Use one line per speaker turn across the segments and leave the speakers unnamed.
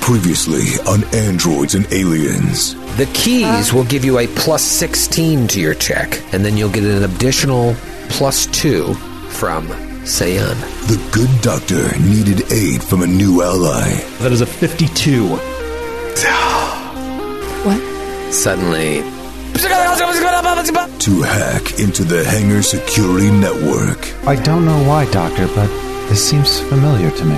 Previously on Androids and Aliens.
The keys will give you a plus 16 to your check, and then you'll get an additional plus 2 from Sayan.
The good doctor needed aid from a new ally.
That is a 52.
Suddenly,
to hack into the hangar security network.
I don't know why, Doctor, but this seems familiar to me.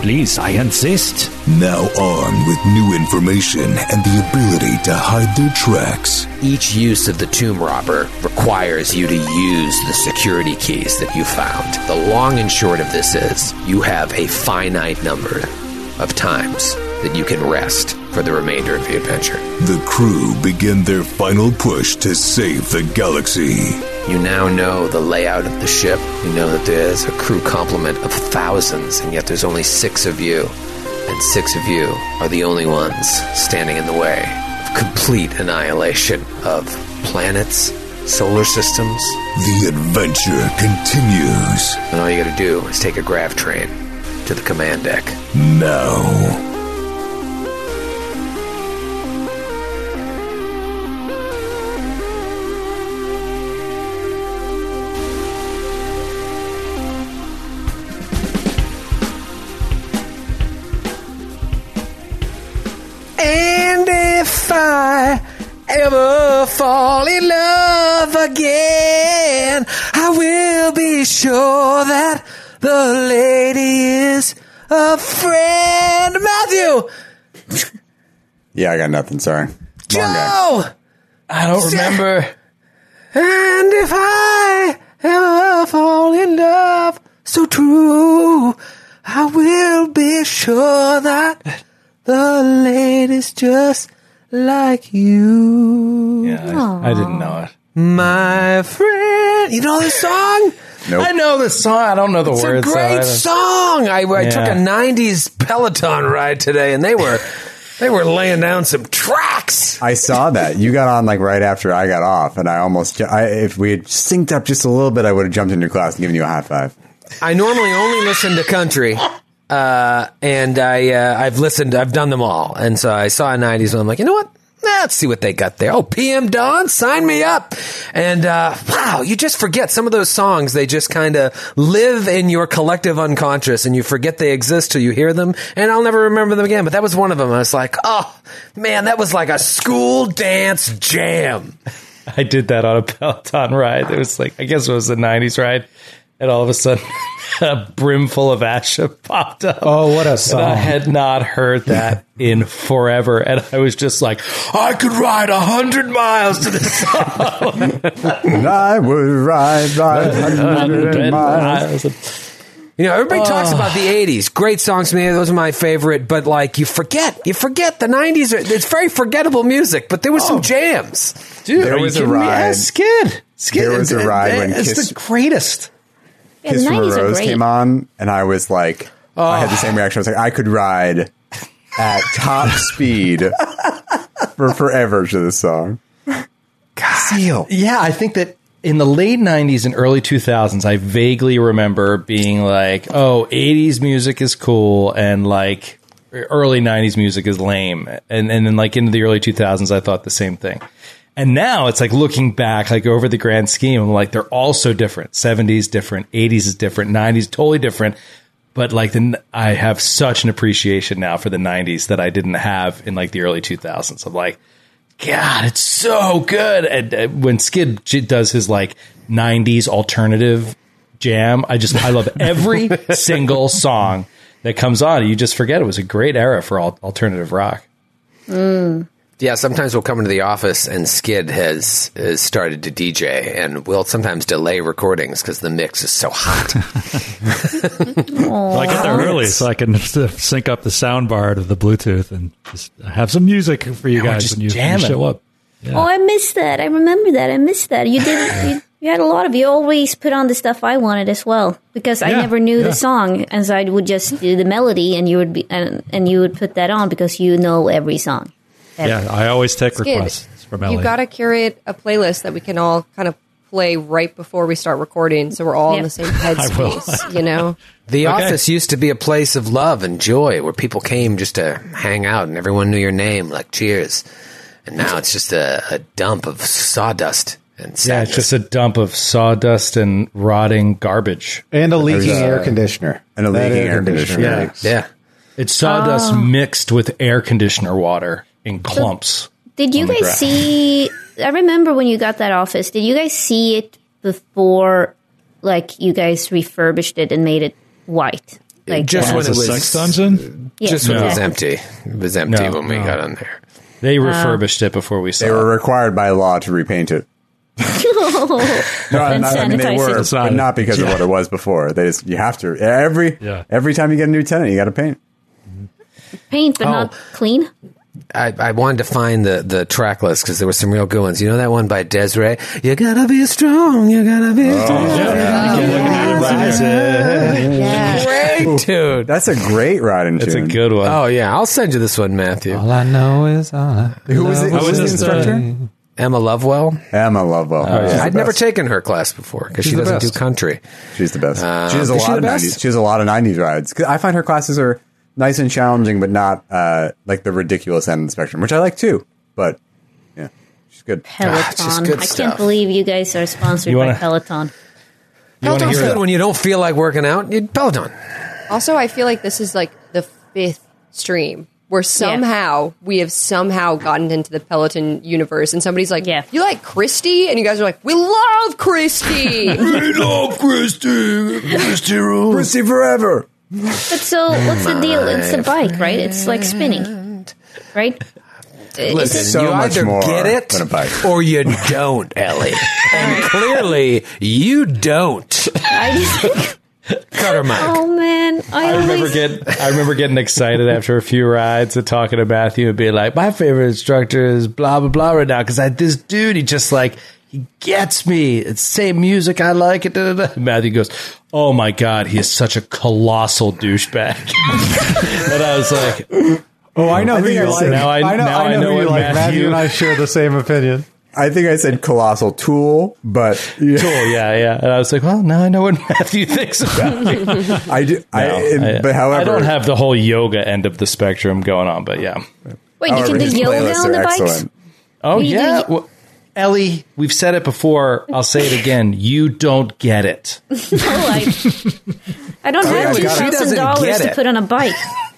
Please, I insist.
Now armed with new information and the ability to hide their tracks,
each use of the tomb robber requires you to use the security keys that you found. The long and short of this is you have a finite number of times that you can rest for the remainder of the adventure.
the crew begin their final push to save the galaxy.
You now know the layout of the ship. You know that there is a crew complement of thousands, and yet there's only six of you. And six of you are the only ones standing in the way of complete annihilation of planets, solar systems.
The adventure continues
And all you gotta do is take a grav train to the command deck.
now.
And if I ever fall in love again, I will be sure that the lady is a friend. Matthew!
Yeah, I got nothing. Sorry. Wrong guy.
Joe!
I don't remember.
And if I ever fall in love so true, I will be sure that the lady's just like you.
Yeah, I, I didn't know it.
My friend. You know this song?
Nope.
I know the song. I don't know the
It's a
words. so I
great
don't-
song. I, I took a
Yeah.
90s Peloton ride today and they were they were laying down some tracks.
I saw that you got on like right after I got off, and I almost. I, if we had synced up just a little bit, I would have jumped in your class and given you a high five.
I normally only listen to country, uh, and I uh, I've listened, I've done them all, and so I saw a '90s one. I'm like, you know what? Let's see what they got there. Oh, PM Don, sign me up! And uh, wow, you just forget some of those songs. They just kind of live in your collective unconscious, and you forget they exist till you hear them. And I'll never remember them again. But that was one of them. I was like, oh man, that was like a school dance jam.
I did that on a Peloton ride. It was like I guess it was the '90s ride, and all of a sudden, a brim full of Asha popped up.
Oh, what a song.
And I had not heard that in forever, and I was just like, I could ride a hundred miles to this song.
And I would ride, ride 100
100
miles.
miles.
You know, everybody
Oh.
talks about the '80s. Great songs, man. Those are my favorite. But like, you forget, you forget the '90s. Are, it's very forgettable music, but there were some jams.
Oh. Dude,
There
are you
was a
kidding me?
ride.
Yeah, Skid. Skid.
There was a
it-
ride
it-
when
it's
Kiss-
the greatest.
Yeah,
Kiss
the
from a
90s are
Rose
great.
came on, and I was like, I had the same reaction. I was like, I could ride at top speed for forever to this song.
Yeah, I think that in the late 90s and early 2000s, I vaguely remember being like, oh, 80s music is cool and like early 90s music is lame. And, and then like into the early 2000s, I thought the same thing. And now it's like looking back, like over the grand scheme, I'm like, they're all so different. 70s different, 80s is different, 90s totally different. But like then I have such an appreciation now for the 90s that I didn't have in like the early 2000s. I'm like, God, it's so good. And uh, when Skid j- does his like '90s alternative jam, I just I love every single song that comes on. You just forget it was a great era for al- alternative rock.
Yeah, sometimes we'll come into the office and Skid has, has started to DJ, and we'll sometimes delay recordings because the mix is so hot.
I get there early so I can s- sync up the sound bar to the Bluetooth and just have some music for you
we're
guys
just
when you, when you
jamming.
show up.
Oh, I missed that. I remember that. I missed that. You did. You, you had a lot of. You always put on the stuff I wanted as well because I
Yeah,
never knew
yeah.
the song, and so I would just do the melody, and you would be and, and you would put that on because you know every song.
Yeah, I always take
Skid,
requests from Ellie.
you got to curate a playlist that we can all kind of play right before we start recording, so we're all in the same headspace. you know,
The office used to be a place of love and joy where people came just to hang out and everyone knew your name, like cheers. And now it's just a, a dump of sawdust and
Yeah,
sadness.
it's just a dump of sawdust and rotting garbage. uh,
And a leaking
There's a-
air conditioner.
And a
That
leaking air conditioner.
right?
yeah.
It's
Oh.
sawdust mixed with air conditioner water in clumps.
Did you
on the
guys
ground.
see? I remember when you got that office. Did you guys see it before, like you guys refurbished it and made it white? Like
Just
uh,
when it
It's a
was
sex dungeon?
yeah.
Just when it was
yeah.
empty. It was empty
No,
when we got on there. Uh,
They refurbished it before we saw
They
it.
were required by law to repaint it. No, I'm
And
not, I mean they
sanitize
were,
it.
but not because of what it was before. They just you have to every
Yeah.
every time you get a new tenant, you got to paint.
paint, but not clean.
I, I wanted to find the, the track list because there were some real good ones. You know that one by Desiree? You gotta be strong. You gotta be
Oh,
strong. Great, dude.
That's a great ride in
It's a
tune.
good one.
Oh, yeah. I'll send you this one, Matthew.
All I know is all I
Who was it? Who
How
was
is
the
this, uh,
instructor?
Emma Lovewell. Oh,
Emma Lovewell. She's the
I'd never
best.
taken her class before because she
She's the
doesn't do
best.
country. Uh,
She's the best. she has a
is she
lot of
the best?
nineties. She has a lot of nineties rides. 'Cause I find her classes are nice and challenging, but not uh, like the ridiculous end of the spectrum, which I like too. But yeah, she's good.
Ah, it's just
Peloton.
good
I
stuff.
can't believe you guys are sponsored
You wanna-
by Peloton.
Peloton's
hear
good
that?
when you don't feel like working out. You Peloton.
Also, I feel like this is like the fifth stream where somehow we have somehow gotten into the Peloton universe, and somebody's like,
Yeah.
you like Christy?" And you guys are like, "We love Christy."
Christy forever.
But so, what's the deal? It's the bike, right? It's like spinning, right?
Listen,
so
you
much
either
more
get
than a
it
bike.
or you don't, Ellie. and clearly, you don't.
I just,
Cut her mic.
oh man, I,
I remember
always
getting I remember getting excited after a few rides and talking to Matthew and being like, my favorite instructor is blah blah blah right now because I this dude he just like he gets me. It's the same music I like. It da, da, da." Matthew goes, oh my god, he is such a colossal douchebag. and I was like,
Oh, I know who
think
you
I
like.
said-
Now I-
I know,
now
I
I
know
know
who you
what
like. Matthew
Matthew-
and I share the same opinion.
I think I said colossal tool, but
cool, yeah, yeah. And I was like, well, now I know what Matthew thinks about me.
I do. I, um,
No, I-
but however,
I don't have the whole yoga end of the spectrum going on, but yeah.
wait. You
however,
can do
his
yoga
playlists
on the
are
bikes.
excellent.
Oh
You
yeah.
don't-
Well, Ellie, we've said it before. I'll say it again. You don't get it.
No, I, I don't
yeah,
have
she
two thousand
doesn't
dollars
get
to
it.
put on a bike.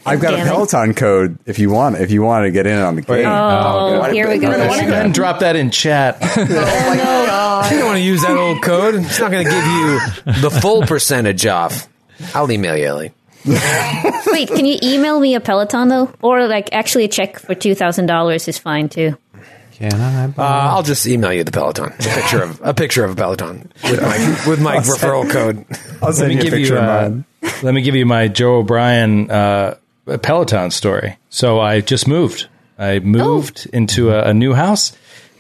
I've got a
Damn it.
Peloton code if you want. If you want to get in on the game,
Oh, here we go.
Go ahead and drop that in chat.
Oh
You don't want to use that old code. It's not going to give you the full percentage off. I'll email you, Ellie.
Wait, can you email me a Peloton though, or like actually a check for two thousand dollars is fine too.
Can I
Uh,
buy
I'll just email you the Peloton. A picture of a picture of a Peloton with my with my referral code.
I'll send you a picture of
uh,
mine.
let me give you my Joe O'Brien uh, Peloton story. So I just moved. I moved into a, a new house,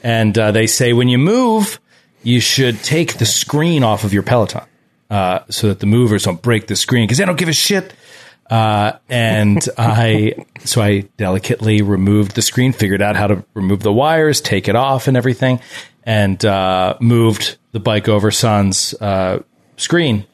and uh, they say when you move, you should take the screen off of your Peloton uh, so that the movers don't break the screen because they don't give a shit. Uh, and I, so I delicately removed the screen, figured out how to remove the wires, take it off, and everything, and uh, moved the bike over Son's uh, screen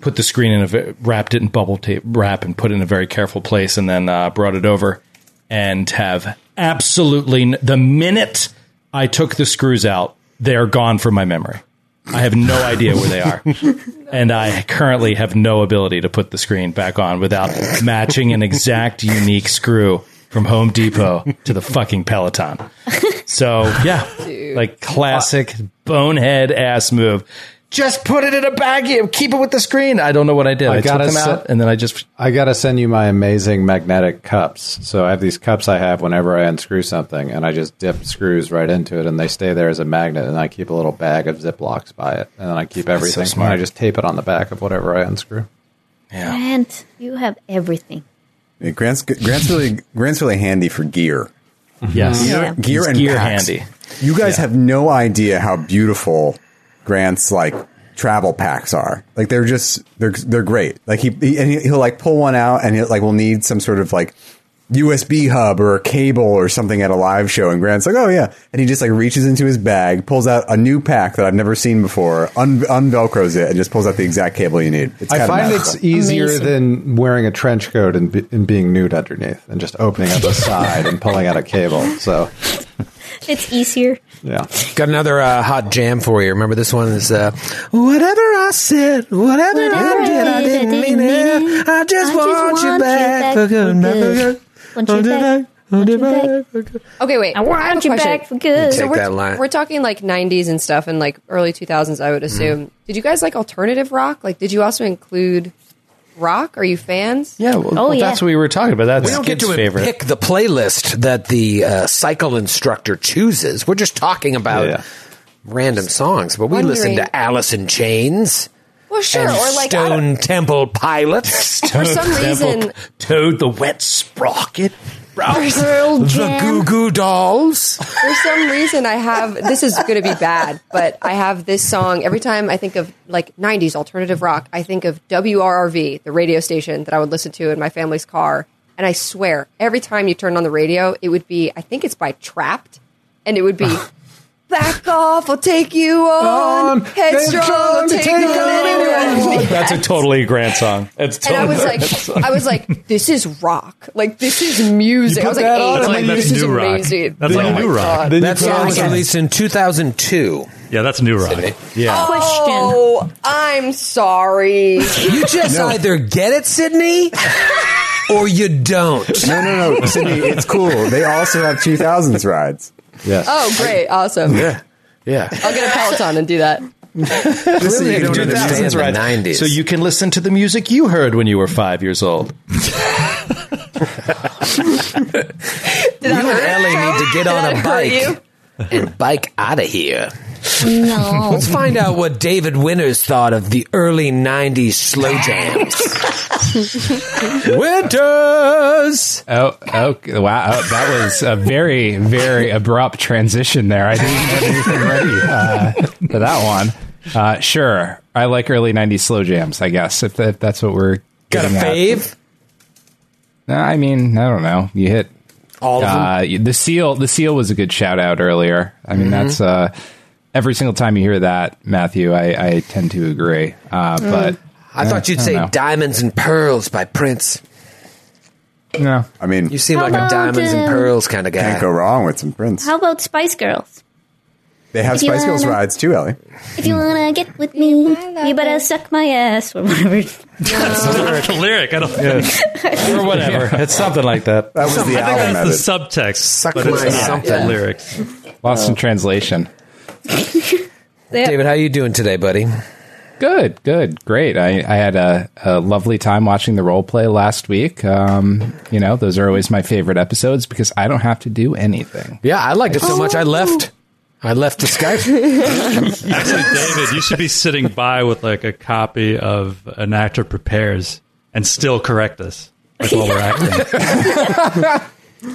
put the screen in a ve- wrapped it in bubble tape wrap and put it in a very careful place and then uh, brought it over and have absolutely n- the minute I took the screws out they are gone from my memory. I have no idea where they are. And I currently have no ability to put the screen back on without matching an exact unique screw from Home Depot to the fucking Peloton. So, yeah, like classic bonehead ass move. Just put it in a baggie, keep it with the screen. I don't know what I did. I, took
gotta
them
say-
out and then I just
I gotta send you my amazing magnetic cups. So I have these cups I have whenever I unscrew something, and I just dip screws right into it, and they stay there as a magnet. And I keep a little bag of Ziplocs by it, and then I keep everything.
smart.
And I just tape it on the back of whatever I unscrew.
Grant, you have everything.
Yeah, Grant's Grant's really Grant's really handy for gear,
yes,
Yeah.
gear and
gear
packs.
handy.
You guys have no idea how beautiful Grant's like travel packs are. Like they're just they're they're great. Like he, he and he- he'll like pull one out and he'll like will need some sort of like USB hub or a cable or something at a live show. And Grant's like, oh yeah. And he just like reaches into his bag, pulls out a new pack that I've never seen before, un- unvelcros it, and just pulls out the exact cable you need. It's
I
kinda
find
magical.
it's easier than wearing a trench coat and, be, and being nude underneath and just opening up the side and pulling out a cable. So,
It's easier.
yeah.
Got another uh, hot jam for you. Remember this one? Is uh, whatever I said, whatever, I did, I didn't mean it. I just want, you back for good. not for good.
Want you back. Want you back.
Okay, wait.
I want
have a
you
question.
back for good.
So
Take
we're,
that line.
we're talking like 90s and stuff and like early 2000s, I would assume. Did you guys like alternative rock? Like, did you also include rock? Are you fans?
Yeah, well,
Oh,
well,
yeah.
that's what we were talking about. That's
We don't get
Skid's
to
favorite.
pick the playlist that the uh, cycle instructor chooses. We're just talking about
Yeah.
random songs, but we listen
Wondering-
to Alice in Chains
Well, sure.
and
or like, I don't-
Stone Temple Pilots,
for some reason,
Toad the Wet Sprocket.
Pearl
the Goo
Jam.
Goo Dolls.
for some reason, I have this is going to be bad, but I have this song every time I think of like 90s alternative rock. I think of WRRV, the radio station that I would listen to in my family's car. And I swear, every time you turned on the radio, it would be, I think it's by Trapped, and it would be. Back off, I'll take you on.
On,
Headstrong,
headstrong,
I'll take,
take
you
on.
on.
That's a totally Grant song. It's
And
totally
I was like, I was like, this is rock. Like this is music. I was like,
that on
eight.
and
I'm like,
then you-
this
that's
is
new rock.
amazing.
That's
oh
like
my
new rock.
God.
Then you
That
put
song
on
was
some-
released in 2002.
Yeah, that's new rock.
yeah.
Question.
Oh, I'm sorry.
You just either get it, Sydney, or you don't.
no, no, no, Sydney. It's cool. They also have 2000s rides.
Yes.
Oh, great, awesome.
Yeah.
I'll get a Peloton and do that.
Just so you can
don't
do
understand.
this.
Stay in the
Right.
90s.
So you can listen to the music you heard when you were five years old.
Did I
You
hurt
and Ellie need to get
Did
on
that
a
hurt you?
bike and bike out of here.
No.
Let's find out what David Winters thought of the early 90s slow jams. Winters!
Oh, oh, wow. Oh, that was a very, very abrupt transition there. I didn't have anything ready uh, for that one. Uh, sure. I like early 90s slow jams, I guess, if, that, that's what we're
Got a
getting at.
fave?
No, I mean, I don't know. You hit
All of them.
uh, you- the seal. The seal was a good shout out earlier. I mean, that's
Mm-hmm.
uh, every single time you hear that, Matthew. I, I tend to agree. Uh,
Mm. I thought you'd
I
say
don't know.
Diamonds and Pearls by Prince.
But no,
I mean,
You
you
seem like a
Come on,
Diamonds and
Jim.
Pearls kind of
can't go
guy.
wrong with some Prince.
How about Spice Girls?
They have
Do you
Spice Girls
wanna-
rides too, Ellie.
If you wanna get with me, you better suck my ass or whatever.
That's the lyric. I don't think
or whatever. It's something like that.
That was the album
that's the
edit.
subtext,
Suck
but
my
it's not
something.
the lyrics.
lost in translation.
Oh. David, how you doing today, buddy?
Good, good, great. I, I had a, a lovely time watching the role play last week. Um, you know, those are always my favorite episodes because I don't have to do anything.
Yeah, I liked it so much I left. I left the Skype.
Actually, David, you should be sitting by with like a copy of an actor prepares and still correct us. Like while we're acting.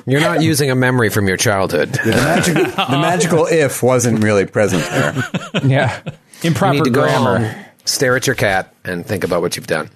You're not using a memory from your childhood.
The magical, the magical if wasn't really present there.
Yeah,
You need
improper
to go
grammar.
home, stare at your cat, and think about what you've done.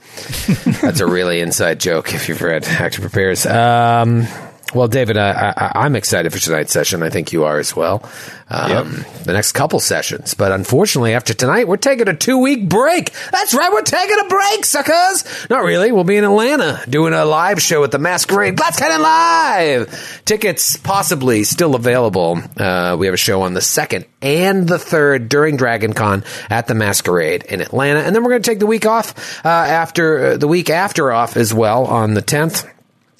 That's a really inside joke if you've read Actor Prepares. Um, well, David, I, I, I'm excited for tonight's session. I think you are as well. Um, The next couple sessions. But unfortunately, after tonight, we're taking a two week break. That's right, we're taking a break, suckers. Not really. We'll be in Atlanta doing a live show at the Masquerade Glass Cannon Live. Tickets possibly still available. Uh, we have a show on the 2nd and the 3rd during Dragon Con at the Masquerade in Atlanta. And then we're going to take the week off uh, after uh, the week after off as well on the 10th.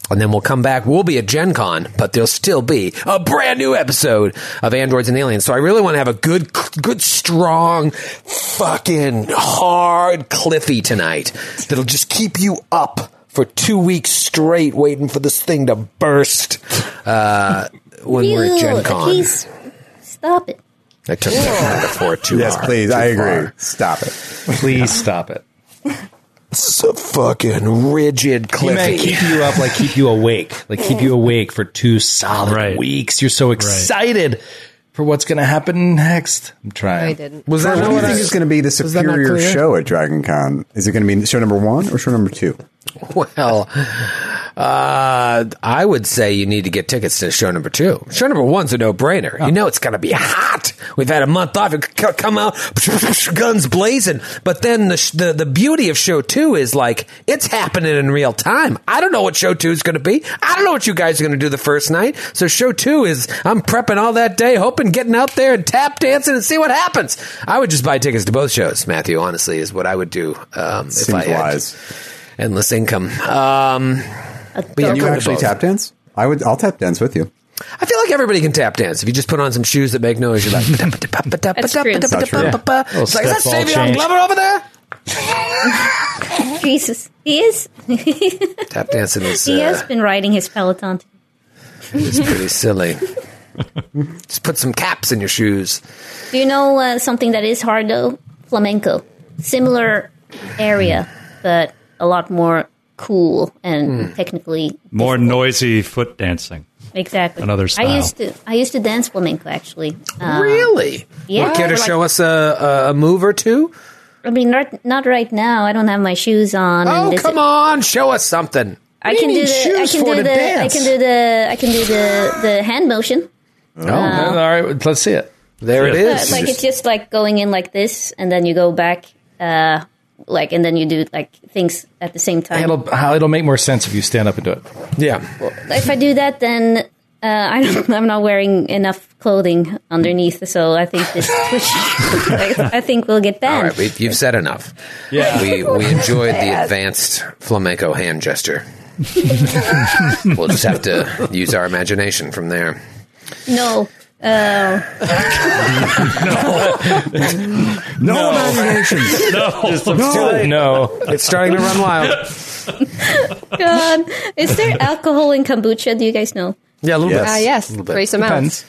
And then we'll come back. We'll be at Gen Con, but there'll still be a brand new episode of Androids and Aliens. So I really want to have a good, good, strong, fucking hard Cliffy tonight that'll just keep you up for two weeks straight waiting for this thing to burst uh, when we're at Gen Con.
Please stop it.
I took that metaphor too
Yes,
hard,
please.
too
I
far.
agree. Stop it.
Please stop it.
It's a fucking rigid
He
Cliffy.
may keep you up, like keep you awake, like keep you awake for two solid
Right.
weeks. You're so excited for what's going to happen next. I'm trying.
I didn't.
Was
What
that
do you think is going to be the
that not
superior
clear?
show at Dragon Con? Is it going to be show number one or show number two?
Well, uh, I would say you need to get tickets to show number two. Show number one's a no brainer. You know it's going to be hot. We've had a month off. It c- come out, guns blazing. But then the, sh- the the beauty of show two is like it's happening in real time. I don't know what show two is going to be. I don't know what you guys are going to do the first night. So show two is I'm prepping all that day, hoping getting out there and tap dancing and see what happens. I would just buy tickets to both shows. Matthew, honestly, is what I would do um, if I
Seems
had endless income. Um, but yeah,
Can you
go to
actually
both.
tap dance? I would. I'll tap dance with you.
I feel like everybody can tap dance if you just put on some shoes that make noise. You're like,
That's true.
It's not true. It's like, is that Savion Glover over
there? Jesus, he is. he
tap dancing is
has
uh,
been riding his peloton.
is pretty silly. just put some caps in your shoes.
Do you know uh, something that is hard though? Flamenco, similar area, but a lot more cool and
Hmm.
technically
More noisy foot dancing.
exactly
Another style.
I used to I used to dance flamenco actually. Um,
really?
Yeah.
You care to
like-
show us a, a, a move or two?
I mean, not not right now. I don't have my shoes on.
Oh,
this-
come on, show us something.
I
What
can
you
do
need
the. I
shoes
can do
for to
the. I
dance?
can do the. I can do the the hand motion.
Oh, all right. Let's see it.
There
Uh, like it's just like going in like this, and then you go back, uh, like, and then you do like things at the same time.
It'll how it'll make more sense if you stand up and do it.
Yeah.
if I do that, then uh, I don't, I'm not wearing enough clothing underneath, so I think this Twitch. I think we'll get
All
banned.
right, we've, you've said enough.
Yeah.
we we enjoyed the advanced flamenco hand gesture. we'll just have to use our imagination from there.
No. Uh,
No,
Oh.
imagination.
No,
no.
It's starting to run wild.
God, is there alcohol in kombucha? Do you guys know?
Yeah, a little
Yes.
bit.
Uh, yes.
A little bit.
Raise them out. Depends.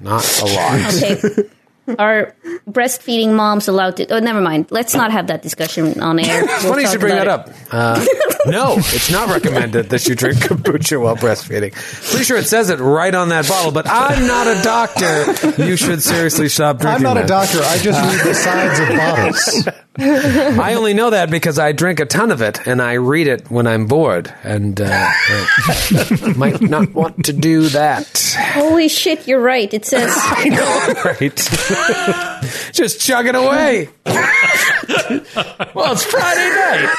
Not a lot.
Okay. Are breastfeeding moms allowed to? Oh, never mind. Let's not have that discussion on air.
It's funny you
talk
should bring
about
that
it.
up. Uh, no, it's not recommended that you drink kombucha while breastfeeding. Pretty sure it says it right on that bottle, but I'm not a doctor. You should seriously stop
I'm
drinking
not a
that.
doctor. I just read the sides of bottles.
Uh, I only know that because I drink a ton of it and I read it when I'm bored and uh, I might not want to do that.
Holy shit! You're right. It says.
Right? Just chugging away. well, it's Friday night.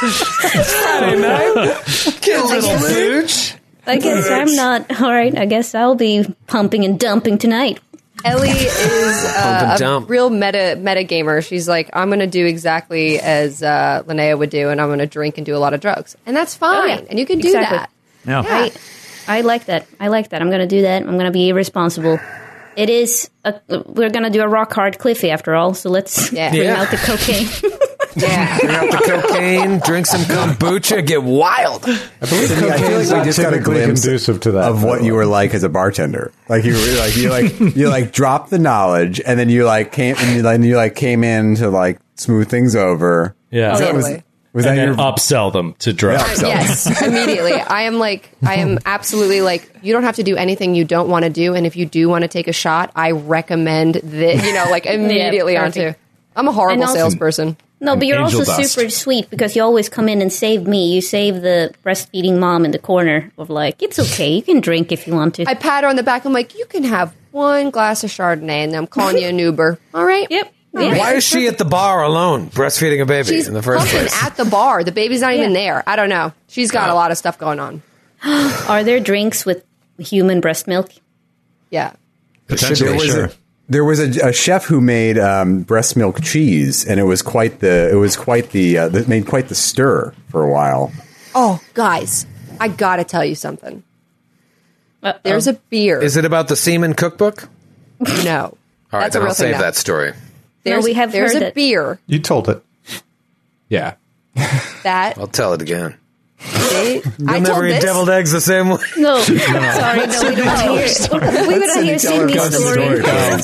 It's Friday night. Get a little booch.
I guess I'm not. All right. I guess I'll be pumping and dumping tonight.
Ellie is
Pump
uh,
and
a
dump.
real meta meta gamer. She's like, I'm going to do exactly as uh, Linnea would do, and I'm going to drink and do a lot of drugs, and that's fine. And you can do
Oh, Exactly.
that.
Yeah.
I, I like that. I like that. I'm going to do that. I'm going to be irresponsible. It is. A, we're going to do a rock hard Cliffy after all. So let's bring
Yeah.
out the cocaine.
Bring out the cocaine, drink some kombucha, get wild. I
believe I feel like we just got a glimpse
to that,
of what you were like as a bartender. Like you were like you like you like dropped the knowledge, and then you like came and you like, you like came in to like smooth things over.
Yeah. uh,
was Oh, that, was, was that your
upsell them to drugs?
Yes, immediately. I am like, I am absolutely like, you don't have to do anything you don't want to do, and if you do want to take a shot, I recommend this. You know, like immediately onto.
perfect.
I'm a horrible
And also-
salesperson.
No, but you're also super sweet because you always come in and save me. You save the breastfeeding mom in the corner of like, it's okay, you can drink if you want to.
I pat her on the back. I'm like, you can have one glass of Chardonnay, and I'm calling you an Uber. All right. Yep.
Why is she at the bar alone, breastfeeding a baby
She's
in the first
pumping
place?
at the bar. The baby's not even there. I don't know. She's got a lot of stuff going on.
Are there drinks with human breast milk?
Yeah.
there was a, there was a, a chef who made um, breast milk cheese, and it was quite the it was quite the uh, that made quite the stir for a while.
Oh, guys, I gotta tell you something. There's a beer.
Is it about the semen cookbook?
no.
All right,
That's a
then
real thing
I'll save
now.
that story.
There's,
we have
there's
heard
a
it.
beer
You told it.
Yeah,
that
I'll tell it again.
they, I
You'll
told
never eat
this.
deviled eggs the same way.
No, sorry,
no,
no, we don't want to hear. We don't hear Sydney's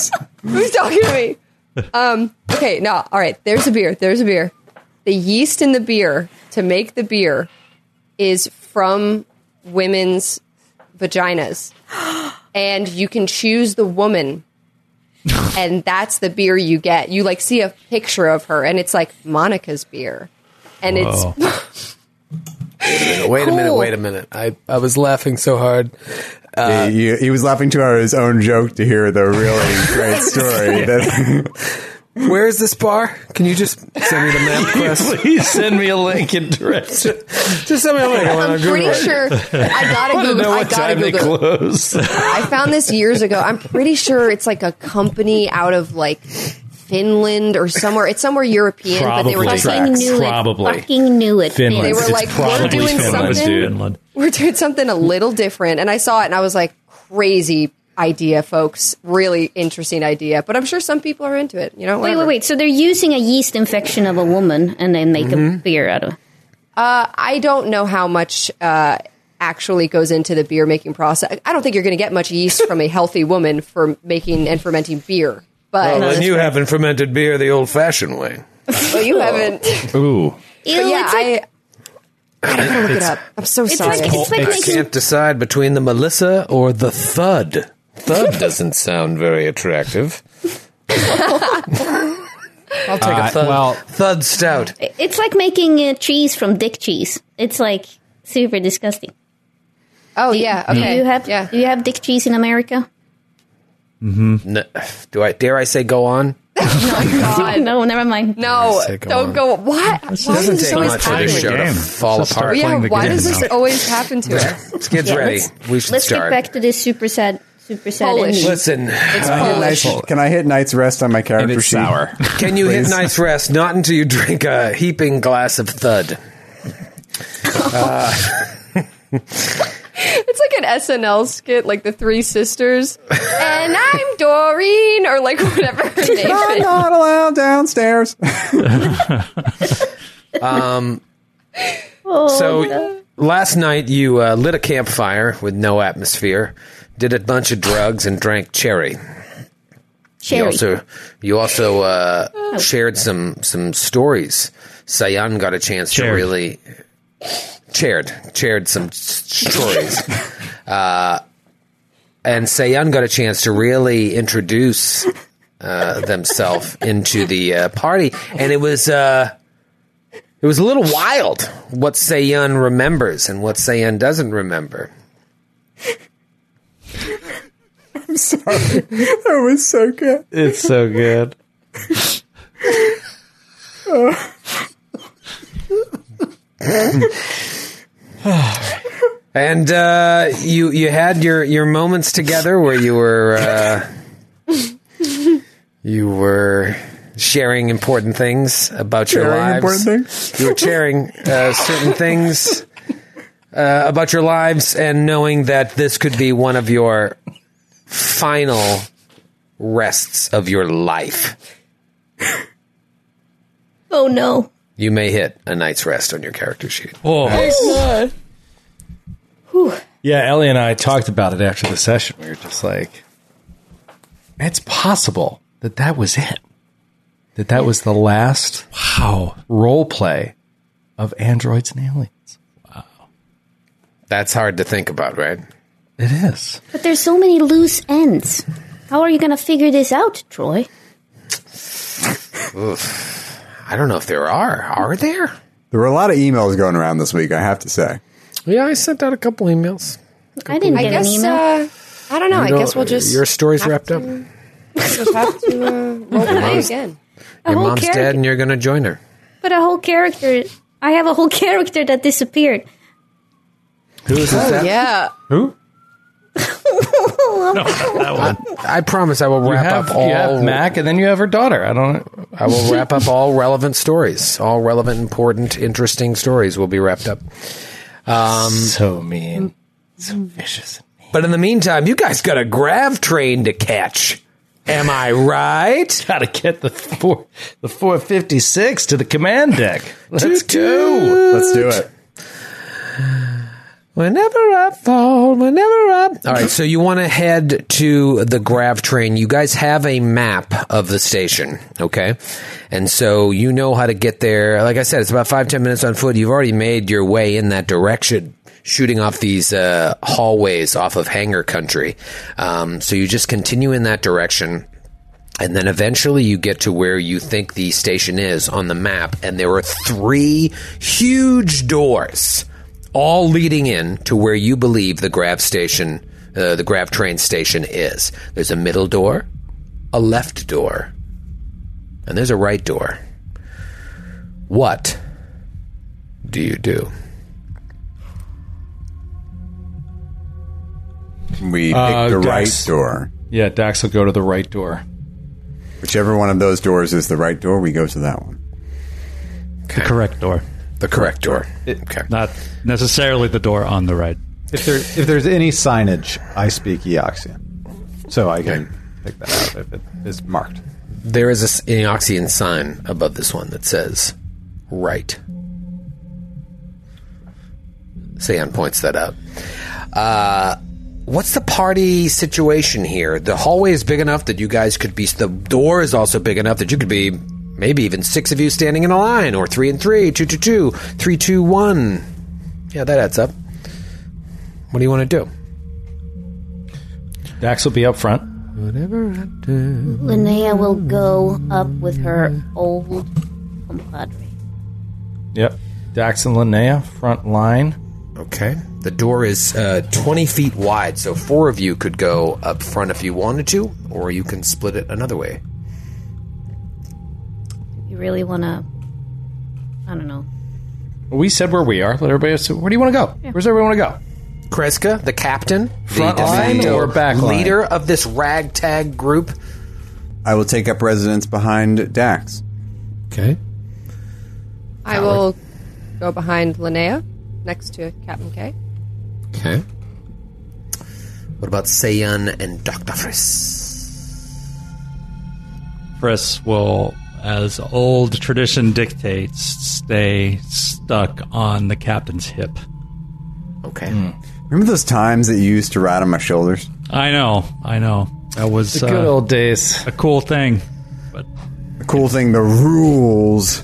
story.
Who's talking to me? Um, okay, no, all right. There's a beer. There's a beer. The yeast in the beer to make the beer is from women's vaginas, and you can choose the woman, and that's the beer you get. You like see a picture of her, and it's like Monica's beer, and it's
Wait a minute, wait a minute. I, I was laughing so hard.
Yeah,
Uh,
he, he was laughing too hard at his own joke to hear the really great story. That,
Where is this bar? Can you just send me the map, Chris?
Please send me a link in direction.
just send me a link. I wanna
I'm pretty
Google it.
sure I gotta
I don't
Google.
know
I
what
gotta
time they
Google. it.
close.
I found this years ago. I'm pretty sure it's like a company out of like Finland or somewhere. It's somewhere European, but they were
Probably.
just
Fucking
like,
knew
Probably.
it. Fucking knew it.
Finland.
They were
It's
like, we're
probably
doing
Finland,
something.
dude.
we're doing something a little different. And I saw it and I was like, crazy idea, folks. Really interesting idea. But I'm sure some people are into it. You know,
Wait,
whatever.
wait, wait. So they're using a yeast infection of a woman and they make a beer out of it.
Uh, I don't know how much uh, actually goes into the beer making process. I don't think you're going to get much yeast from a healthy woman for making and fermenting beer. But
Well, and you haven't fermented beer the old-fashioned way.
but you haven't.
Ooh.
But yeah,
it's
I. I gotta look it up. I'm so
it's
sorry.
like- it's like
I
making-
can't decide between the Melissa or the Thud. Thud doesn't sound very attractive. I'll take a
Uh,
thud.
well-
thud stout.
It's like making uh, cheese from dick cheese. It's like super disgusting.
oh yeah,
Do
okay.
you have
yeah.
do you have dick cheese in America?
Mm-hmm.
N- do I dare I say go on?
no, never mind.
Oh, No,
Say, come
don't
on.
go. What? Why does
It doesn't
this
take
always
much for
happen?
this show to
Game.
fall
Just
apart.
start
Yeah,
Playing the
why
game
does this
now.
always happen to us?
Let's get
Yeah,
ready.
let's-
We should
Let's
start.
get back to this super sad, super sad
Polish.
ending.
Listen,
Can I
Polish.
Oh.
hit Night's- can I hit night's rest on my
And
character
it's
sheet?
sour.
can you hit
Please.
nice rest? Not until you drink a heaping glass of thud. Uh,
It's like an SNL skit, like the three sisters, and I'm Doreen, or like whatever her name
I'm
is.
not allowed downstairs.
um,
Oh,
So last night you uh, lit a campfire with no atmosphere, did a bunch of drugs, and drank cherry. You
Cherry.
also, you also uh, shared some some stories. Sayan got a chance to
Shared.
really shared shared some s- stories, uh, and Sayan got a chance to really introduce uh, themselves into the uh, party, and it was. Uh, it was a little wild what Sayan remembers and what Sayan doesn't remember.
That was so good.
It's so good.
And uh, you you had your, your moments together where you were uh, you were sharing important things about your
Sharing
lives.
important things?
You were sharing uh, certain things uh, about your lives and knowing that this could be one of your final rests of your life.
oh no.
You may hit a night's rest on your character sheet.
Oh,
Yeah, Ellie and I talked about it after the session. We were just like, it's possible that that was it. That that was the last wow role play of androids and aliens.
That's hard to think about, right?
It is.
But there's so many loose ends. How are you going to figure this out, Troy?
I don't know if there are. Are there?
There were a lot of emails going around this week. I have to say.
Yeah, I sent out a couple emails.
I didn't
I
get an
guess.
email.
Uh, I don't know. I
No,
guess we'll just
uh, Oh, your story's wrapped up. Your
just have to uh, roll the play again.
whole
mom's
character-
dead, and you're going to join her.
but a whole character. I have a whole character that disappeared.
Who is that?
Oh, Yeah.
Who?
that one.
I promise I will
You
wrap
have,
up all.
you have Mac and then you have her daughter. I don't
I will wrap up all relevant stories. All relevant, important, interesting stories will be wrapped up. Um,
so mean. So vicious.
But in the meantime, you guys got a grav train to catch. Am I right?
Gotta get the four the four fifty six to the command deck. Let's go.
Toot-toot.
Let's do it.
Whenever I fall, whenever I. All right, so you want to head to the grav train. You guys have a map of the station, okay? And so you know how to get there. Like I said, it's about five, ten minutes on foot. You've already made your way in that direction, shooting off these uh, hallways off of Hangar Country. Um, so you just continue in that direction. And then eventually you get to where you think the station is on the map, and there are three huge doors all leading in to where you believe the grab station, uh, the grab train station is. There's a middle door, a left door, and there's a right door. What do you do?
We pick
Uh,
the
Dax.
right door.
Yeah, Dax will go to the right door.
Whichever one of those doors is the right door, we go to that one.
The correct door.
The correct door. okay.
Not necessarily the door on the right.
If there if there's any signage, I speak Eoxian, so I can pick that out if it is marked.
There is a s- an Eoxian sign above this one that says right. Seon points that out. Uh, what's the party situation here? The hallway is big enough that you guys could be. The door is also big enough that you could be maybe even six of you standing in a line, or three and three, two, two, two, three, two, one. Yeah, that adds up. What do you want to do?
Dax will be up front.
Whatever I
Linnea will go up with her old compadre.
Yep. Dax and Linnea, front line.
Okay. The door is uh, 20 feet wide, so four of you could go up front if you wanted to, or you can split it another way.
You really want to? I don't know.
We said where we are. Let everybody else. Where do you want to go? Where's everyone want to
Kreska, the captain,
Front
the de
line
facto
or back line?
leader of this ragtag group.
I will take up residence behind Dax.
Okay.
I will go behind Linnea next to Captain K.
Okay. What about Seiyan and Dr. Friss?
Friss will, as old tradition dictates, stay stuck on the captain's hip.
Okay.
Remember those times that you used to ride on my shoulders?
I know, I know. That was uh,
The good old
days.
A cool thing.
The cool thing, the rules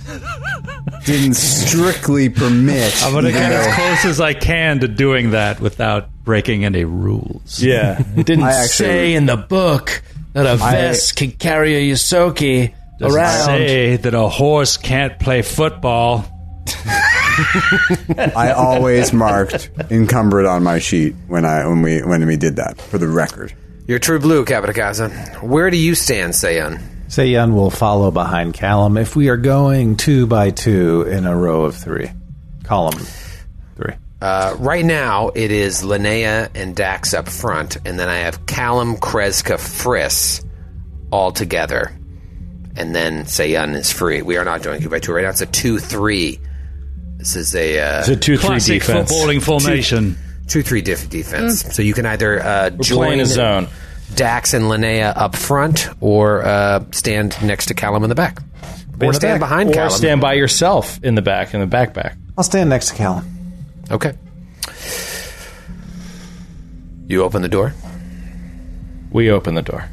didn't strictly permit.
I'm going to
even
get
though-
as close as I can to doing that without breaking any rules.
Yeah. It didn't
I actually-
say in the book that a
I-
vest can carry a Yosoki
Doesn't
around.
say that a horse can't play football.
I always marked encumbered on my sheet when I when we when we did that for the record.
You're true blue, Capitacasa. Where do you stand, Seiyan?
Seiyan will follow behind Callum if we are going two by two in a row of three. Column three.
Uh, right now, it is Linnea and Dax up front, and then I have Callum, Kreska, Friss all together. And then Sayun is free. We are not doing 2 by 2 right now. It's a 2 3. This is a, uh,
It's a 2-3 Classic defense. footballing formation.
2 3 diff- defense. So you can either uh,
We're
join
playing a zone.
Dax and Linnea up front, or uh, stand next to Callum in the back. Or stand behind
or
Callum.
stand by yourself in the back, in the backpack.
I'll stand next to Callum.
Okay. You open the door?
We open the door.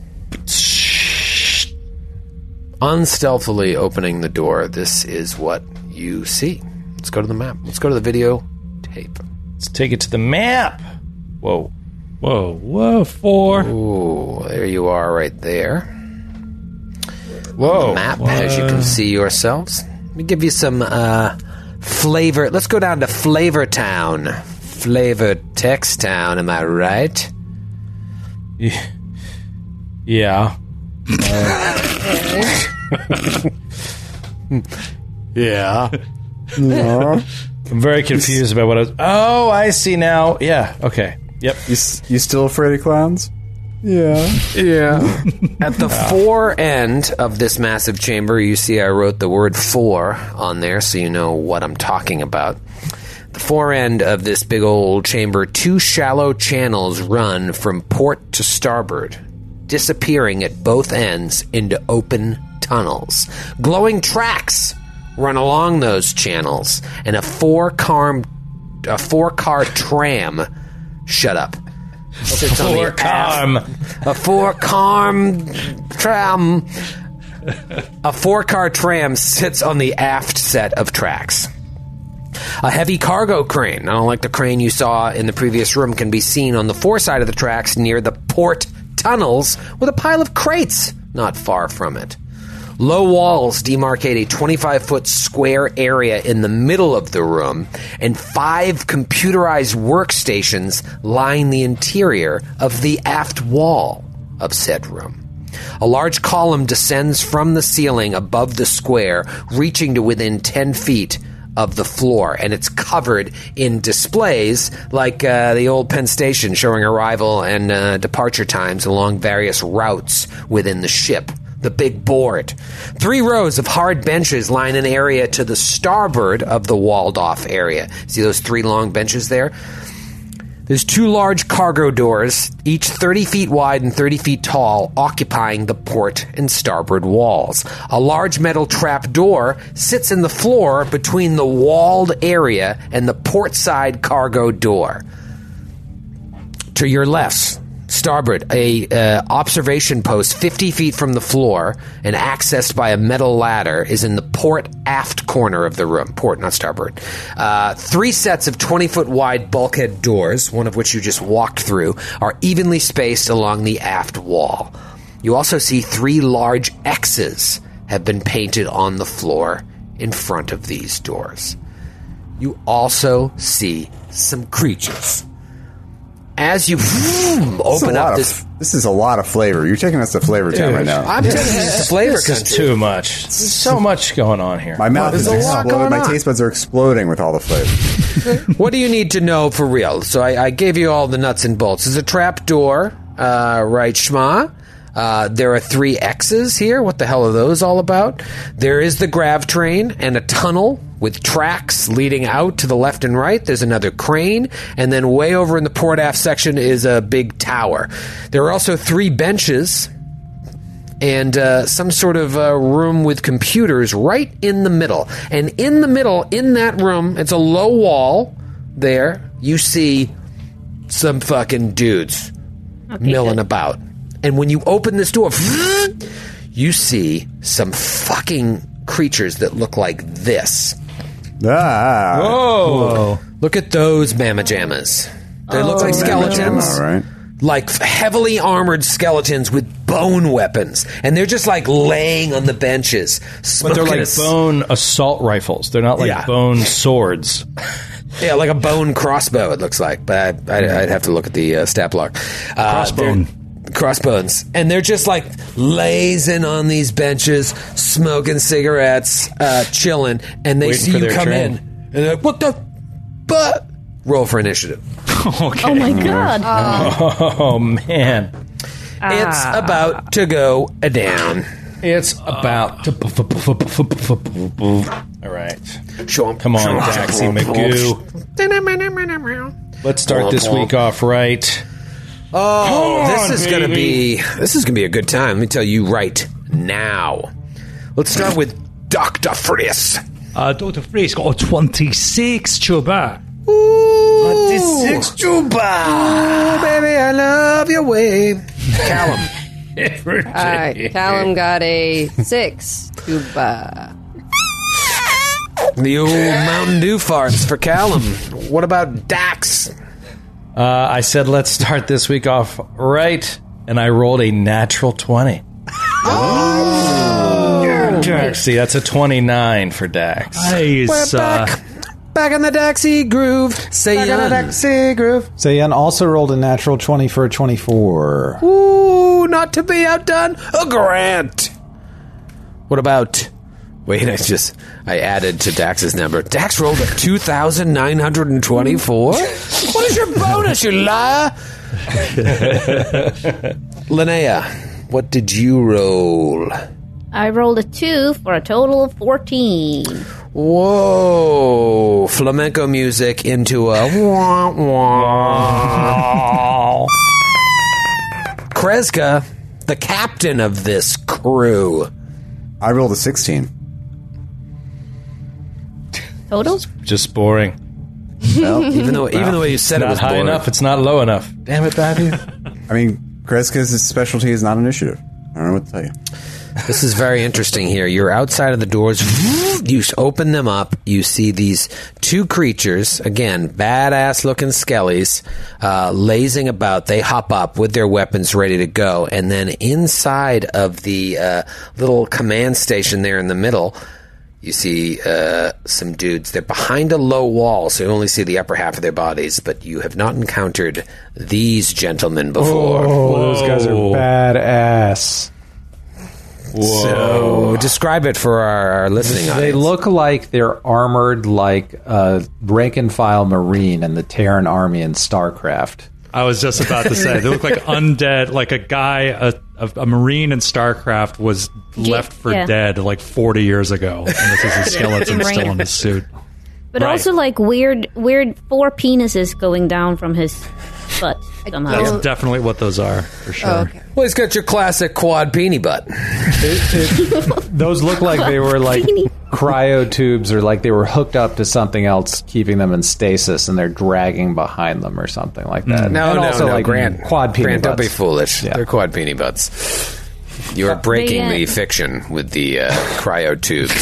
Unstealthily opening the door, this is what you see. Let's go to the map. Let's go to the video tape.
Let's take it to the map. Whoa.
Whoa, whoa, four.
Ooh, there you are right there. Whoa. map, as you can see yourselves. Let me give you some uh, flavor. Let's go down to Flavor Town. Flavor Text Town, am I right?
Yeah. Uh, yeah.
No.
I'm very confused about what I was. Oh, I see now. Yeah. Okay. Yep.
You, s- you still afraid of clowns? Yeah.
Yeah. At the fore end of this massive chamber, you see I wrote the word four on there so you know what I'm talking about. The fore end of this big old chamber, two shallow channels run from port to starboard, disappearing at both ends into open tunnels. Glowing tracks run along those channels, and a four car a four car tram shut up. Sits on the
Four carm.
a four car tram. A four car tram sits on the aft set of tracks. A heavy cargo crane, not unlike the crane you saw in the previous room, can be seen on the fore side of the tracks near the port tunnels with a pile of crates not far from it. Low walls demarcate a 25 foot square area in the middle of the room, and five computerized workstations line the interior of the aft wall of said room. A large column descends from the ceiling above the square, reaching to within 10 feet of the floor, and it's covered in displays like uh, the old Penn Station showing arrival and uh, departure times along various routes within the ship. The big board. Three rows of hard benches line an area to the starboard of the walled off area. See those three long benches there? There's two large cargo doors, each 30 feet wide and 30 feet tall, occupying the port and starboard walls. A large metal trap door sits in the floor between the walled area and the port side cargo door. To your left, starboard, a uh, observation post 50 feet from the floor and accessed by a metal ladder is in the port aft corner of the room. Port, not starboard. Uh, three sets of 20 foot wide bulkhead doors, one of which you just walked through, are evenly spaced along the aft wall. You also see three large X's have been painted on the floor in front of these doors. You also see some creatures as you vroom,
This is a
open
lot
up
of-
this.
This is a lot of flavor. You're taking us to flavor town right now.
I'm telling you, it's a flavor country.
too much. There's so much going on here.
My mouth
There's
is
a lot
exploding.
going
My
on.
taste buds are exploding with all the flavor.
what do you need to know for real? So I, I gave you all the nuts and bolts. There's a trap door, uh, right, Shma? Uh, there are three X's here. What the hell are those all about? There is the grav train and a tunnel with tracks leading out to the left and right. There's another crane. And then way over in the port aft section is a big tower. There are also three benches and uh, some sort of uh, room with computers right in the middle. And in the middle, in that room, it's a low wall there. You see some fucking dudes milling about. And when you open this door, you see some fucking creatures that look like this.
Ah.
Whoa. Look at those mamma jammas. They look like skeletons.
All right.
Like heavily armored skeletons with bone weapons. And they're just like laying on the benches.
But they're
smoking
like
a c-
bone assault rifles. They're not like
Yeah.
bone swords.
Yeah, like a bone crossbow, it looks like. But I, I'd, I'd have to look at the uh, stat block. Uh,
Crossbone.
they're- Crossbones. And they're just like lazing on these benches, smoking cigarettes, uh, chilling. And they
Waiting
see
for
you
their
come
turn.
in. And they're like, what the? But roll for initiative.
Oh my god. Ah.
Oh man,
It's about to go a down. Uh,
it's about to. All right,
Show 'em.
come
Show
on,
'em.
Daxy Magoo. Let's start this week off right.
Oh, this
on,
is gonna be this is gonna be a good time. Let me tell you right now. Let's start with Doctor Friss.
Uh, Dr. Freeze got a 26 chuba.
Oh, baby, I love your way. Callum,
All right, Callum got a six. Cuba.
the old Mountain Dew farts for Callum. What about Dax?
Uh, I said let's start this week off right, and I rolled a natural twenty. Oh, Daxy, that's a twenty-nine for Dax.
Nice. Uh,
Back in the Daxy groove. Say yun.
Zayan also rolled a natural 20 for a 24.
Ooh, not to be outdone. A grant. What about? Wait, I just I added to Dax's number. Dax rolled a two thousand nine hundred and twenty-four. what is your bonus, you liar? Linnea, what did you roll?
I rolled a two for a total of 14.
Whoa! Flamenco music into a wah wah. Kreska, the captain of this crew.
I rolled a 16.
Total?
Just boring.
Even though, even the way you said it
Not
was
high
boring.
enough. It's not low enough.
Damn it, Babby. I mean, Kreska's specialty is not initiative. I don't know what to tell you.
This is very interesting here. You're outside of the doors. You s- open them up. You see these two creatures, again, badass looking skellies, uh, lazing about. They hop up with their weapons ready to go. And then inside of the uh, little command station there in the middle, you see uh, some dudes. They're behind a low wall, so you only see the upper half of their bodies, but you have not encountered these gentlemen before.
Oh, those guys are badass.
So describe it for our, our listening
They
audience.
look like they're armored like a rank and file marine in the Terran army in StarCraft.
I was just about to say they look like undead, like a guy, a, a, a marine in StarCraft was
Yeah,
left for
yeah.
dead like 40 years ago, and this is his skeleton
Right.
still in his suit.
But
Right.
also like weird, weird four penises going down from his butt somehow.
That's definitely what those are
Oh,
for sure.
Well, he's got your classic quad beanie butt.
Those look like they were like cryo tubes or like they were hooked up to something else, keeping them in stasis, and they're dragging behind them or something like that.
Mm. No,
and
no,
also
no,
like
Grant.
quad peanut
Grant, don't be
butts.
foolish. They're quad peony butts. You are breaking
They, uh,
the fiction with the uh, cryo tubes.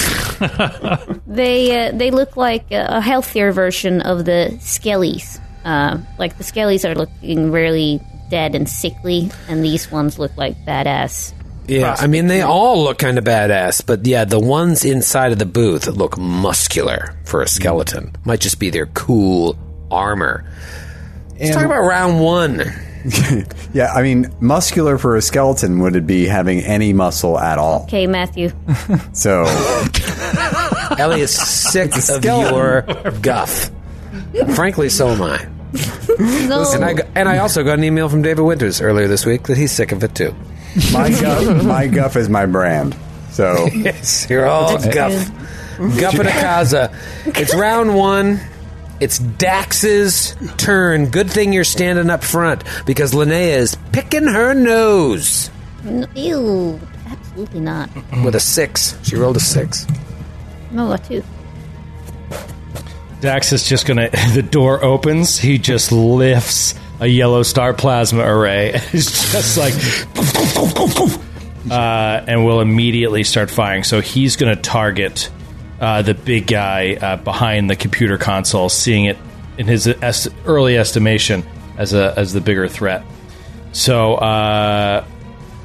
They uh, they look like a a healthier version of the skellies. Uh, like the skellies are looking really dead and sickly, and these ones look like badass.
Yeah, I mean they all look kind of badass, but yeah, the ones inside of the booth look muscular for a skeleton. Might just be their cool armor. Let's talk about round one.
yeah, I mean, muscular for a skeleton would it be having any muscle at all?
Okay, Matthew.
So
Ellie is sick
It's a
of
skeleton.
your guff. Frankly, so am I.
No.
And I, got- and I also got an email from David Winters earlier this week that he's sick of it too.
my guff, my guff is my brand. So
yes, you're all guff. Guff and Akaza. It's round one. It's Dax's turn. Good thing you're standing up front because Linnea is picking her nose
No, ew, absolutely not.
with a six. She rolled a six.
No, a two.
Dax is just gonna. The door opens. He just lifts a yellow star plasma array. It's just like, uh, and will immediately start firing. So he's gonna target uh, the big guy uh, behind the computer console, seeing it in his est- early estimation as a as the bigger threat. So uh,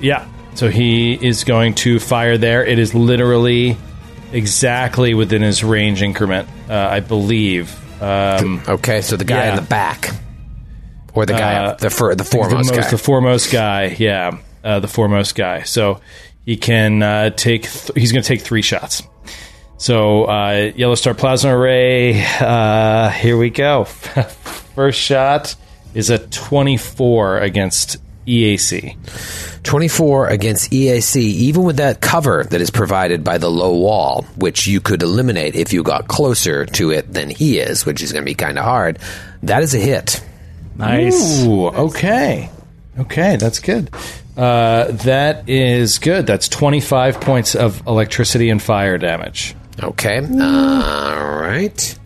yeah, so he is going to fire there. It is literally exactly within his range increment, uh, I believe. Um,
okay, so the guy in the back, or the guy,
Uh,
the fir- the foremost
the most-
guy.
the foremost guy. Yeah, uh, the foremost guy. So he can uh, take. Th- he's going to take three shots. So uh, yellow star plasma array. Uh, here we go. First shot is a twenty-four against E EAC.
24 against EAC, even with that cover that is provided by the low wall, which you could eliminate if you got closer to it than he is, which is going to be kind of hard. That is a hit.
Nice.
Ooh, okay. Okay, that's good. Uh, that is good. That's 25 points of electricity and fire damage.
Okay. All right.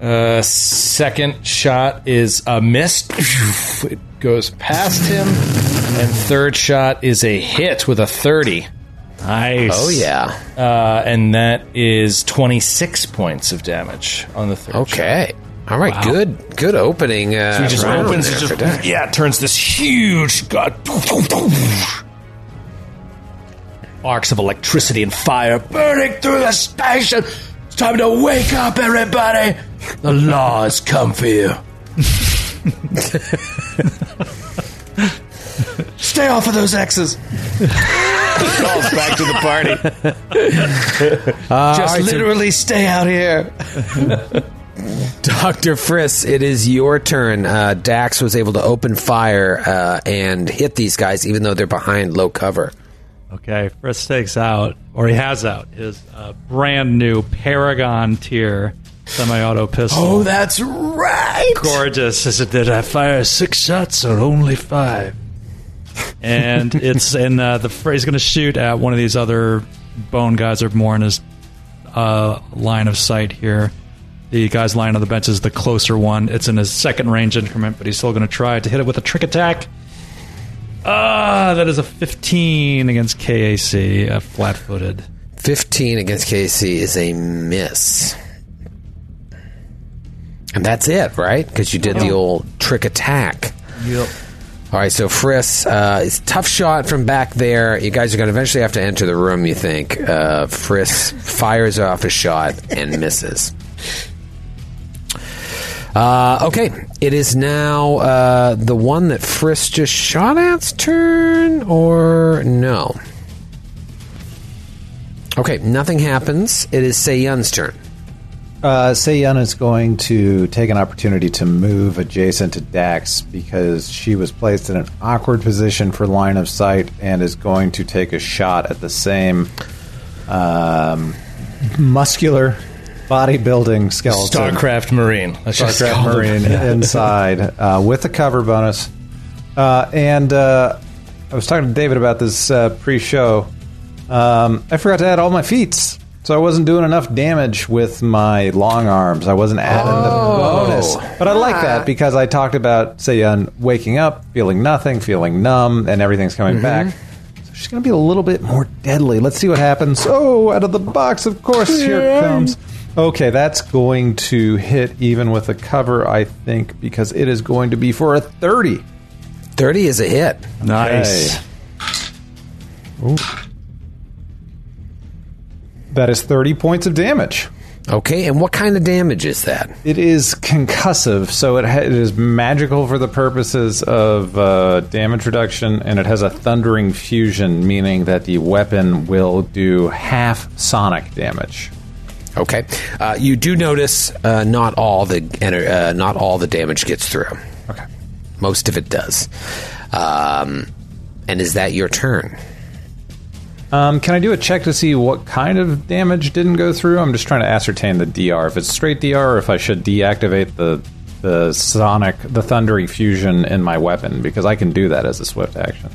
Uh, second shot is a miss. It goes past him. And third shot is a hit with a 30.
Nice.
Oh, yeah.
Uh, and that is 26 points of damage on the third shot.
Okay. All right. Good. Good opening. Uh,
He just
round
opens
there
it
for
just
Dak.
yeah, turns this huge god arcs of electricity and fire burning through the station. It's time to wake up, everybody. The law has come for you. Stay off of those X's.
Calls back to the party.
Uh,
Just literally stay out here.
Dr. Friss, it is your turn. Uh, Dax was able to open fire uh, and hit these guys, even though they're behind low cover.
Okay, Fritz takes out, or he has out, his uh, brand new Paragon tier semi-auto pistol.
that's right.
gorgeous. Is it, did I fire six shots or only five? And it's and uh, the fr- he's going to shoot at one of these other bone guys or more in his uh, line of sight here. The guy's lying on the bench is the closer one. It's in his second range increment, but he's still going to try to hit it with a trick attack. Ah, that is a 15 against KAC, uh, flat footed.
15 against KC is a miss. And that's it, right? Because you did the old trick attack.
Yep.
All right, so Friss, uh, it's a tough shot from back there. You guys are going to eventually have to enter the room, you think. Uh, Friss fires off a shot and misses. Uh, okay, it is now uh, the one that Friss just shot at's turn, or no? Okay, nothing happens. It is Seiyun's turn.
Uh, Seiyun is going to take an opportunity to move adjacent to Dax because she was placed in an awkward position for line of sight and is going to take a shot at the same um, muscular bodybuilding skeleton.
Starcraft Marine. Let's just
StarCraft
call
Marine
him that.
inside uh, with a cover bonus. Uh, and uh, I was talking to David about this uh, pre-show. Um, I forgot to add all my feats, so I wasn't doing enough damage with my long arms. I wasn't adding
Oh.
Oh.
the bonus, but I like that because I talked about Seiyan waking up, feeling nothing, feeling numb, and everything's coming
Mm-hmm.
back. So she's going to be a little bit more deadly. Let's see what happens. Oh, out of the box, of course. Here it comes. Okay, that's going to hit even with a cover, I think, because it is going to be for a 30.
30 is a hit.
Nice.
Ooh. That is 30 points of damage.
Okay, and what kind of damage is that?
It is concussive, so it, ha- it is magical for the purposes of uh, damage reduction, and it has a thundering fusion, meaning that the weapon will do half sonic damage.
Okay, uh, you do notice uh, not all the ener- uh, not all the damage gets through.
Okay,
most of it does. Um, and is that your turn?
Um, can I do a check to see what kind of damage didn't go through? I'm just trying to ascertain the DR. If it's straight DR, or if I should deactivate the the sonic, the thundering fusion in my weapon, because I can do that as a swift action.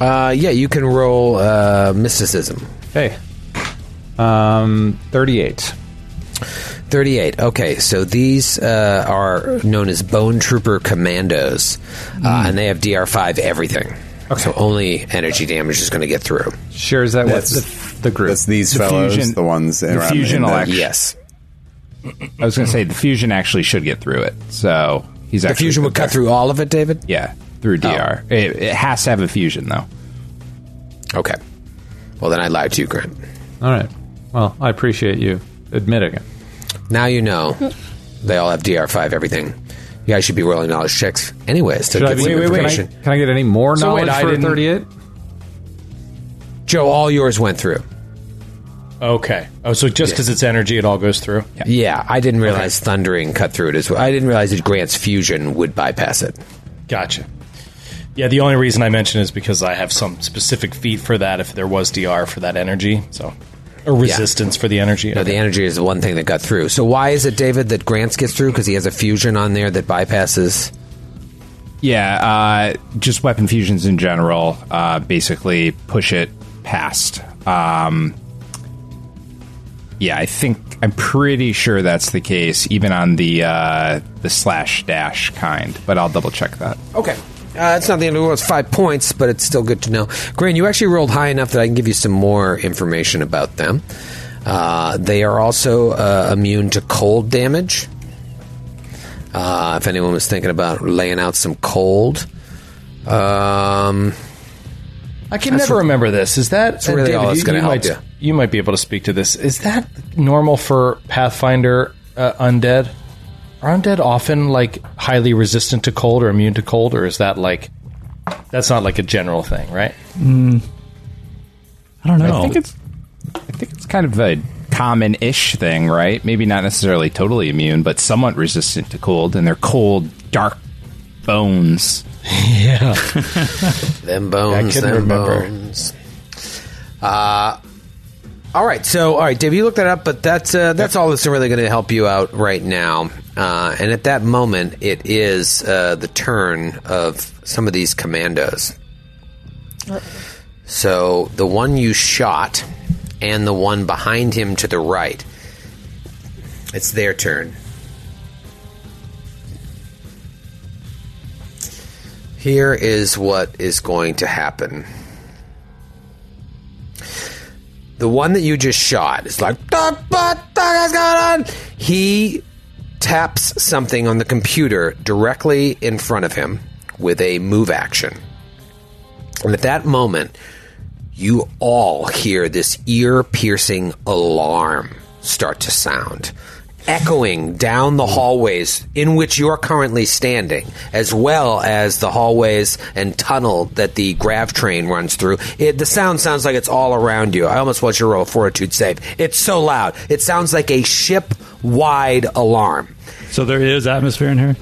Uh, yeah, you can roll uh, mysticism.
Hey, um, thirty-eight.
38. Okay, so these uh, are known as Bone Trooper Commandos,
Mm.
uh, and they have DR5 everything. Okay. So only energy damage is going to get through.
Sure, is that
That's-
what the, the group?
that's these
The
fellows,
fusion-
the ones
the
in around
fusion
in the-
elect-
Yes.
I was going to say the fusion actually should get through it. So he's
The
actually
fusion would cut through all of it, David? Oh.
Yeah, through DR. It, it has to have a fusion though.
Okay. Well, then I lied to you, Grant.
All right. Well, I appreciate you admitting it.
Now you know they all have DR5 everything. You guys should be rolling knowledge checks, anyways, to
Should I
get
be-
some
wait, wait, wait.
information.
Can I get any more
So wait,
knowledge
I
for a
didn't-
38?
Joe, all yours went through.
Okay. Oh, so just because it's energy, it all goes through?
Yeah, I didn't realize thundering cut through it as well. I didn't realize that Grant's fusion would bypass it.
Gotcha. Yeah, the only reason I mention is because I have some specific feat for that if there was DR for that energy. So, or resistance for the energy.
No, the energy is the one thing that got through. So why is it, David, that Grant's gets through? Because he has a fusion on there that bypasses.
Yeah, uh, just weapon fusions in general. Uh, basically, push it past. Um, yeah, I think I'm pretty sure that's the case, even on the uh, the slash dash kind. But I'll double check that.
Okay. Uh, it's not the end of the world. It's five points, but it's still good to know. Grant, you actually rolled high enough that I can give you some more information about them. Uh, they are also uh, immune to cold damage. Uh, if anyone was thinking about laying out some cold, um,
I can
That's
never
what-
remember this. Is that
That's really
and
all that's
you-
gonna
you
help
might-
you.
You might be able to speak to this. Is that normal for Pathfinder uh, undead? Are undead often like highly resistant to cold or immune to cold, or is that like that's not like a general thing, right?
Hmm. I don't
I think it's I think it's kind of a common-ish thing, right? Maybe not necessarily totally immune, but somewhat resistant to cold, and they're cold, dark bones.
Yeah.
them bones,
I couldn't
them
remember.
bones. Uh, all right. So, all right, Dave, you looked that up, but that's uh, that's all that's really going to help you out right now. Uh, and at that moment, it is uh, the turn of some of these commandos. So the one you shot, and the one behind him to the right. It's their turn. Here is what is going to happen. The one that you just shot is like, "What the fuck is going on?" He taps something on the computer directly in front of him with a move action. And at that moment, you all hear this ear piercing alarm start to sound, echoing down the hallways in which you're currently standing, as well as the hallways and tunnel that the grav train runs through. It, the sound sounds like it's all around you. I almost want you to roll a fortitude save. It's so loud. It sounds like a ship wide alarm.
So there is atmosphere in here?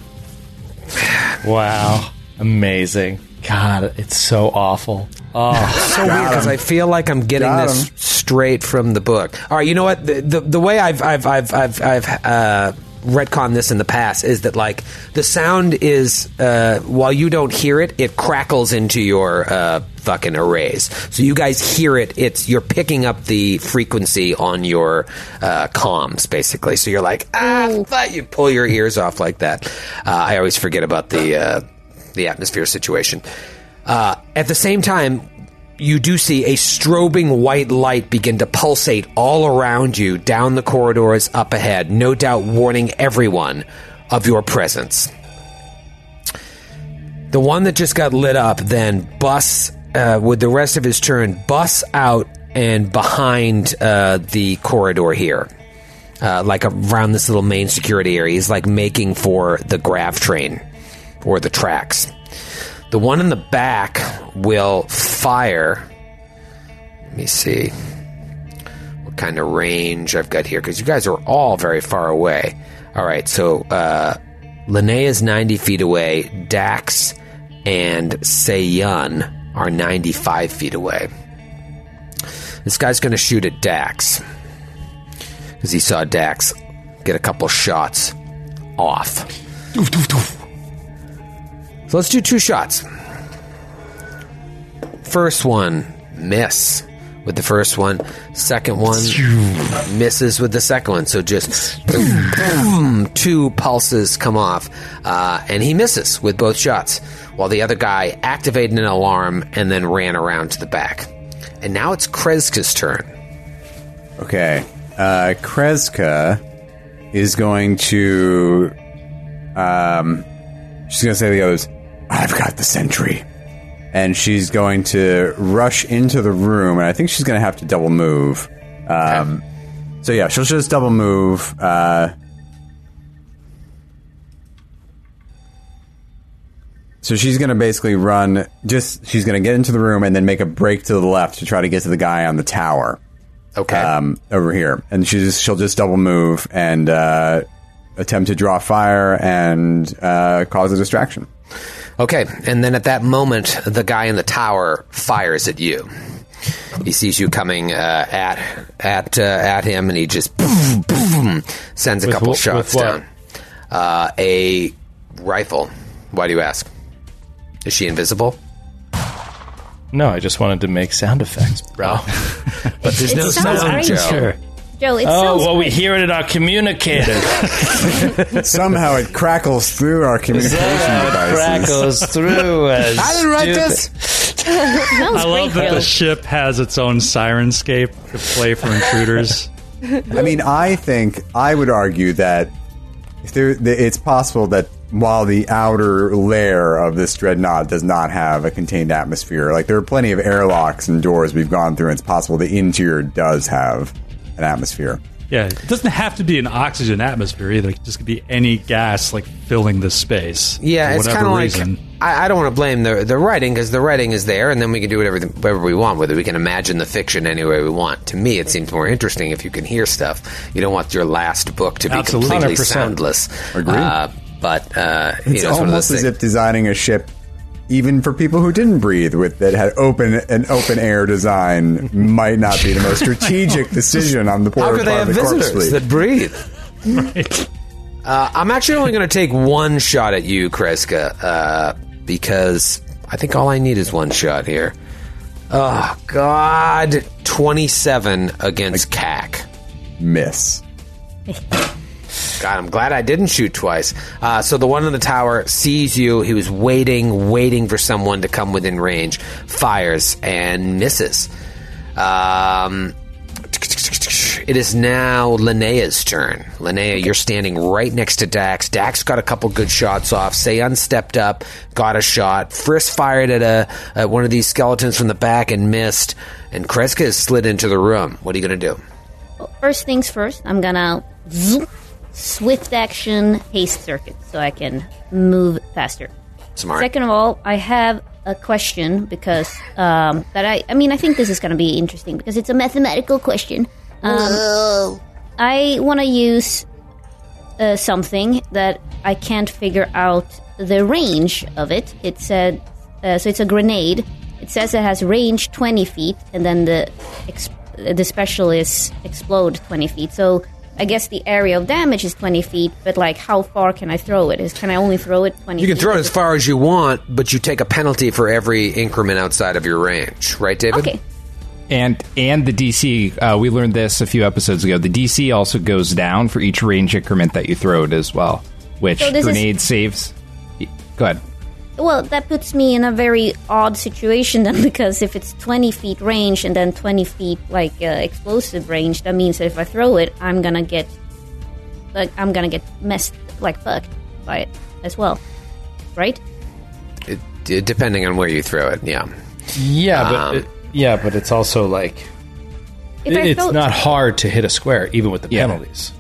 Wow. Amazing. God, it's so awful. Oh,
so weird because I feel like I'm getting
Got
this
him.
straight from the book. All right, you know what? The the, the way I've I've I've I've, I've uh, retconned this in the past is that like the sound is uh, while you don't hear it, it crackles into your uh, fucking arrays. So you guys hear it. It's you're picking up the frequency on your uh, comms basically. So you're like ah, fuck," you pull your ears off like that. Uh, I always forget about the uh, the atmosphere situation. Uh, at the same time, you do see a strobing white light begin to pulsate all around you, down the corridors, up ahead, no doubt warning everyone of your presence. The one that just got lit up then busts, uh, with the rest of his turn, busts out and behind uh, the corridor here. Uh, like around this little main security area. He's like making for the grav train or the tracks. The one in the back will fire. Let me see what kind of range I've got here because you guys are all very far away. All right, so uh, Linnea's 90 feet away, Dax and Seiyun are 95 feet away. This guy's going to shoot at Dax because he saw Dax get a couple shots off. So let's do two shots. First one, miss with the first one. Second one, misses with the second one. So just boom, boom, two pulses come off, uh, and he misses with both shots, while the other guy activated an alarm and then ran around to the back. And now it's Kreska's turn.
Okay. Uh, Kreska is going to. Um, she's going to say to the others, I've got the sentry. And she's going to rush into the room, and I think she's going to have to double move. Um, So, yeah, she'll just double move. Uh, So she's going to basically run, just, she's going to get into the room and then make a break to the left to try to get to the guy on the tower.
Okay.
Um, over here. And she just, she'll just double move and, uh, attempt to draw fire and, uh, cause a distraction.
Okay, and then at that moment, the guy in the tower fires at you. He sees you coming uh, at at uh, at him, and he just boom, boom, sends a
With
couple
wh-
shots
with what?
down. Uh, a rifle. Why do you ask? Is she invisible?
no, I just wanted to make sound effects, bro.
but there's
It no sounds sound, great. Joe. Joe, it
oh,
sounds
well, we hear it in our communicator.
Somehow it crackles through our communication devices.
crackles through us.
I didn't write this.
I love that the ship has its own sirenscape to play for intruders.
I mean, I think I would argue that if there, th- it's possible that while the outer layer of this dreadnought does not have a contained atmosphere, like there are plenty of airlocks and doors we've gone through, and it's possible the interior does have an atmosphere.
Yeah, it doesn't have to be an oxygen atmosphere either. It just could be any gas like filling the space.
Yeah,
for
it's kind
whatever
of
reason.
like I, I don't want to blame the the writing because the writing is there, and then we can do whatever the- whatever we want with it. We can imagine the fiction any way we want. To me, it seems more interesting if you can hear stuff. You don't want your last book to be
Absolutely.
completely
100%.
soundless.
Agree.
Uh, but uh, you know,
It's
it's one of those
almost as
things.
if designing a ship, even for people who didn't breathe, with that had open an open air design, might not be the most strategic decision on the
How
part
could they
part
have
of the corpse
visitors
fleet.
that breathe? Uh, I'm actually only going to take one shot at you, Kreska, uh, because I think all I need is one shot here. Oh God, twenty-seven against CAC.
Miss.
God, I'm glad I didn't shoot twice. Uh, so the one in the tower sees you. He was waiting, waiting for someone to come within range. Fires and misses. Um, it is now Linnea's turn. Linnea, you're standing right next to Dax. Dax got a couple good shots off. Sayon stepped up, got a shot. Frisk fired at a at one of these skeletons from the back and missed. And Kreska has slid into the room. What are you going to do?
First things first, I'm gonna zoom, swift action haste circuit so I can move faster.
Smart.
Second of all, I have a question because um, that I I mean I think this is gonna be interesting because it's a mathematical question. Um, I want to use uh, something that I can't figure out the range of it. It said uh, so it's a grenade. It says it has range twenty feet, and then the ex- the special is explode twenty feet. So I guess the area of damage is twenty feet, but like how far can I throw it? Is can I only throw it twenty?
You can
feet?
throw it as far as you want, but you take a penalty for every increment outside of your range, right, David?
Okay.
and and the DC. Uh, we learned this a few episodes ago. The DC also goes down for each range increment that you throw it as well, which
So this is-
grenade saves. Go ahead.
Well, that puts me in a very odd situation then, because if it's 20 feet range and then 20 feet like uh, explosive range, that means that if I throw it, I'm gonna get like I'm gonna get messed like fucked by it as well, right?
It, d depending on where you throw it, yeah. Um,
Yeah, but it- yeah, but it's also like
If I
it- it's
throw-
not hard to hit a square even with the penalties.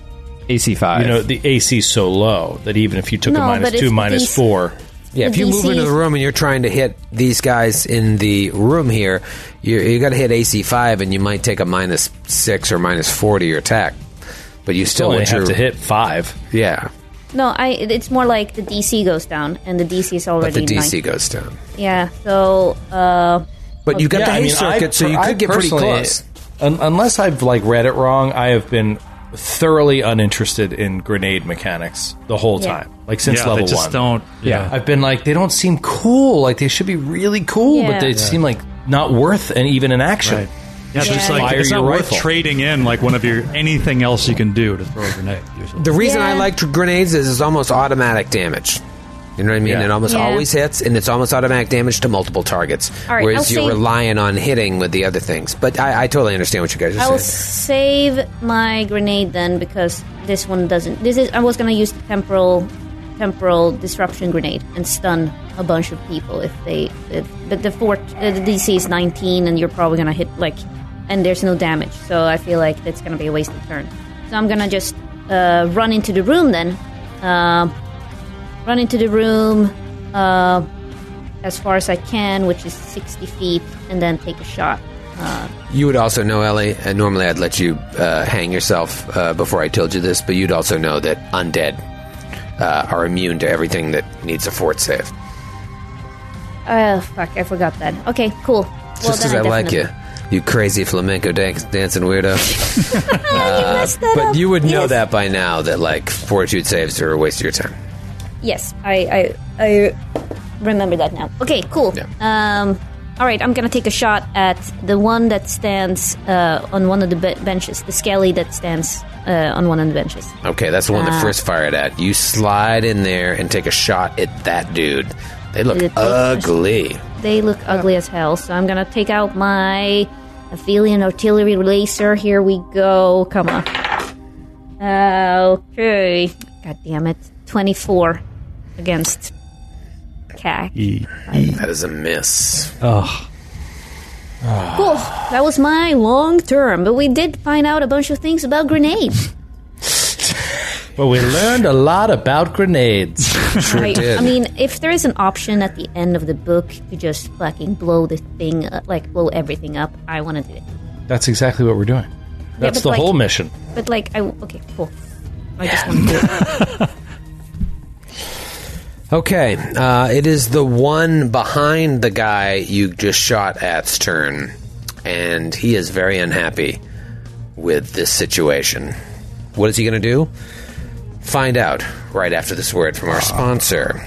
AC five.
You know the AC is so low that even if you took
No,
a minus
but
two,
it's
minus
DC.
four,
Yeah, if you move into the room and you're trying to hit these guys in the room here, you you got to hit AC five, and you might take a minus six or minus four to your attack, but you still
only
want
have
your-
to hit five.
Yeah,
No, I it- it's more like the DC goes down and the DC is
but
already
the DC
90.
goes down.
Yeah, so uh
But you got
okay.
the haste circuit, so you could get pretty
personally-
close.
un- unless I've like read it wrong, I have been thoroughly uninterested in grenade mechanics the whole
Yeah.
time, like since
Yeah, they
level
just
one.
don't- yeah.
I've been like they don't seem cool. Like they should be really cool,
Yeah.
but they
Yeah.
seem like not worth an even an action.
Right. Yeah,
Just
there's like
fire
it's
your
not worth
rifle.
trading in like one of your anything else you can do to throw a grenade. Usually.
The reason I
Yeah.
like tr- grenades is it's almost automatic damage. You know what I mean? It almost
Yeah.
always hits, and it's almost automatic damage to multiple targets.
All right,
whereas
I'll
you're
save-
relying on hitting with the other things. But I, I totally understand what you guys are
I will
saying.
save my grenade then because this one doesn't. This is I was gonna use the temporal temporal disruption grenade and stun a bunch of people if they. If, but the fort uh, the DC is 19 and you're probably gonna hit like, and there's no damage, so I feel like that's gonna be a wasted turn. So I'm gonna just uh, run into the room then. Um run into the room. Uh, as far as I can, which is 60 feet, and then take a shot. Uh,
You would also know, Ellie, and normally I'd let you uh, hang yourself uh, before I told you this, but you'd also know that undead uh, are immune to everything that needs a fort save.
Oh fuck! I forgot that. Okay, cool. Well,
Just as I, like you, you crazy flamenco dan- dancing weirdo. Uh, but you would know that by now that like fortitude saves are a waste of your time.
Yes, I, I I remember that now. Okay, cool. Um, all right, I'm gonna take a shot at the one that stands uh, on one of the be- benches, the skelly that stands uh, on one of the benches.
Okay, that's the one
Ah.
that first fired at. You slide in there and take a shot at that dude. They look
Did it take
ugly.
They look ugly as hell, so I'm gonna take out my Aphelion artillery laser. Here we go. Come on. Okay. God damn it. 24 against CAC.
That is a miss. Oh.
Cool. That was my long term, but we did find out a bunch of things about grenades.
But we learned a lot about grenades.
Right? I mean, if there is an option at the end of the book to just fucking blow the thing, uh, like blow everything up, I want to do it.
that's exactly what we're doing. That's
but
the
like-
whole mission.
But like, I okay, cool. I just want to do it.
Okay, uh, it is the one behind the guy you just shot at's turn, and he is very unhappy with this situation. What is he going to do? Find out right after this word from our sponsor.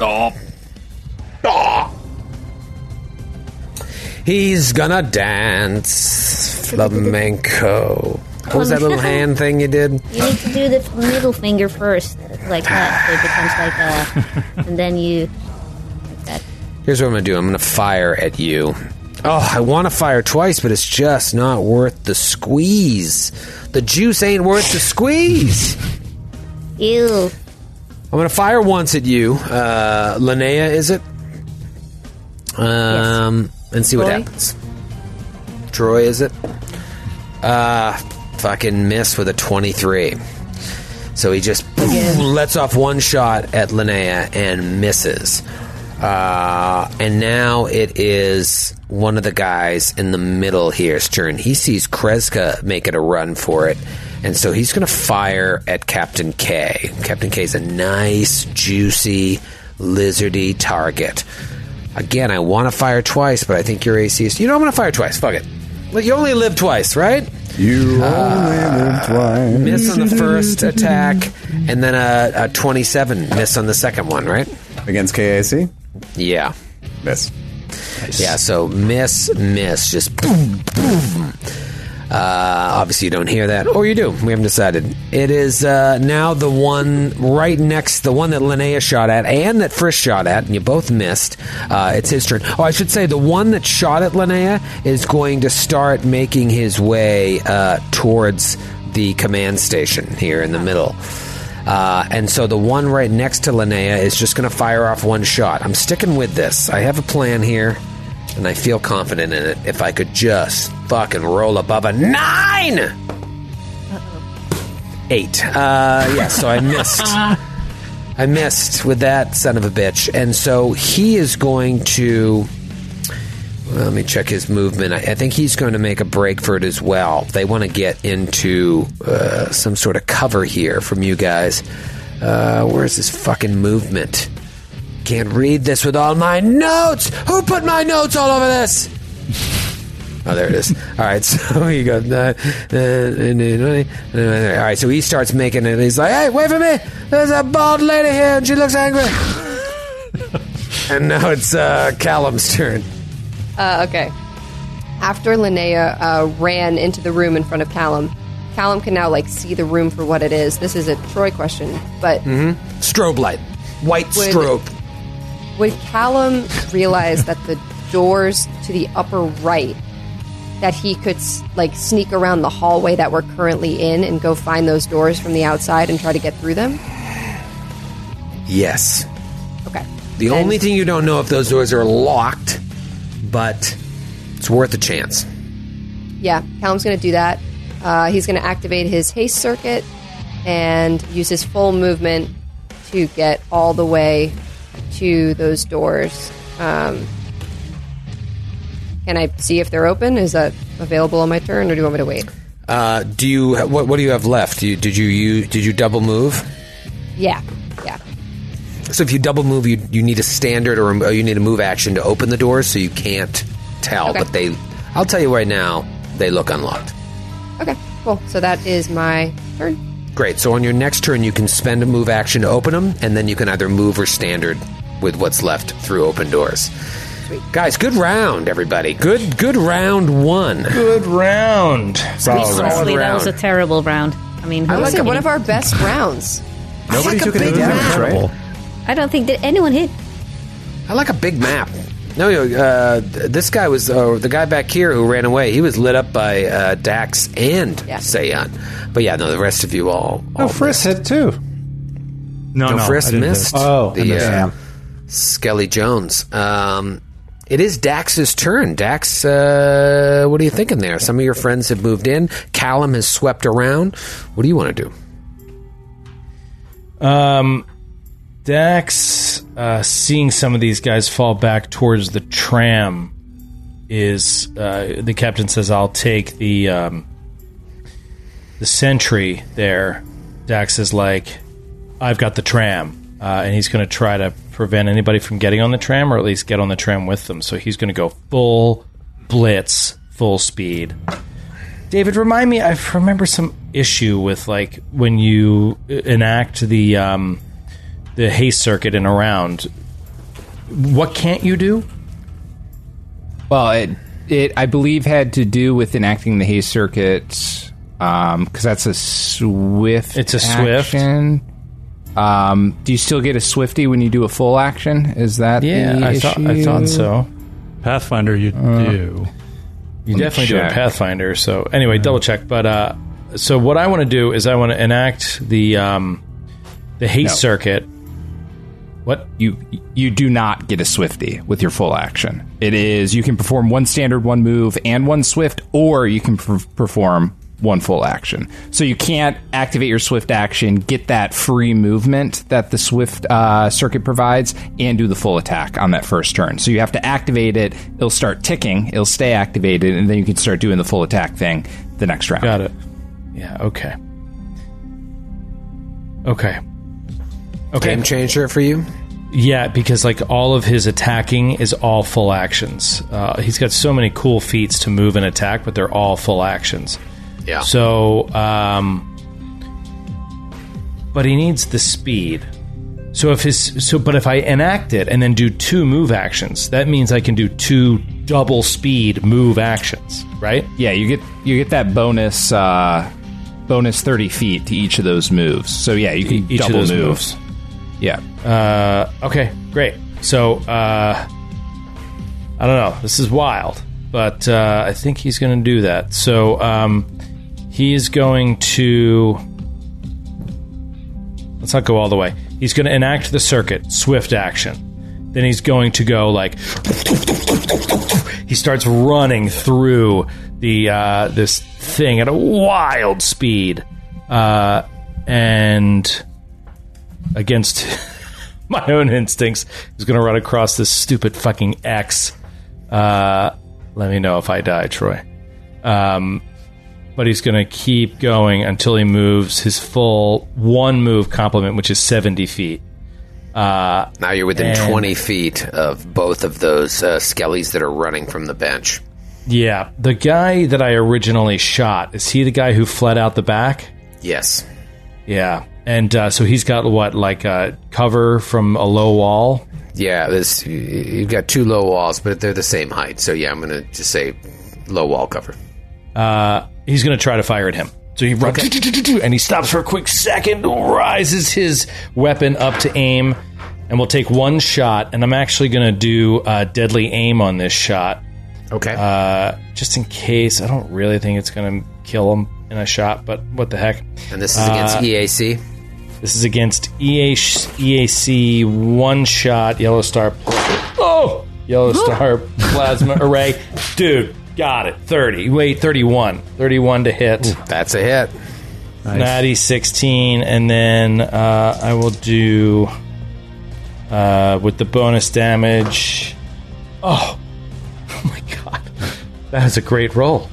He's gonna dance flamenco. What was that little hand thing you did?
You need to do the middle finger first, like that. So it becomes like a, and then you
Here's what I'm going to do I'm going to fire at you. Oh, I want to fire twice, but it's just not worth the squeeze. The juice ain't worth the squeeze.
ew.
I'm going to fire once at you. Uh, Linnea, is it? Um, And see what
Troy?
happens. Troy, is it? Uh, fucking miss with a 23. So he just boom, lets off one shot at Linnea and misses. Uh, and now it is one of the guys in the middle here's turn. He sees Kreska making a run for it, and so he's going to fire at Captain K. Captain K is a nice, juicy, lizardy target. Again, I want to fire twice, but I think your AC is. You know, I'm going to fire twice. Fuck it. Look, You only live twice, right?
You
only live twice. Miss on
Mm-hmm.
the first attack, and then a, a 27 miss on the second one, right?
Against KAC?
Yeah.
Miss.
Yeah, so miss, miss, just boom, boom. Uh, obviously, you don't hear that, or you do. We haven't decided. It is uh, now the one right next, the one that Linnea shot at and that Frisch shot at, and you both missed. Uh, it's his turn. Oh, I should say the one that shot at Linnea is going to start making his way uh, towards the command station here in the middle. Uh, and so the one right next to Linnea is just going to fire off one shot. I'm sticking with this. I have a plan here, and I feel confident in it. If I could just fucking roll above a nine! Eight. Uh, yeah, so I missed. I missed with that son of a bitch. And so he is going to. Let me check his movement. I, I think he's going to make a break for it as well. They want to get into uh, some sort of cover here from you guys. Uh, where's this fucking movement? Can't read this with all my notes. Who put my notes all over this? Oh, there it is. All right, so he goes. Uh, uh, uh, all right, so he starts making it. He's like, "Hey, wait for me! There's a bald lady here, and she looks angry." and now it's uh, Callum's turn.
Uh, okay. After Linnea uh, ran into the room in front of Callum, Callum can now like see the room for what it is. This is a Troy question, but
Mm-hmm. Strobe light, white
Would-
strobe.
would Callum realize that the doors to the upper right that he could s- like sneak around the hallway that we're currently in and go find those doors from the outside and try to get through them?
Yes.
Okay.
The only thing you don't know if those doors are locked, but it's worth a chance.
Yeah, Callum's going to do that. Uh, he's going to activate his haste circuit and use his full movement to get all the way to those doors. Um, can I see if they're open? Is that available on my turn, or do you want me to wait?
Uh, do you what? What do you have left? Do you, did you, you did you double move?
Yeah, yeah.
So if you double move, you you need a standard or, or you need a move action to open the doors, so you can't tell.
Okay.
But they, I'll tell you right now, they look unlocked.
Okay, cool. So that is my turn.
Great. So on your next turn, you can spend a move action to open them, and then you can either move or standard with what's left through open doors. Guys, good round, everybody. Good, good round one. Good round.
Honestly, that was a terrible round. I mean,
I
who
would
was
say one
kidding?
of our best rounds.
Nobody took any damage, right?
I don't think that anyone hit.
I like a big map. No, no, uh, th- this guy was uh, the guy back here who ran away. He was lit up by uh, Dax and Sayon. But yeah, no, the rest of you all.
Oh, Frisk hit too.
No,
no, I
Frisk
didn't
missed.
hit. Oh, I
the,
missed.
uh,
Damn.
Skelly Jones. Um, it is Dax's turn. Dax, uh, what are you thinking there? Some of your friends have moved in. Callum has swept around. What do you want to do?
Um, Dax, uh, seeing some of these guys fall back towards the tram, is uh, the captain says, "I'll take the um, the sentry there." Dax is like, "I've got the tram," uh, and he's going to try to prevent anybody from getting on the tram, or at least get on the tram with them. So he's going to go full blitz, full speed. David, remind me. I remember some issue with like when you enact the um, the haste circuit in a round. What can't you do?
Well, it it I believe had to do with enacting the haze circuit um, because that's a swift.
It's a swift.
action. Um, do you still get a swifty when you do a full action? Is that
Yeah,
the
I thought- I
issue? Uh,
thought so.
Pathfinder, you do.
You
Let me
definitely do a
check.
Pathfinder. So anyway, double check. But uh, so what I want to do is I want to enact the um, the hate
No.
circuit. What
you you do not get a swifty with your full action. It is you can perform one standard, one move, and one swift, or you can per- perform one full action. So you can't activate your swift action, get that free movement that the swift uh, circuit provides, and do the full attack on that first turn. So you have to activate it. It'll start ticking. It'll stay activated, and then you can start doing the full attack thing the next round.
Got it. Yeah. Okay. Okay. Okay.
Game changer for you?
Yeah, because like all of his attacking is all full actions. Uh, he's got so many cool feats to move and attack, but they're all full actions.
Yeah.
So, um, but he needs the speed. So if his so, but if I enact it and then do two move actions, that means I can do two double speed move actions, right?
Yeah, you get you get that bonus uh, bonus thirty feet to each of those moves. So yeah, you can
E-, each of
double
those
move.
moves.
Yeah.
Uh, okay, great. So uh, I don't know. This is wild, but uh, I think he's going to do that. So um, he is going to. Let's not go all the way. He's going to enact the circuit, swift action. Then he's going to go like he starts running through the uh, this thing at a wild speed, uh, and against my own instincts, he's going to run across this stupid fucking X. Uh, let me know if I die, Troy. Um, but he's going to keep going until he moves his full one move complement, which is seventy feet. Uh,
Now you're within
and-
20 feet of both of those uh, skellies that are running from the bench.
Yeah, the guy that I originally shot is he the guy who fled out the back?
Yes.
Yeah, and uh, so he's got what like a cover from a low wall.
Yeah, this you- you've got two low walls, but they're the same height. So yeah, I'm going to just say low wall cover.
Uh, he's going to try to fire at him. So he runs and he stops for a quick second, rises his weapon up to aim, and we'll take one shot. And I'm actually going to do uh, deadly aim on this shot.
Okay.
Uh, just in case. I don't really think it's going to kill him in a shot, but what the heck. Uh,
And this is against E EAC?
This is against EH, EAC one shot, Yellow Star. Oh! Yellow Star Plasma Array. Dude, got it. 30. Wait, 31. 31 to hit.
that's a hit.
Nice. Natty 16. And then uh, I will do uh, with the bonus damage. Oh, that was a great roll.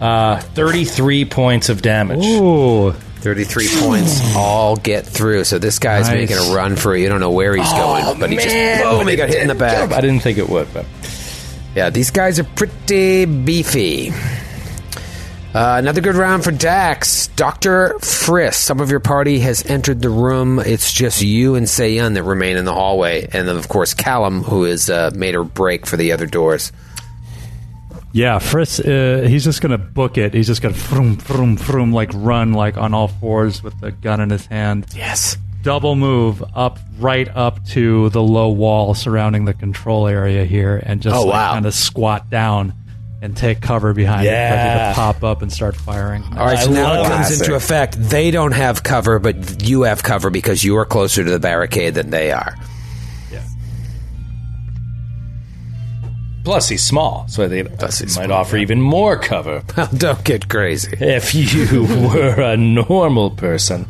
Uh, 33 points of damage. Hmm.
Ooh. 33 points all get through. So this guy's
Nice.
making a run for it. You don't know where he's going, but he
man.
just boom, he got hit in the back. I
didn't think it would, but
yeah, these guys are pretty beefy. Uh, another good round for Dax. Dr. Friss, some of your party has entered the room. It's just you and Sayun that remain in the hallway. And then, of course, Callum, who has uh, made a break for the other doors.
Yeah, Fritz, uh, he's just going to book it. He's just going to vroom, vroom, vroom, like run like on all fours with the gun in his hand.
Yes.
Double move up, right up to the low wall surrounding the control area here and just
Oh,
like,
wow.
kind of squat down and take cover behind it. Ready
Yeah.
to pop up and start firing.
All right, so now it comes into effect. They don't have cover, but you have cover because you are closer to the barricade than they are.
Plus, he's small, so they might offer even more cover.
Don't get crazy.
If you were a normal person.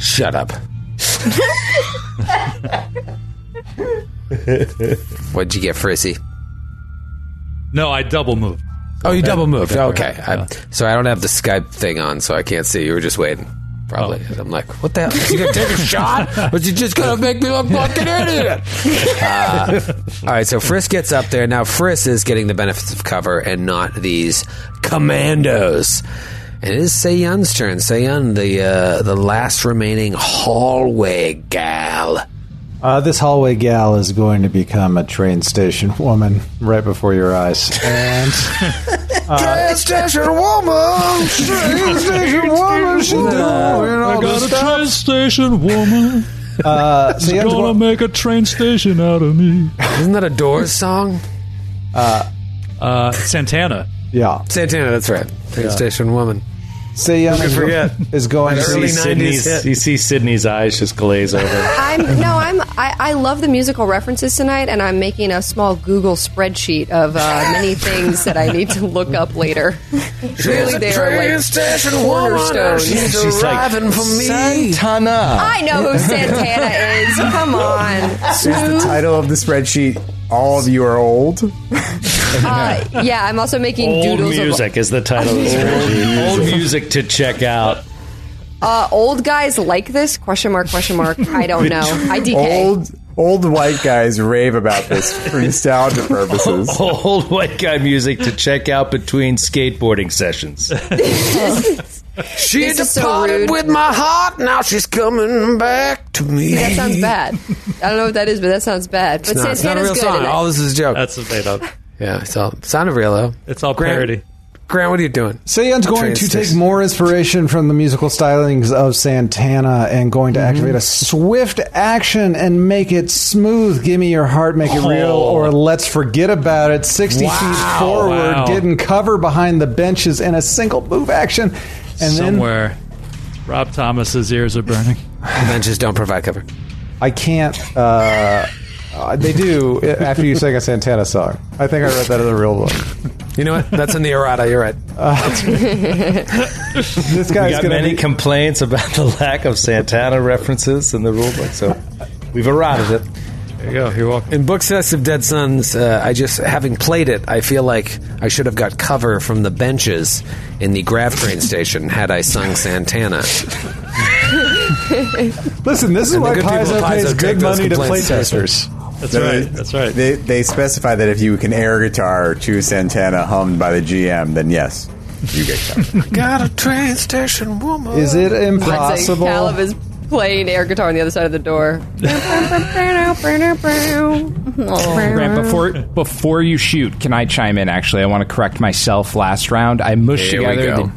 Shut up. What'd you get, Frissy?
No, I double moved.
Oh, you double moved.
Okay.
Okay. I, so I don't have the Skype thing on, so I can't see. You were just waiting. Probably.
Oh.
I'm like, what the hell? Is he going to take a shot? Was he just going to make me look like an idiot? Uh, all right, so Friss gets up there. Now, Friss is getting the benefits of cover and not these commandos. And it is Seyun's turn. Seyun, the, uh, the last remaining hallway gal.
Uh, this hallway gal is going to become a train station woman right before your eyes. And
Train station woman, train station woman, she doing all
I got
the
a
stuff.
train station woman.
Uh,
She's gonna make a train station out of me.
Isn't that a Doors song?
Uh, uh, Santana.
Yeah,
Santana. That's right. Train
Yeah.
station woman.
See,
Who could forget?
is going
An
You
early
Oh, see
90s
Sydney's-
hit.
You see Sydney's eyes just glaze over.
I'm no, I'm I, I love the musical references tonight, and I'm making a small Google spreadsheet of uh, many things that I need to look up later. Really, they are like cornerstones.
Oh.
Santana.
Ah.
I know who Santana is. Come on.
Is the title of the spreadsheet "All of You Are Old"?
Uh, yeah, I'm also making
Old
doodles
music is the title. of the spreadsheet. Old music to check out.
of uh, old guys like this? Question mark? Question mark? I don't know. I DK.
Old old white guys rave about this for nostalgia purposes.
Old white guy music to check out between skateboarding sessions.
She
This is so
departed
rude.
with my heart. Now she's coming back to me.
See, that sounds bad. I don't know what that is, but that sounds bad. But
It's not,
Santana's
it's not a real
good.
song.
at it.
All this is a joke.
That's what they don't.
Yeah, it's all sounded real though.
It's all
parody. Grant, what are you doing?
Sayan's going to
Train
take more inspiration from the musical stylings of Santana and going
Mm-hmm.
to activate a swift action and make it smooth. Give me your heart, make it
Oh.
real, or let's forget about it. 60 feet forward,
Wow.
getting cover behind the benches in a single move action. And then
Somewhere, Rob Thomas's ears are burning.
Benches don't provide cover.
I can't. Uh, uh, they do i- after you sing a Santana song. I think I read that in the real book.
You know what? That's in the errata. You're right.
Uh,
this
we
guy's
got
gonna
many
be-
complaints about the lack of Santana references in the rulebook, so we've arrived at it.
There you go. You're welcome.
In Book Sets of Dead Sons, uh, I just, having played it, I feel like I should have got cover from the benches in the Grav train station had I sung Santana.
Listen, this is
And the
why
good people at
Paizo
Paizo
pays
take
good
those
money to play
complaints
testers.
That's
They-
right. That's right.
They, they specify that if you can air guitar to Santana hummed by the GM, then yes, you get covered.
got a train station woman.
Is it
Let's say
impossible?
Caleb is playing air guitar on the other side of the door.
Grant, before before you shoot, can I chime in? Actually, I want to correct myself. Last round, I mushed
Here we
together
go.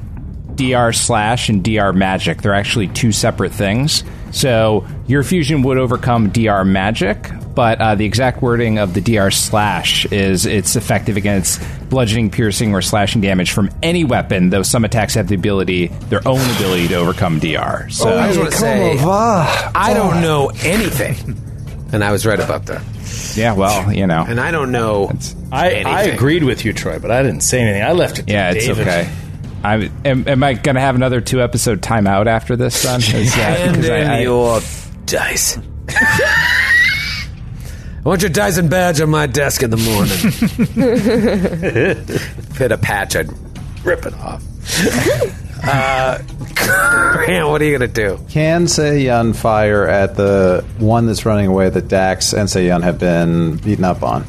the DR slash and DR magic. They're actually two separate things. So your fusion would overcome DR magic, but uh, the exact wording of the DR slash is it's effective against bludgeoning, piercing, or slashing damage from any weapon. Though some attacks have the ability, their own ability to overcome DR. So
I just want to say, I don't
Ah.
know anything. And I was right about that.
yeah, well, you know,
And I don't know.
I, I
Anything.
agreed with you, Troy, but I didn't say anything. I left it. To
yeah, it's
David.
okay. I am, am I going to have another two episode timeout after this, son? Is that-
Hand
'cause I-
in
I-
your dice. I want your dice and badge on my desk in the morning. Hit a patch, I'd rip it off. uh, man, what are you gonna do?
Can Seiyun fire at the one that's running away that Dax and Seiyun have been beaten up on?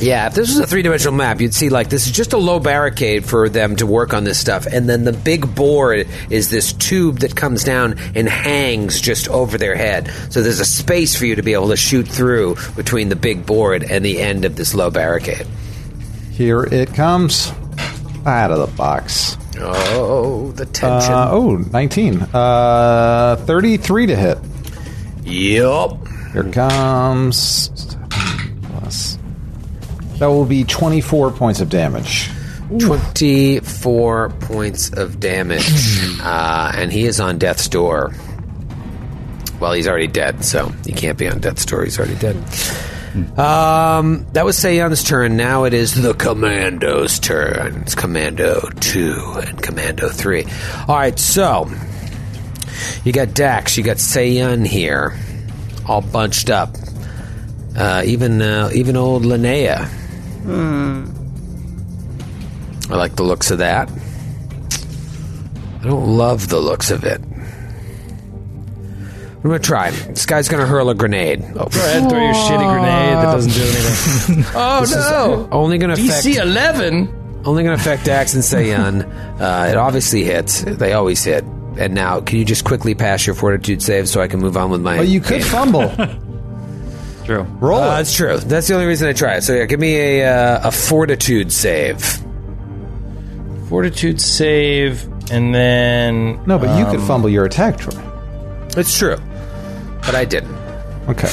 Yeah, if this was a three dimensional map, you'd see like this is just a low barricade for them to work on this stuff, and then the big board is this tube that comes down and hangs just over their head. So there's a space for you to be able to shoot through between the big board and the end of this low barricade.
Here it comes. Out of the box.
Oh, the tension.
Uh, oh, 19. Uh, 33 to hit.
yep.
Here comes. Plus. That will be 24 points of damage.
24 points of damage. uh, and he is on death's door. Well, he's already dead, so he can't be on death's door. He's already dead. Um, that was Seiyun's turn. Now it is the commando's turn. It's commando 2 and commando 3. All right, so you got Dax, you got Seiyun here, all bunched up. Uh, even uh, even old Linnea
Hmm.
I like the looks of that. I don't love the looks of it. I'm gonna try. This guy's gonna hurl a grenade. Oh,
Go ahead, throw your shitty grenade that doesn't do anything.
oh
no.
Only gonna affect.
DC 11?
Only gonna affect Dax and Sayan. uh, it obviously hits. They always hit. And now, can you just quickly pass your fortitude save so I can move on with my?
But you could fumble.
True.
Roll
Uh,
it.
that's true. That's the only reason I try it. So yeah, give me a uh, a fortitude save.
fortitude save, and then
No, but you could
um,
fumble your attack, Troy.
It's true. But I didn't.
Okay.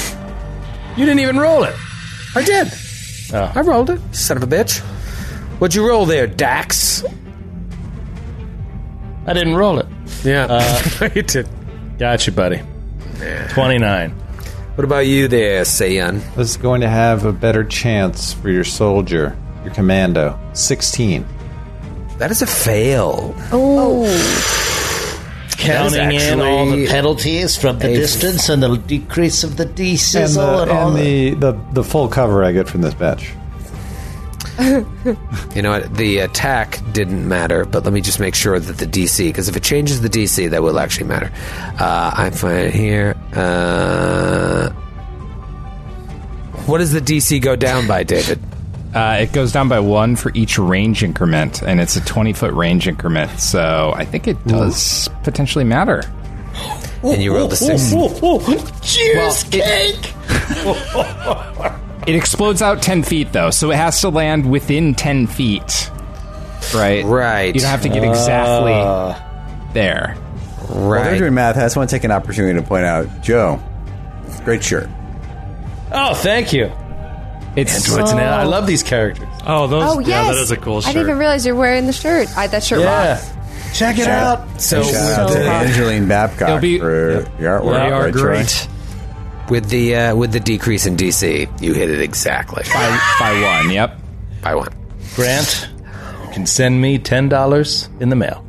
You didn't even roll it. I did.
Ah.
I rolled it. Son of a bitch. What'd you roll there, Dax?
I didn't roll it. Uh,
Yeah, you did.
Gotcha, buddy. Twenty nine.
What about you there, Sayan?
This is going to have a better chance for your soldier, your commando. 16.
That is a fail.
Oh.
Counting in all the penalties from the distance and the decrease of the d
And,
sizzle
the,
and, all
and
that.
the, the, the full cover I get from this batch.
You know what? The attack didn't matter, but let me just make sure that the DC, because if it changes the DC, that will actually matter. Uh, I'm fine here. Uh, what does the DC go down by, David?
Uh, it goes down by one for each range increment, and it's a 20 foot range increment, so I think it does potentially matter.
And you rolled a six.
Cheers, cake!
It explodes out 10 feet, though, so it has to land within 10 feet. Right?
Right.
You don't have to get exactly
Uh.
there.
While they're doing math, I just want to take an opportunity to point out, Joe, great shirt.
Oh, thank you.
It's
Androids
Oh.
now. I love these characters.
Oh, those.
oh yes, I didn't even realize you're wearing the shirt. I, that shirt
Yeah.
rocks.
Check
Shout-
So-
shout out
so-
to Angeline Babcock for your artwork.
They are
right, Troy?
great. With the uh, with the decrease in DC, you hit it exactly
by by one. Yep,
by one.
Grant, you can send me ten dollars in the mail.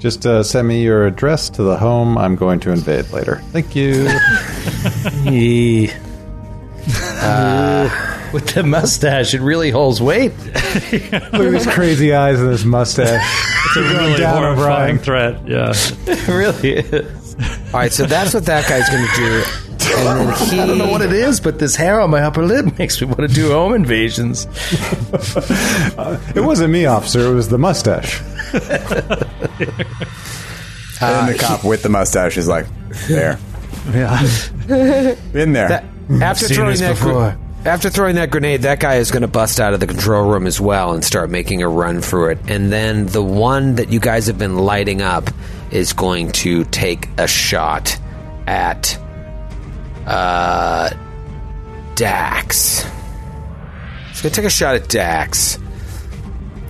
Just uh, send me your address to the home I'm going to invade later. Thank you.
Uh, With the mustache, it really holds weight.
Look at his crazy eyes and his mustache.
It's a really
down,
horrifying threat. Yeah.
it really is.
All right, so that's what that guy's going to do. And then he,
I don't know what it is, but this hair on my upper lip makes me want to do home invasions.
It wasn't me, officer. It was the mustache.
and then the cop with the mustache is like, there.
Yeah.
Been there.
after
seen
throwing
this
that gr-
before.
after throwing that grenade, that guy is going to bust out of the control room as well and start making a run for it. And then the one that you guys have been lighting up is going to take a shot at uh, Dax. It's going to take a shot at Dax.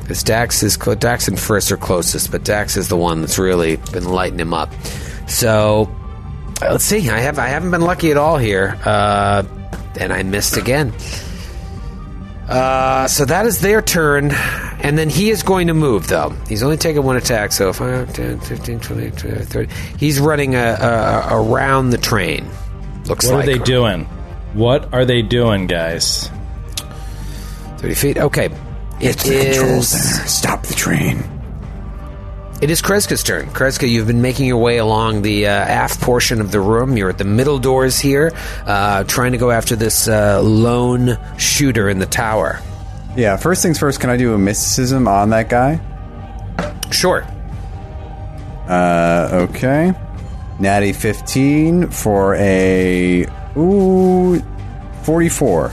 Because Dax is clo- Dax and Frisk are closest, but Dax is the one that's really been lighting him up. So uh, let's see. I have I haven't been lucky at all here, uh, and I missed again. Uh, so that is their turn, and then he is going to move. Though he's only taking one attack, so 5, 10, 15, 20, 20, 30. He's running a, a, a- around the train. Looks
what
like
are they doing? What are they doing, guys?
Thirty feet. Okay,
It's the control center. Stop the train.
It is Kreska's turn. Kreska, you've been making your way along the uh, aft portion of the room. You're at the middle doors here, uh, trying to go after this uh, lone shooter in the tower.
Yeah, first things first, can I do a mysticism on that guy?
Sure.
Uh, okay. Natty 15 for a. Ooh. 44.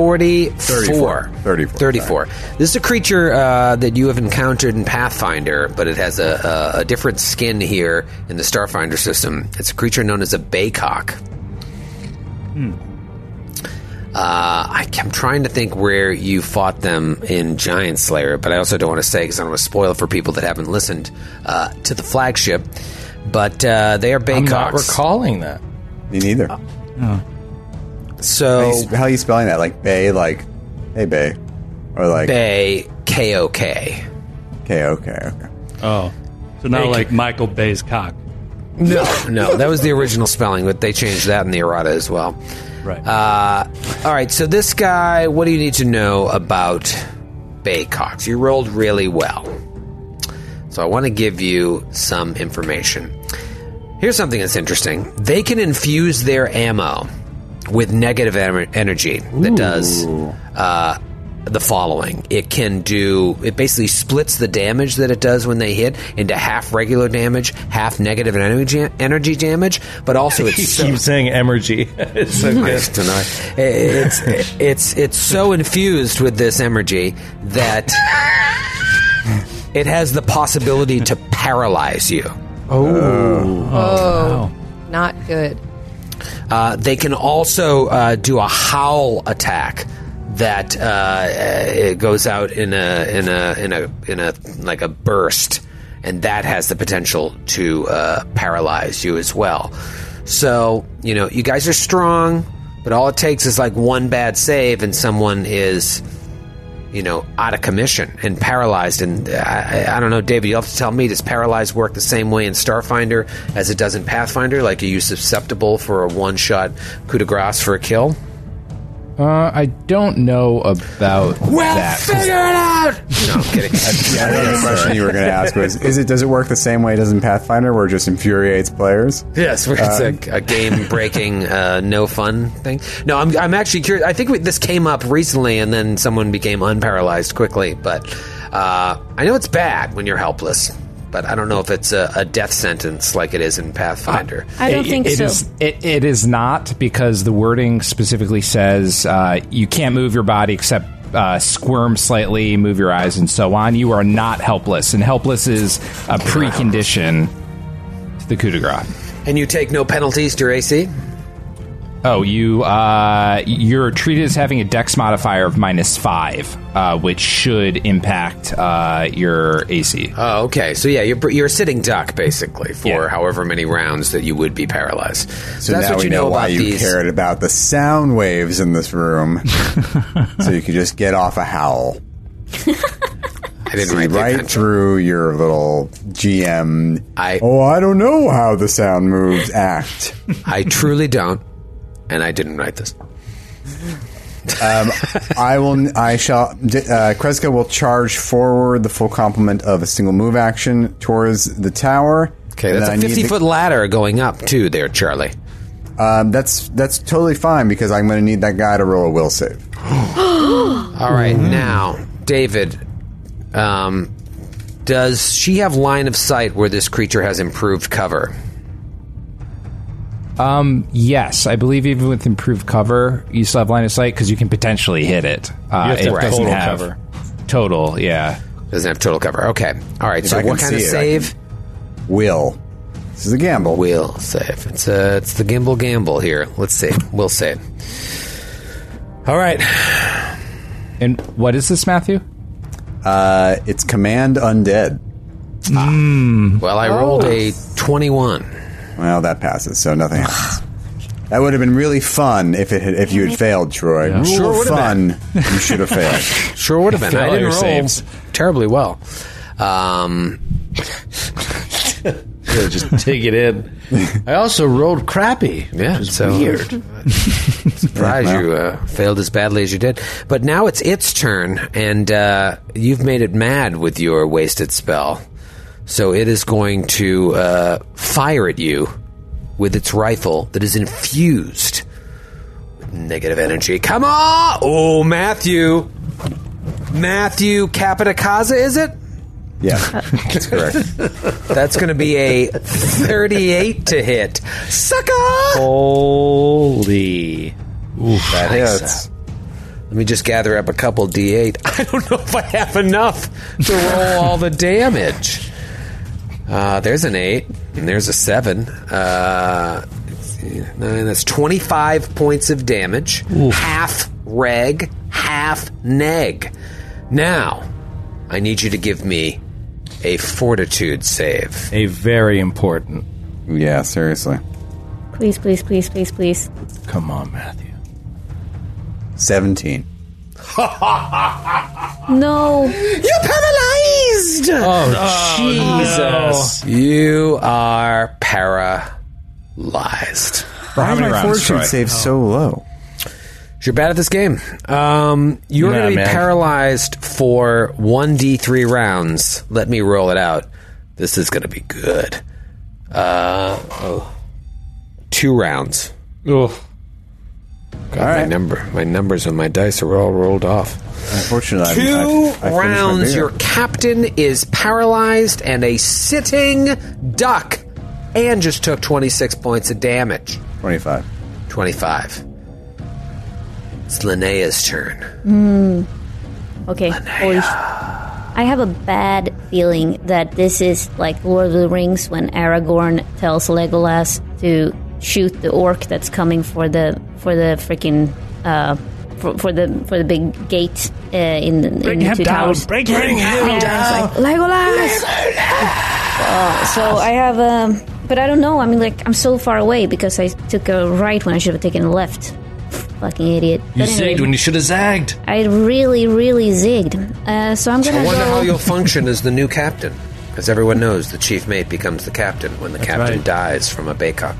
44.
34.
34. This is a creature uh, that you have encountered in Pathfinder, but it has a, a, a different skin here in the Starfinder system. It's a creature known as a Baycock.
Hmm.
Uh, I, am trying to think where you fought them in Giant Slayer, but I also don't want to say because I don't want to spoil it for people that haven't listened uh, to the flagship. But uh, they are Baycocks.
I'm not recalling that.
Me neither.
So.
How you, how you spelling that? Like Bay, like. Hey, Bay. Or like.
Bay K O K.
Okay, okay, okay.
Oh. So not
Hey,
like Michael Bay's cock.
No, no, that was the original spelling, but they changed that in the errata as well.
Right.
Uh, all right. So this guy, what do you need to know about Baycox? You rolled really well, so I want to give you some information. Here's something that's interesting. They can infuse their ammo with negative em- energy that does uh, the following. It can do, it basically splits the damage that it does when they hit into half regular damage, half negative energy, energy damage, but also
You
it's so
keep saying emergy. it's so
I
good.
just don't know. It's it's it's so infused with this energy that It has the possibility to paralyze you.
Uh,
Oh, not good.
Uh, they can also uh, do a howl attack that uh, uh, it goes out in a in a in a in a like a burst, and that has the potential to uh, paralyze you as well. So you know you guys are strong, but all it takes is like one bad save, and someone is you know out of commission and paralyzed. And I, I- I don't know, David. You'll have to tell me. Does paralyzed work the same way in Starfinder as it does in Pathfinder? Like, are you susceptible for a one shot coup de grace for a kill?
Uh, I don't know about
Well,
that.
figure it out. No, I'm kidding.
Yeah, I know the question you were going to ask was: Is it does it work the same way it does in Pathfinder, where it just infuriates players?
Yes, where
Uh,
it's a, a game breaking, uh, no fun thing. No, I'm, I'm actually curious. I think we, this came up recently, and then someone became unparalyzed quickly. But uh, I know it's bad when you're helpless, but I don't know if it's a, a death sentence like it is in Pathfinder.
I don't think
It- it
so.
is- it, it is not because the wording specifically says uh, you can't move your body except uh, squirm slightly, move your eyes, and so on. You are not helpless, and helpless is a precondition to the coup de grace.
And you take no penalties to your AC.
Oh, you uh, you're treated as having a dex modifier of minus five, uh, which should impact uh, your AC.
Oh, okay. So yeah, you're you're a sitting duck basically for however many rounds that you would be paralyzed.
So now we know, why
about
you
these.
cared about the sound waves in this room, so you could just get off a howl. I
didn't
See, right through your little GM. I oh, I don't know how the sound moves. Act.
I truly don't, and I didn't write this.
Um, I will. I shall. d- Uh, Kreska will charge forward the full complement of a single move action towards the tower.
Okay, that's a fifty foot ladder going up too, there, Charlie.
Um, that's that's totally fine because I'm going to need that guy to roll a will save.
All right,
Mm-hmm.
now, David, um, does she have line of sight where this creature has improved cover?
Um, yes, I believe even with improved cover, you still have line of sight because you can potentially hit it. uh,
You have to
it
have total cover.
Total, yeah.
Doesn't have total cover. Okay. All right.
If
so
I can
what kind of
see it, I
save?
Will. This is a gamble.
Will save. It's a, it's the gimbal gamble here. Let's see. Will save. All right.
And what is this, Matthew?
Uh, it's command undead.
Hmm.
Well, I rolled a twenty-one.
Well, that passes, so nothing happens. That would have been really fun if it had, if you had failed, Troy. Rule
Sure
of
would
fun.
have
You should have failed.
Sure would have been. I
Failure
didn't roll
saves.
terribly well. Um,
just take it in. I also rolled crappy.
Yeah, so
weird.
surprised you uh, failed as badly as you did. But now it's its turn, and uh, you've made it mad with your wasted spell. So it is going to uh, fire at you with its rifle that is infused with negative energy. Come on! Oh, Matthew! Matthew Capitakaza, is it?
Yeah, that's correct.
That's going to be a 38 to hit. Sucker! Holy. that
hits.
Let me just gather up a couple D8. I don't know if I have enough to roll all the damage. Uh, there's an 8, and there's a 7. Uh, let's see, nine, that's 25 points of damage. Half reg, half neg. Now, I need you to give me a fortitude save.
A very important.
Yeah, seriously.
Please, please, please, please, please.
Come on, Matthew.
Seventeen.
No. You're
paralyzed!
Oh,
Jesus. You are paralyzed.
Why is my fortune save so low?
'Cause You're bad at this game. Um, you're
Nah,
going to be
man.
paralyzed for 1d3 rounds. Let me roll it out. This is going to be good. Uh, oh. Two rounds.
Ugh.
God, my number, my numbers on my dice are all rolled off.
Unfortunately,
Two rounds. Your captain is paralyzed and a sitting duck, and just took twenty six points of damage.
Twenty five.
Twenty five. It's Linnea's turn.
Mm. Okay. Holy sh- I have a bad feeling that this is like Lord of the Rings when Aragorn tells Legolas to shoot the orc that's coming for the for the freaking uh, for, for the for the big gate uh, in the
Bring
in the
him
two
down.
towers.
Bring him
Yeah, it's
down.
like, Legolas. Uh, so I have, um, but I don't know. I mean, like I'm so far away because I took a right when I should have taken a left. Fucking idiot.
You
But anyway.
zigged when you should have zagged.
I really, really zigged. Uh, so I'm gonna
I wonder
go.
how you'll function as the new captain. Because everyone knows the chief mate becomes the captain when the captain dies from a Baycock.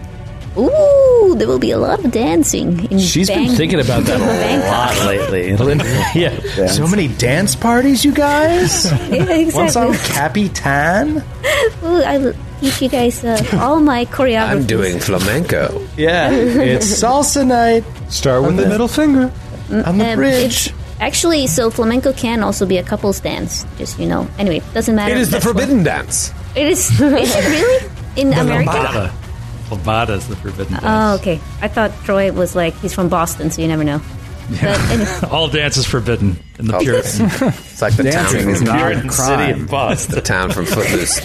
Ooh, there will be a lot of dancing. In
She's been
Bang-
thinking about that
Bangkok.
a lot lately. yeah.
So many dance parties, you guys. Once
exactly.
I'm Capitan.
Ooh, I will teach you guys uh, all my choreography.
I'm doing flamenco.
Yeah,
it's
salsa night.
Start
with the middle finger.
on the bridge. Mm, um, Actually, so flamenco can also be a couple's dance. Just you know. Anyway, doesn't matter.
It is the
That's what-
forbidden dance.
It is. Is it really in America?
Lambada. Lambada is the forbidden
Oh, okay. I thought Troy was like he's from Boston, so you never know. But anyway.
All dance is forbidden in the Puritan.
It's like the town from
Puritan city of
It's the town from Footloose.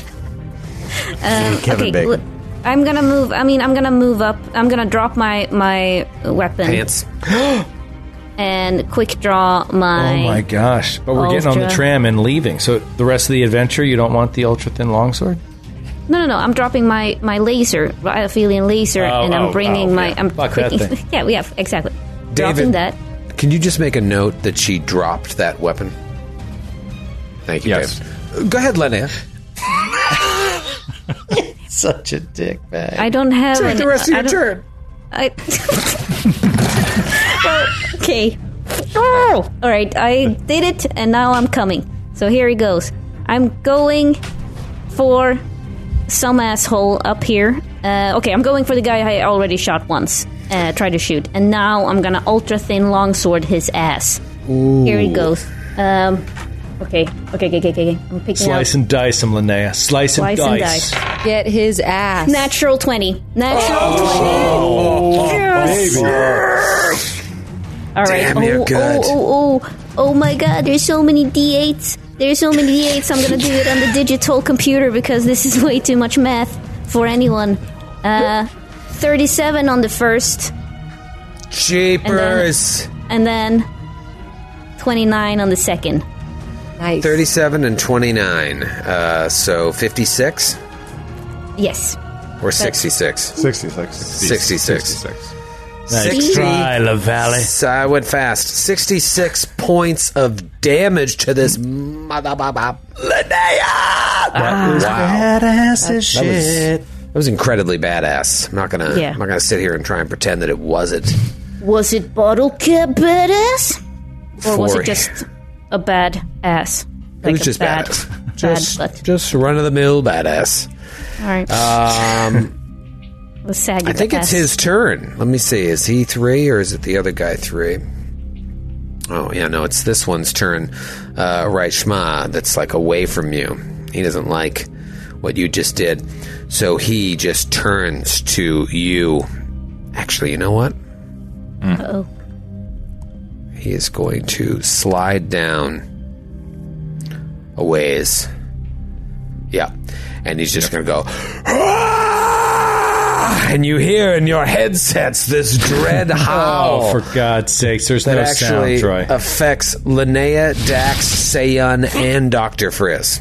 Uh,
Kevin
okay,
Bacon.
l- I'm gonna move. I mean, I'm gonna move up. I'm gonna drop my my weapon
Pants.
and quick draw my.
Oh my gosh! But we're getting on the
Ultra.
tram and leaving. So the rest of the adventure, you don't want the ultra thin longsword.
No, no, no! I'm dropping my my laser, Rhyophilean laser,
Oh,
and
oh,
I'm
oh,
bringing my.
yeah.
I'm
Fuck that
clicking-
thing.
yeah, we have exactly. Dropping
David.
that.
Can you just make a note that she dropped that weapon? Thank you, Dave. Uh, Go ahead, Linnea.
Such a dickbag.
I don't have.
Take
an-
the rest of
I
your
don't-
turn.
I. Well, okay. Oh! All right, I did it, and now I'm coming. So here he goes. I'm going for some asshole up here. Uh, okay, I'm going for the guy I already shot once. Uh, try to shoot, and now I'm gonna ultra thin longsword his ass. Here he
Ooh.
goes. Um, okay, okay, okay, okay, okay. I'm picking
Slice
out.
and dice him, Linnea. Slice,
Slice
and
and
dice.
Get his ass. Natural 20. Natural 20. Yes. All right.
Damn, you're
oh,
good.
oh, oh, oh, oh my God! There's so many d8s. There's so many d8s. I'm gonna do it on the digital computer because this is way too much math for anyone. Uh, 37 on the first,
Jeepers.
and then 29 on the second. Nice.
37 and 29. Uh, so 56
Yes.
or
That's-
66?
66.
66.
66.
Nice
try, LaValle.
So I went fast. 66 points of damage to this mother baba.
Ah.
was
badass
as shit.
Ah. Was, that was incredibly badass. I'm not gonna.
Yeah.
I'm not gonna sit here and try and pretend that it wasn't.
Was it bottle cap badass? Or was
For-
it just a bad ass?
it was just
bad,
badass.
bad
Just,
butt.
just run of the mill badass.
All right.
Um,
the saggy
I think
butt
it's
ass.
his turn. Let me see. Is he three or is it the other guy three? Oh yeah, no, it's this one's turn. Uh, right, Shma, that's like away from you. He doesn't like what you just did, so he just turns to you. Actually, you know what?
Uh-oh.
He is going to slide down a ways. Yeah. And he's just going to go. "Ah!" And you hear in your headsets this dread howl.
Oh, for God's sakes! There's
that
no
actually
sound, Troy.
affects Linnea, Dax, Sayun, and Dr. Friz.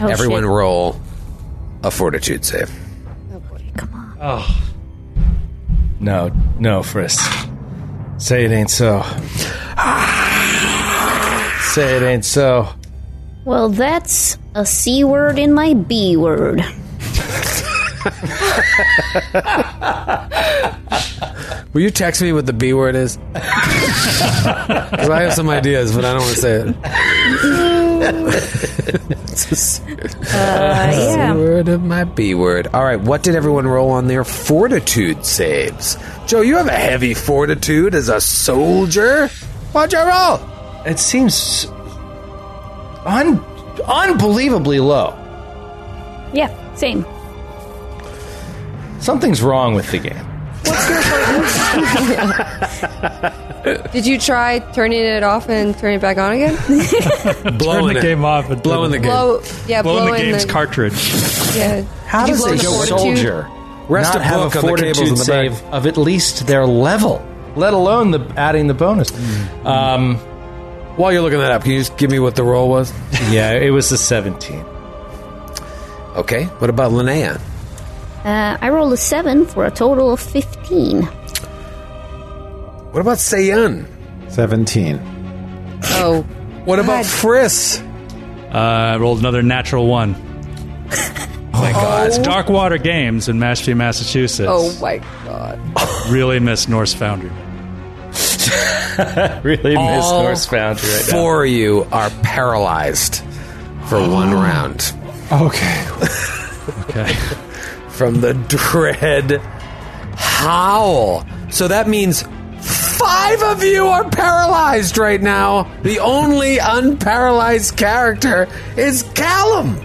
Oh,
Everyone
shit.
roll a fortitude save.
Oh,
No, no, Frisk. Say it ain't so. Say it ain't so.
Well, that's a C word in my B word.
Will you text me what the B word is? Because I have some ideas, but I don't want to say it.
Uh, yeah.
C word of my B word. All right, what did everyone roll on their fortitude saves? Joe, you have a heavy fortitude as a soldier. Why'd you roll?
It seems un- unbelievably low.
Yeah, same.
Something's wrong with the game.
What's your
Did you try turning it off and turning it back on again?
blowing Oh. the game off and blowing the
Blow, yeah,
blowing the
blow in
game's cartridge.
Yeah.
How
Did you
does
blow
a
in the fortitude?
soldier
Rest
not
a
have
book
a
on the cables
fortitude
in the back.
save of at least their level, let alone the adding the bonus? Um,
While you're looking that up, can you just give me what the roll was?
yeah, it was a 17.
Okay. What about Linnea?
Uh, I rolled a seven for a total of fifteen.
What about Sayun?
17.
Oh.
What about Friss?
Uh, I rolled another natural one. oh my
God.
It's Dark Water Games in Mashpee, Massachusetts.
Oh my god.
Really miss Norse Foundry.
really
miss
All
Norse Foundry right now.
Four of you are paralyzed for one round.
Okay.
okay.
From the dread howl. So that means five of you are paralyzed right now. The only unparalyzed character is Callum.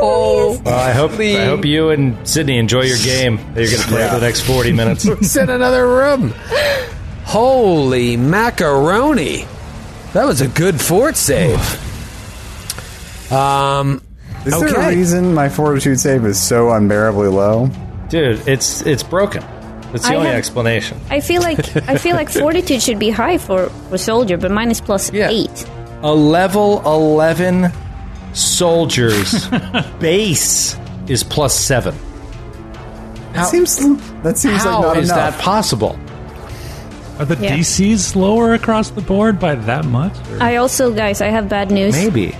oh,
Well, I hope I hope you and Sydney enjoy your game that you're going to play for the next 40 minutes.
It's in another room. Holy macaroni! That was a good fort save. Um,
Is
okay.
there a reason my fortitude save is so unbearably low?
Dude, it's it's broken. It's
the I only have-
explanation.
I feel like I feel like fortitude should be high for for soldier, but mine is plus eight.
A level 11 soldier's base is plus 7. How-
That seems that seems
How
like not
is
enough.
that possible?
Are the
Yeah. Uh,
DCs lower across the board by that much?
I also, guys, I have bad news.
Maybe.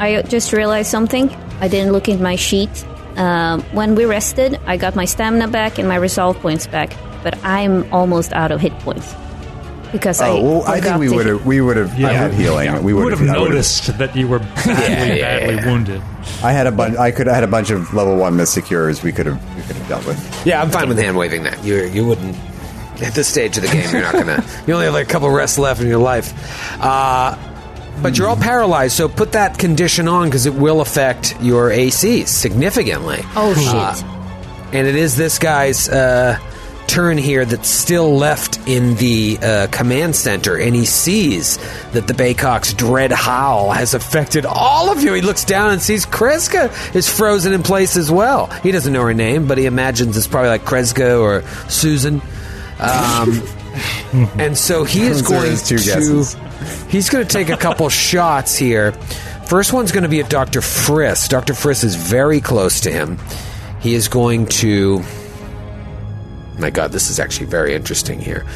I just realized something. I didn't look at my sheet. Um, when we rested, I got my stamina back and my resolve points back, but I'm almost out of hit points because I.
oh, well, I think
forgot
we
to-
would have we would have
Yeah.
had healing.
Yeah.
We
You
would
would've
have I would've-
noticed that you were badly, badly wounded.
I had a bunch. I could. I had a bunch of level one mystic cures. We could have. We could have dealt with.
Yeah, I'm fine with hand waving that. You you wouldn't at this stage of the game. You're not gonna. you only have like a couple rests left in your life, uh, but you're all paralyzed. So put that condition on because it will affect your AC significantly. Uh,
Oh, shit.
and it is this guy's uh, turn here that's still left in the uh, command center, and he sees that the Baycock's dread howl has affected all of you. He looks down and sees Kreska is frozen in place as well. He doesn't know her name, but he imagines it's probably like Kreska or Susan. Um, and so he is
Those are
going
his two
to
guesses.
he's going to take a couple shots here. First one's going to be at Dr. Friss. Dr. Friss is very close to him. He is going to My god, this is actually very interesting here.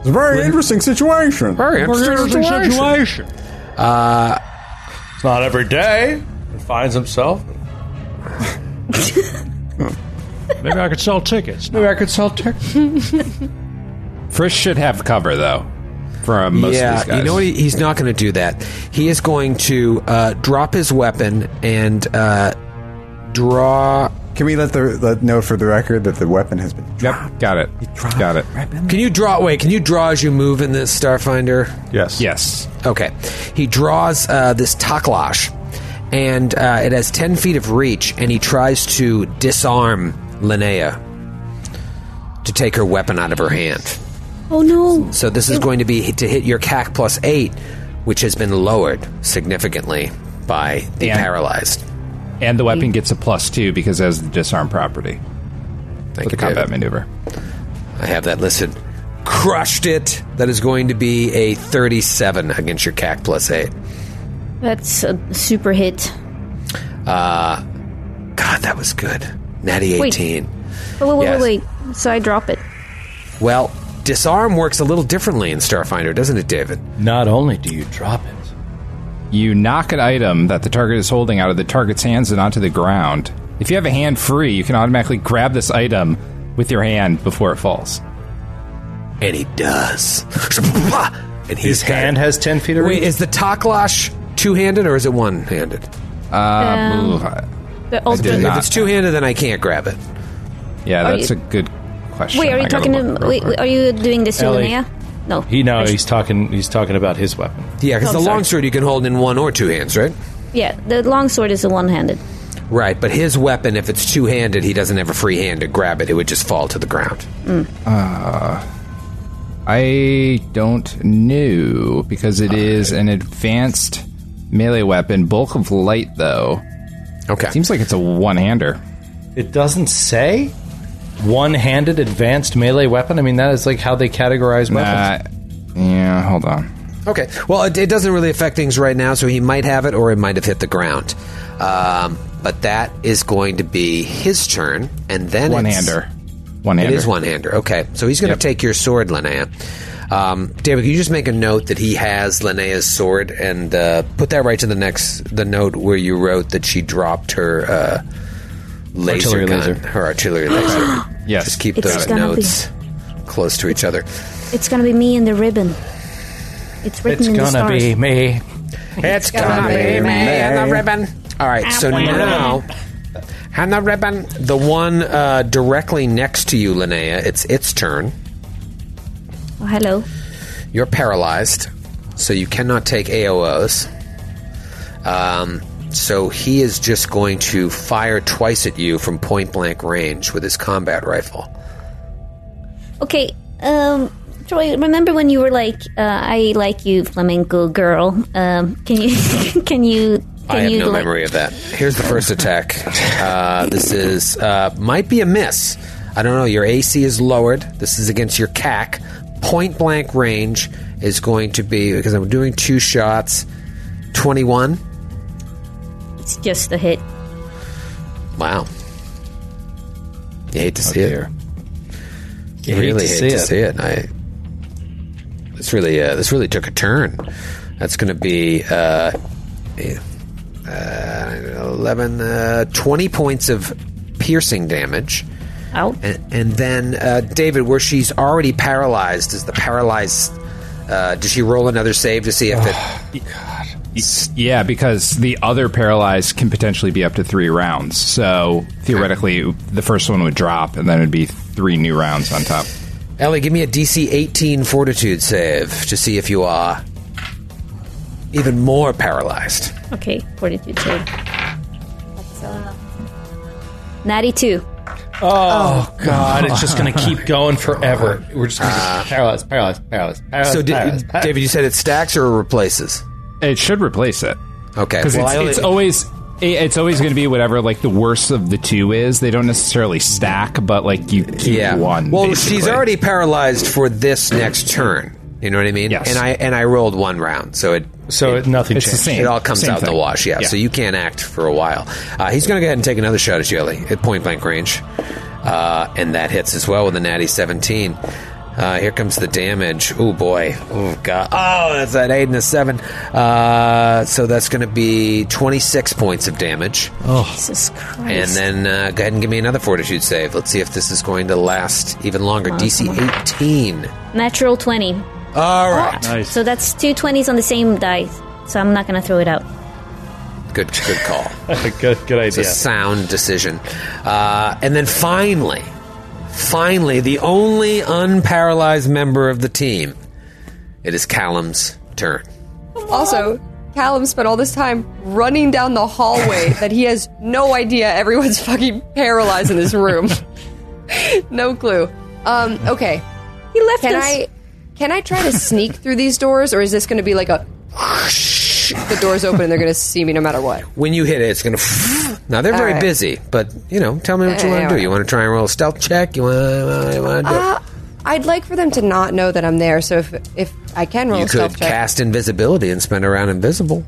It's a very interesting situation.
Very interesting situation. Uh
It's not every day he finds himself.
Maybe I could sell tickets.
Maybe I could sell tickets. Frisch should have cover though from most
yeah,
of these guys.
you know what? He, he's not going to do that. He is going to uh, drop his weapon and uh, draw.
Can we let the let know for the record that the weapon has been?
Yep, got it. Got it.
Can you draw? Wait, can you draw as you move in this Starfinder?
Yes.
Yes.
Okay. He draws uh, this taklash, and uh, it has 10 feet of reach, and he tries to disarm Linnea to take her weapon out of her hand.
Oh no!
So this is going to be to hit your CAC plus 8, which has been lowered significantly by the
And-
paralyzed.
And the weapon gets a plus two because it has the disarm property.
Thank you,
the
David.
combat maneuver.
I have that listed. Crushed it. That is going to be a 37 against your CAC plus 8.
That's a super hit.
Uh, God, that was good. Natty 18.
Wait. Oh, wait, wait,
Yes.
wait, wait. So I drop it.
Well, disarm works a little differently in Starfinder, doesn't it, David?
Not only do you drop it,
You knock an item that the target is holding out of the target's hands and onto the ground. If you have a hand free, you can automatically grab this item with your hand before it falls.
And he does. and
his hand has 10 feet of reach.
Wait, is the Taklash two handed or is it one handed?
Um, ooh, The ultra.
if it's two handed, then I can't grab it.
Yeah,
Are
that's
you-
a good question.
Wait, are
I
you
gotta
talking
look
to?
real
Wait,
quick.
are you doing this to
Ellie.
Linnea? No.
He no, he's talking he's talking about his weapon.
Yeah, because
Oh,
the
sorry.
longsword you can hold in one or two hands, right?
Yeah, the longsword is a one-handed.
Right, but his weapon, if it's two handed, he doesn't have a free hand to grab it. It would just fall to the ground.
Mm.
Uh, I don't know because it is an advanced melee weapon. Bulk of light, though.
Okay.
Seems like it's a one-hander.
It doesn't say one-handed advanced melee weapon. I mean, that is like how they categorize weapons.
yeah, hold on.
Okay. Well, it, it doesn't really affect things right now, so he might have it or it might have hit the ground. Um, but that is going to be his turn, and then it's-
One-hander. One-hander.
It is one hander. Okay, so he's going to take your sword, Linnea. Um, David, can you just make a note that he has Linnea's sword and uh, put that right to the next the note where you wrote that she dropped her uh, laser
Artillery
gun,
laser.
her artillery laser. yes, just keep
It's
those
gonna
notes close to each other.
It's gonna be me and the ribbon. It's written in the stars.
me.
It's
gonna be me and the ribbon.
All right, so
Apple.
now. And the ribbon. The one uh, directly next to you, Linnea, it's its turn.
Oh, hello.
You're paralyzed, so you cannot take AOs. Um, so he is just going to fire twice at you from point blank range with his combat rifle.
Okay, um, Troy, remember when you were like, uh, "I like you, flamenco girl"? Um, can you? Can you? Can
I have
you?
no
like,
memory of that. Here's the first attack. Uh, this is uh, might be a miss. I don't know. Your AC is lowered. This is against your CAC. Point blank range is going to be because I'm doing two shots. Twenty-one.
It's just a hit.
Wow. You hate to see it.
Oh, You
You
hate
really
to
hate
see
to
it.
see it. and I. This really, uh, this really took a turn. That's going to be uh, uh, 11, uh, 20 points of piercing damage.
Out.
And, and then uh, David, where she's already paralyzed, is the paralyzed? Uh, does she roll another save to see if it?
Yeah, because the other paralyzed can potentially be up to three rounds. So theoretically, the first one would drop, and then it'd be three new rounds on top.
Ellie, give me a DC 18 Fortitude save to see if you are even more paralyzed.
Okay, forty-two save. Ninety-two.
Oh God, it's just going to keep going forever. We're just going to paralyzed, paralyzed, paralyzed, paralyzed.
So,
paralyzed,
did,
paralyzed.
David, you said it stacks or replaces?
It should replace it.
Okay,
Because it's, it's always it- it's always going to be whatever like the worst of the two is. They don't necessarily stack, but like you keep one.
Well,
basically.
she's already paralyzed for this next turn. You know what I mean?
Yes.
And I and I rolled one round, so it
so it, nothing
it's the changed. same-
It all comes
same
out in
thing.
the wash. Yeah,
Yeah.
So you can't act for a while. Uh, he's going to go ahead and take another shot at you, Ellie, at point blank range, uh, and that hits as well with a natty seventeen. Uh, here comes the damage. Oh boy. Oh god. Oh, that's that eight and a seven. Uh, so that's going to be twenty six points of damage.
Oh, Jesus Christ!
And then uh, go ahead and give me another fortitude save. Let's see if this is going to last even longer. DC 18.
natural twenty.
All right.
So that's two twenties on the same dice. So I'm not gonna throw it out.
Good, good call.
good, good
It's a sound decision. Uh, and then finally, finally, the only unparalyzed member of the team. It is Callum's turn.
Also, Callum spent all this time running down the hallway that he has no idea everyone's fucking paralyzed in this room. no clue. Um, okay.
He left
can
us.
I can I try to sneak through these doors or is this going to be like a the doors open and they're going to see me no matter what?
When you hit it, it's going to. Now, they're
All
very
right.
busy, but, you know, tell me what you
Yeah,
want
yeah,
to do.
yeah.
You want to try and roll a stealth check? You want to do it?
Uh, I'd like for them to not know that I'm there, so if if I can roll
You
a stealth
could
check,
cast invisibility and spend around invisible.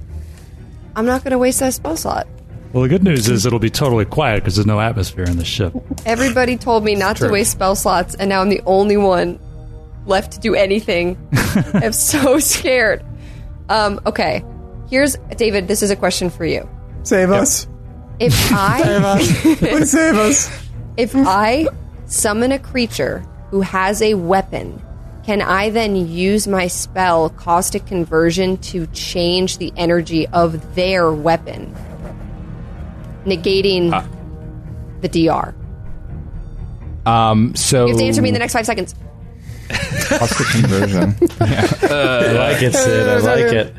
I'm not going to waste that spell slot.
Well, the good news is it'll be totally quiet because there's no atmosphere in the ship.
Everybody told me not to
True.
waste spell slots, and now I'm the only one left to do anything. I'm so scared. Um, okay, here's David. This is a question for you.
Save us.
If I
Save us. Please save us.
If I summon a creature who has a weapon, can I then use my spell caustic conversion to change the energy of their weapon, negating the DR?
Um. So
You have to answer me in the next five seconds.
Caustic conversion.
I like it, Sid. I like it.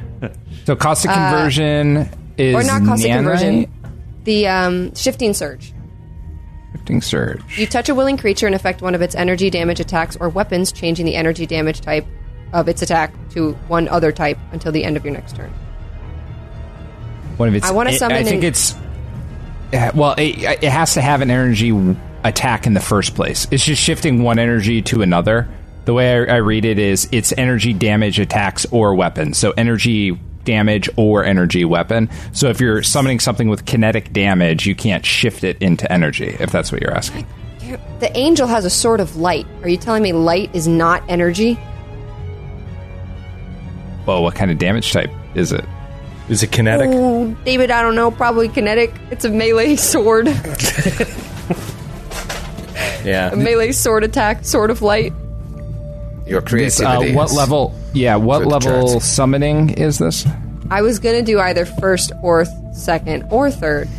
So caustic
Uh,
conversion is
or not caustic
nanite?
conversion. The um, shifting surge.
Shifting surge.
You touch a willing creature and affect one of its energy damage attacks or weapons, changing the energy damage type of its attack to one other type until the end of your next turn.
One of its.
I wanna
it-
summon
I think
an-
it's. uh, Well, it, it has to have an energy attack in the first place. It's just shifting one energy to another. The way I, I read it is, it's energy damage attacks or weapons. So energy damage or energy weapon. So if you're summoning something with kinetic damage, you can't shift it into energy. If that's what you're asking.
The angel has a sword of light. Are you telling me light is not energy?
Well, what kind of damage type is it?
Is it kinetic?
Ooh, David, I don't know. Probably kinetic. It's a melee sword.
Yeah.
a melee sword attack, sword of light.
Your
This, uh,
creativity.
what
is-
level? Yeah, what
Good
level
charts.
summoning is this?
I was gonna do either first or th- second or third.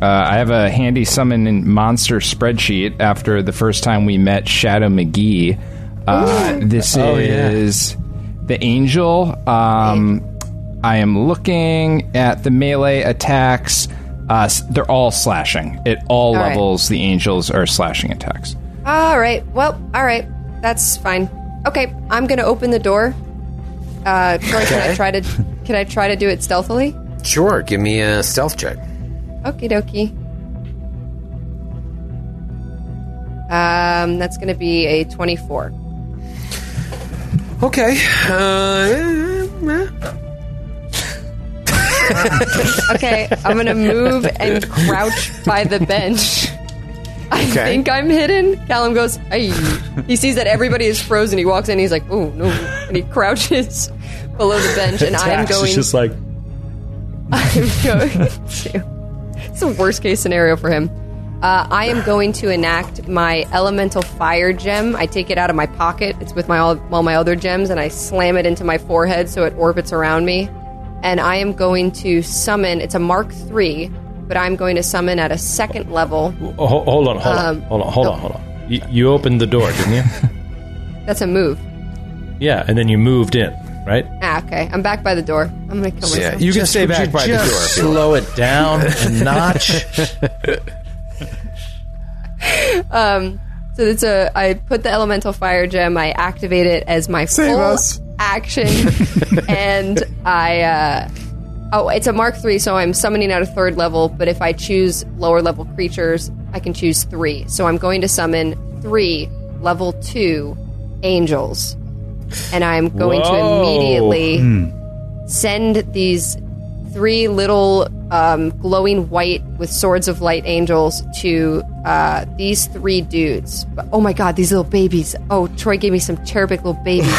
Uh, I have a handy summon in monster spreadsheet after the first time we met Shadow McGee. Uh, this
Oh, yeah.
is the angel. Um, I am looking at the melee attacks. Uh, s- they're all slashing. At
All
all,
right.
levels, the angels are slashing attacks.
All right. Well, all right. That's fine. Okay, I'm gonna open the door. Uh, Troy, can I
Okay.
try to can I try to do it stealthily?
Sure, give me a stealth check.
Okie dokie. Um, that's gonna be a twenty-four.
Okay. Uh,
okay, I'm gonna move and crouch by the bench. I
Okay.
think I'm hidden. Callum goes, "Ay." He sees that everybody is frozen. He walks in. He's like, "Oh no!" And he crouches below the bench. And I'm
Tax is
going.
just like
I'm going to. It's the worst case scenario for him. Uh, I am going to enact my elemental fire gem. I take it out of my pocket. It's with my all, all my other gems, and I slam it into my forehead so it orbits around me. And I am going to summon. It's a Mark Three, but I'm going to summon at a second level.
Oh, ho- hold on, hold
Um,
on, hold on, hold on, hold on. You, you opened the door, didn't you?
That's a move.
yeah, and then you moved in, right?
Ah, okay. I'm back by the door. I'm gonna kill myself.
you can stay
would
back
you
by the door.
just
if you want. Slow it down a notch.
um, so it's a. I put the elemental fire gem. I activate it as my full
us.
action, and I. Uh, oh, it's a mark three, so I'm summoning at a third level. But if I choose lower level creatures, I can choose three. So I'm going to summon three level two angels, and I'm going
Whoa.
to immediately
Oh.
Hmm.
send these three little um, glowing white with swords of light angels to uh, these three dudes. But, oh my god, these little babies. Oh, Troy gave me some cherubic little babies.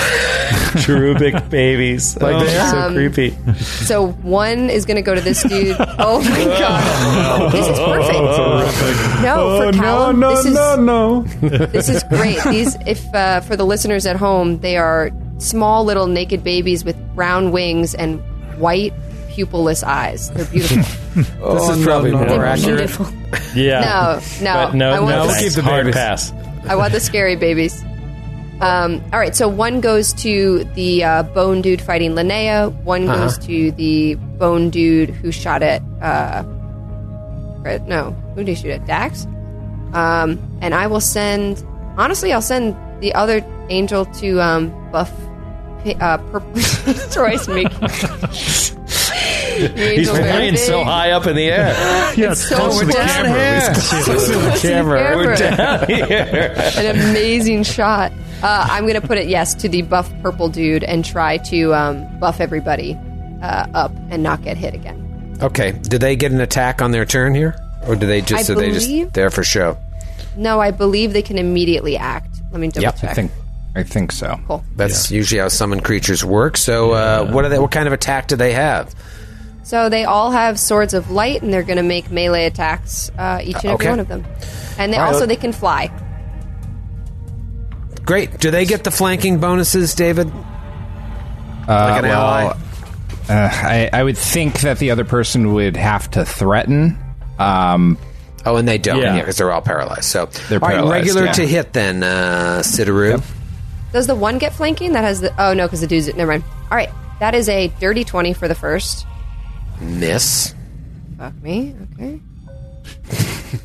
Cherubic babies. Like
Oh,
they're so
um,
creepy.
so one is going to go to this dude. Oh my god. This is perfect. No, for Callum,
Oh, no,
this is
Oh,
no,
Oh, no.
this is great. These, if uh, for the listeners at home, they are small little naked babies with brown wings and white pupilless eyes. They're beautiful.
This
Oh,
is probably more accurate.
Yeah.
No, no.
But no,
I want
no.
this-
Keep the hard pass.
I want the scary babies. Um, all right, so one goes to the uh, bone dude fighting Linnea. One
Uh-huh.
goes to the bone dude who shot at. Uh, Fred- no, who did he shoot at? Dax. Um, and I will send. Honestly, I'll send the other angel to um, buff. Uh, purple. Troy's making. The
He's
angels are
flying so
big.
high up in the air.
Yeah, it's so
We're
much
down here.
Close to the camera.
We're down here.
an amazing shot. Uh, I'm gonna put it yes to the buff purple dude and try to um, buff everybody uh, up and not get hit again.
Okay. Do they get an attack on their turn here, or do they just
I
are they
believe-
just there for show?
No, I believe they can immediately act. Let me double check.
I think so.
Cool.
That's usually how summon creatures work. So, uh, what are they? What kind of attack do they have?
So they all have swords of light, and they're gonna make melee attacks uh, each and every
Okay.
one of them. And they
All right.
also they can fly.
Great. Do they get the flanking bonuses, David?
Uh,
Like an ally?
Uh, I, I would think that the other person would have to threaten. Um,
oh, and they don't, yeah, because they're all paralyzed. So
they're
All right,
paralyzed.
regular
yeah.
to hit then, uh, Sidaru.
Does the one get flanking? That has the oh no, because the dude's never mind. All right, that is a dirty twenty for the first.
Miss.
fuck me. Okay.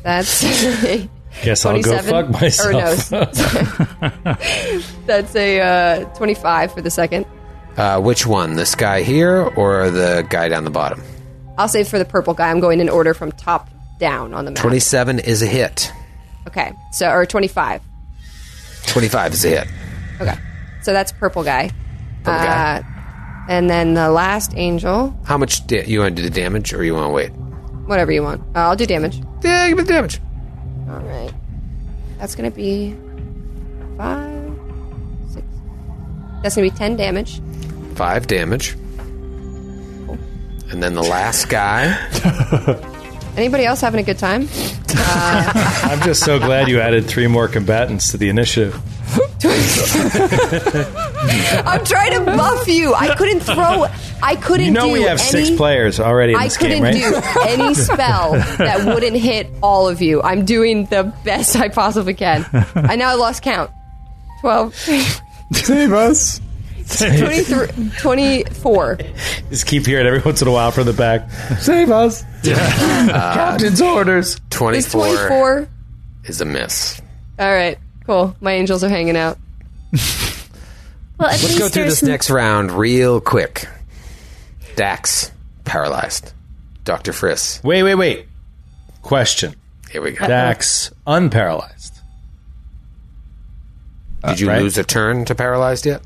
That's. a
Guess I'll go
27
fuck
Or no,
myself.
that's a uh, 25 for the second.
Uh, which one? This guy here or the guy down the bottom?
I'll say for the purple guy, I'm going in order from top down on the map.
27 is a hit.
Okay. So, or 25.
25 is a hit.
Okay. So that's purple guy. uh, And then the last angel,
How much da- you want to do the damage or you want to wait?
whatever you want. Uh, I'll do damage.
Yeah, give me damage.
All right. That's going to be five, six. That's going to be 10 damage.
Five damage. And then the last guy.
Anybody else having a good time?
I'm just so glad you added three more combatants to the initiative.
I'm trying to buff you. I couldn't throw. I couldn't
you know
do
we have
any.
six players already in
I
this
couldn't
game, right?
do any spell that wouldn't hit all of you. I'm doing the best I possibly can. I now lost count. 12,
Save us.
23, 24.
Just keep hearing every once in a while from the back.
Save us.
Captain's
orders.
24,
24.
is a miss.
All right, cool. My angels are hanging out.
Well, at
Let's
least
go through
there's
this next round real quick. Dax, paralyzed. Dr. Friss.
Wait, wait, wait. Question.
Here we go.
Dax unparalyzed.
Did you
right.
lose a turn to paralyzed yet?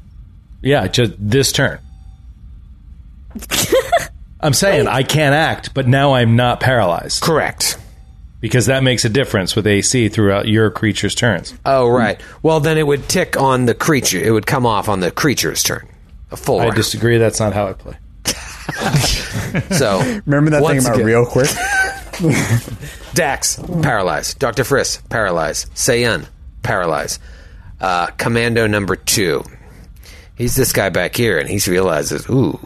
Yeah, just this turn. I'm saying I can't act, but now I'm not paralyzed.
Correct.
Because that makes a difference with AC throughout your creature's turns.
Oh, right. Well, then it would tick on the creature. It would come off on the creature's turn. A full
I
round.
disagree. That's not how I play.
So
Remember that
once
thing about
again-
real quick?
Dax, paralyzed. Dr. Friss, paralyzed. Sayen, paralyzed. Uh, Commando number two. He's this guy back here, and he realizes, ooh,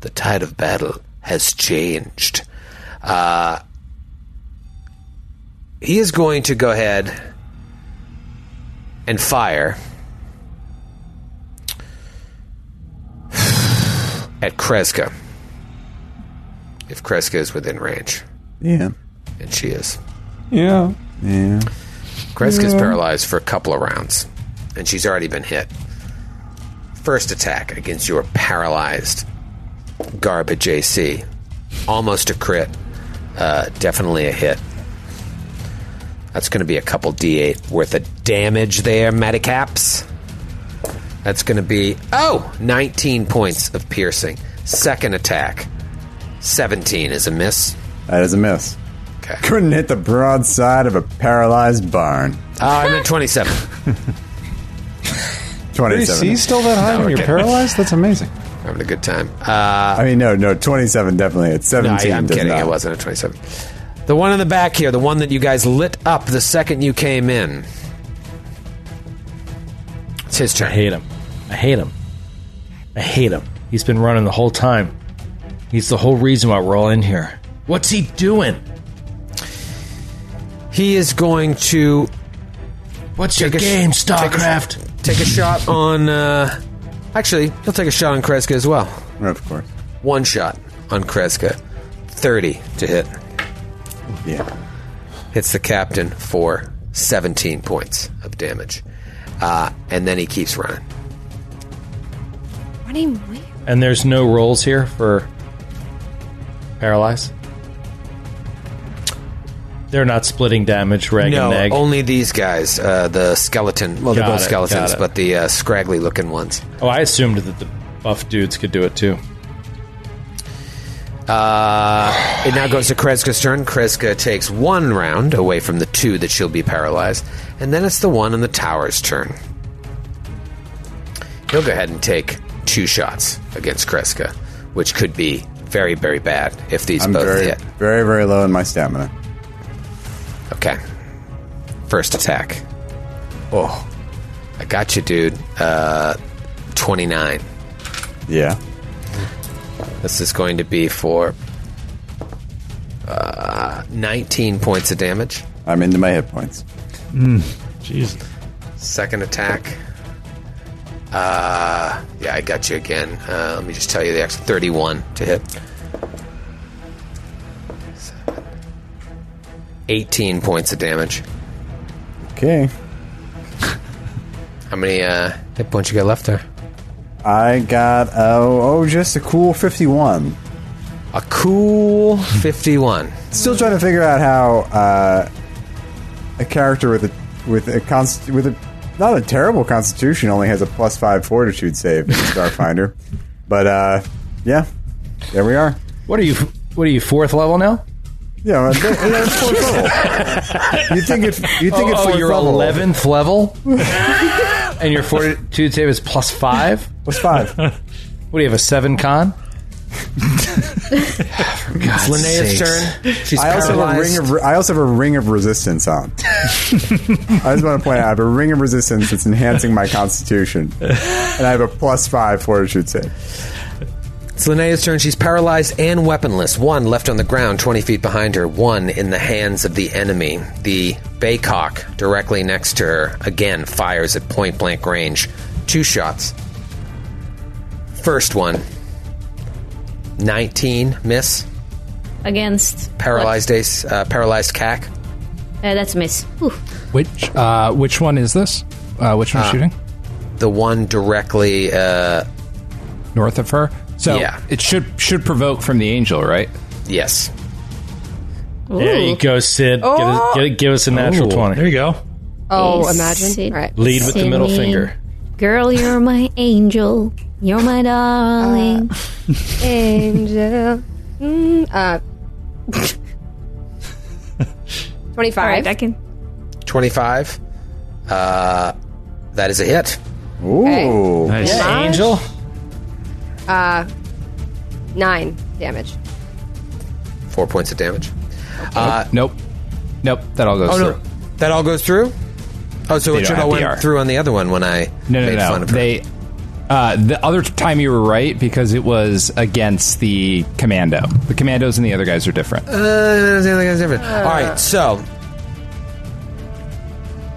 the tide of battle has changed. Uh, he is going to go ahead and fire at Kreska. If Kreska is within range.
Yeah.
And she is.
Yeah. Yeah.
Kreska's
Yeah.
paralyzed for a couple of rounds, and she's already been hit. First attack against your paralyzed garbage AC. Almost a crit. Uh, definitely a hit. That's going to be a couple D8 worth of damage there, Medicaps. That's going to be, oh, 19 points of piercing. Second attack, 17 is a miss.
That is a miss. Couldn't hit the broadside of a paralyzed barn.
Uh, I'm at 27.
27.
AC still that high
No,
when
we're
you're
kidding.
paralyzed? That's amazing.
Having a good time. Uh,
I mean, no, no, 27 definitely. It's 17.
No, I, am
does
kidding.
not.
It wasn't a 27. The one in the back here, the one that you guys lit up the second you came in. It's his turn.
I hate him. I hate him. I hate him. He's been running the whole time. He's the whole reason why we're all in here. What's he doing?
He is going to.
What's
Take
your
a sh-
game,
take a sh-
StarCraft?
Take a shot on. Uh, actually, he'll take a shot on Kreska as well.
Of course.
One shot on Kreska. 30 to hit.
Yeah.
Hits the captain for 17 points of damage. Uh, and then he keeps running.
My name Wade.
And there's no rolls here for paralyze. They're not splitting damage, rag
no,
and nag.
only these guys. Uh, the skeleton. Well, they're
Got
both
it, got
skeletons,
it.
but the uh, scraggly looking ones.
Oh, I assumed that the buff dudes could do it too.
Uh, it now goes to Kreska's turn. Kreska takes one round away from the two that she'll be paralyzed, and then it's the one in the tower's turn. He'll go ahead and take two shots against Kreska, which could be very, very bad if these
I'm
both
very,
hit.
very, very low in my stamina.
Okay. First attack. Oh, I got you, dude. Uh, 29.
Yeah.
This is going to be for uh, 19 points of damage.
I'm into my hit points.
Hmm.
Jeez. Second attack. Uh, yeah, I got you again. Uh, let me just tell you the extra 31 to hit. Seven, 18 points of damage.
Okay.
How many uh, hit points you got left there?
I got oh, oh just a cool fifty-one.
A cool fifty-one.
Still trying to figure out how uh, a character with a with a const- with a not a terrible constitution only has a plus five fortitude save in Starfinder, but uh, yeah, there we are.
What are you? What are you fourth level now?
Yeah, well, that- that's fourth level. You think it? You think
oh,
it's
oh,
fourth
you're
level.
eleventh level, and your fortitude save is plus five.
Plus five.
What do you have? A seven con. For God's
Linnea's turn. She's
I also
paralyzed.
have a ring of I also have a ring of resistance on. I just want to point out I have a ring of resistance that's enhancing my constitution, and I have a plus five fortitude save.
It's Linnea's turn. She's paralyzed and weaponless. One left on the ground, 20 feet behind her. One in the hands of the enemy. The Baycock directly next to her again fires at point blank range. Two shots. First one 19, miss.
against
Paralyzed ace, uh, paralyzed cack.
what? Uh, that's a miss. Ooh.
Which uh, which one is this? Uh, which one's
Uh,
shooting?
The one directly. Uh,
North of her. So
Yeah.
it should should provoke from the angel, right?
Yes.
There you go, Sid. Get us- get- give us a natural
Ooh,
20. There you go.
Oh,
Hey,
imagine.
Sid-
All right.
Lead with the middle
Sidney.
finger.
Girl, you're my angel. You're
Uh,
my darling.
Angel. Mm, uh, 25.
All right, I can.
25. Uh, that is a hit.
Ooh.
Okay. Nice. Yeah,
Angel.
Uh, 9 damage.
Four points of damage. Uh,
nope. Nope. That all goes
oh,
through.
No. That all goes through? Oh, so
They
it
don't
should
have
have
PR.
went through on the other one when I
No, no,
made fun
no.
of her.
They. Uh, the other time you were right because it was against the commando. The commandos and the other guys are different.
Uh, the other guy's different. all right, so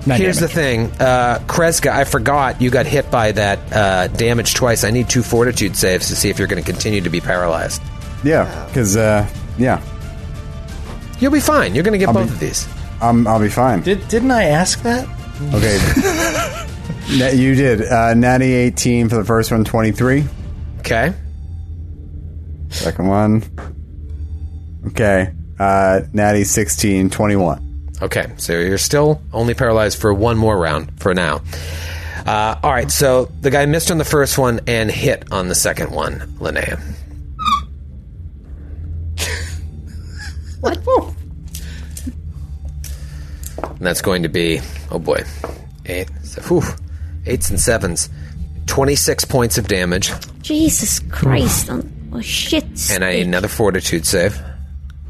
Nine
here's the thing, uh, Kreska. I forgot you got hit by that uh, damage twice. I need two fortitude saves to see if you're going to continue to be paralyzed.
Yeah, because uh, yeah,
You'll be fine. You're going to get both of these.
I'm, I'll be fine.
Did, didn't I ask that?
Okay. Na- you did. Uh, natty 18 for the first one, 23.
Okay.
Second one. Okay. Uh, natty 16, 21.
Okay, so you're still only paralyzed for one more round for now. Uh, all right, so the guy missed on the first one and hit on the second one, Linnea.
What?
And that's going to be, oh boy, eight, se- whew, eights and sevens, 26 points of damage,
Jesus Christ. Oh, oh, shit.
and I need another fortitude save.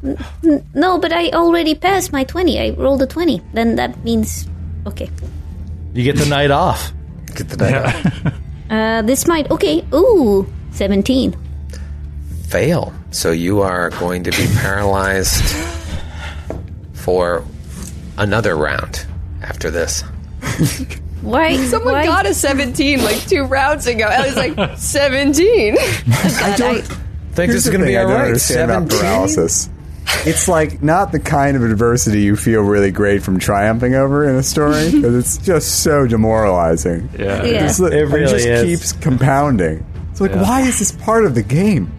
N- No, but I already passed my 20. I rolled a 20. Then that means. Okay.
You get the night off.
Get the night
off.
Uh, this might. Okay. Ooh. 17.
Fail. So you are going to be paralyzed for another round after this.
Why?
Someone
why-
got a 17 like two rounds ago. I was like, 17? I
think
Here's
this is going to
the
be
thing I
all
don't
right.
understand about
17?
paralysis. It's like not the kind of adversity you feel really great from triumphing over in a story because it's just so demoralizing.
Yeah.
It's
Yeah.
li-
It
It,
really
just
is.
keeps compounding. It's like,
Yeah.
why is this part of the game?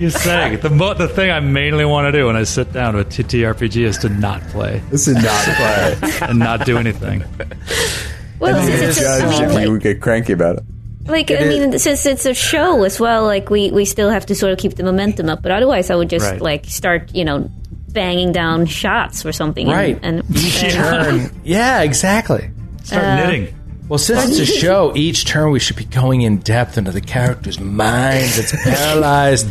You saying the mo- the thing I mainly want to do when I sit down to a TTRPG is to not play.
This is not play
and not do anything.
Well,
and
since
you
it's a- I
judge
mean,
if
like-
you get cranky about it.
Like,
It
I
is-
mean, since it's a show as well, like, we, we still have to sort of keep the momentum up. But otherwise, I would just,
Right.
like, start, you know, banging down shots or something. and-
Right.
And,
Each
and-
turn. Yeah, exactly.
Start Uh, knitting.
Well, since it's a show, each turn we should be going in depth into the character's minds. It's paralyzed,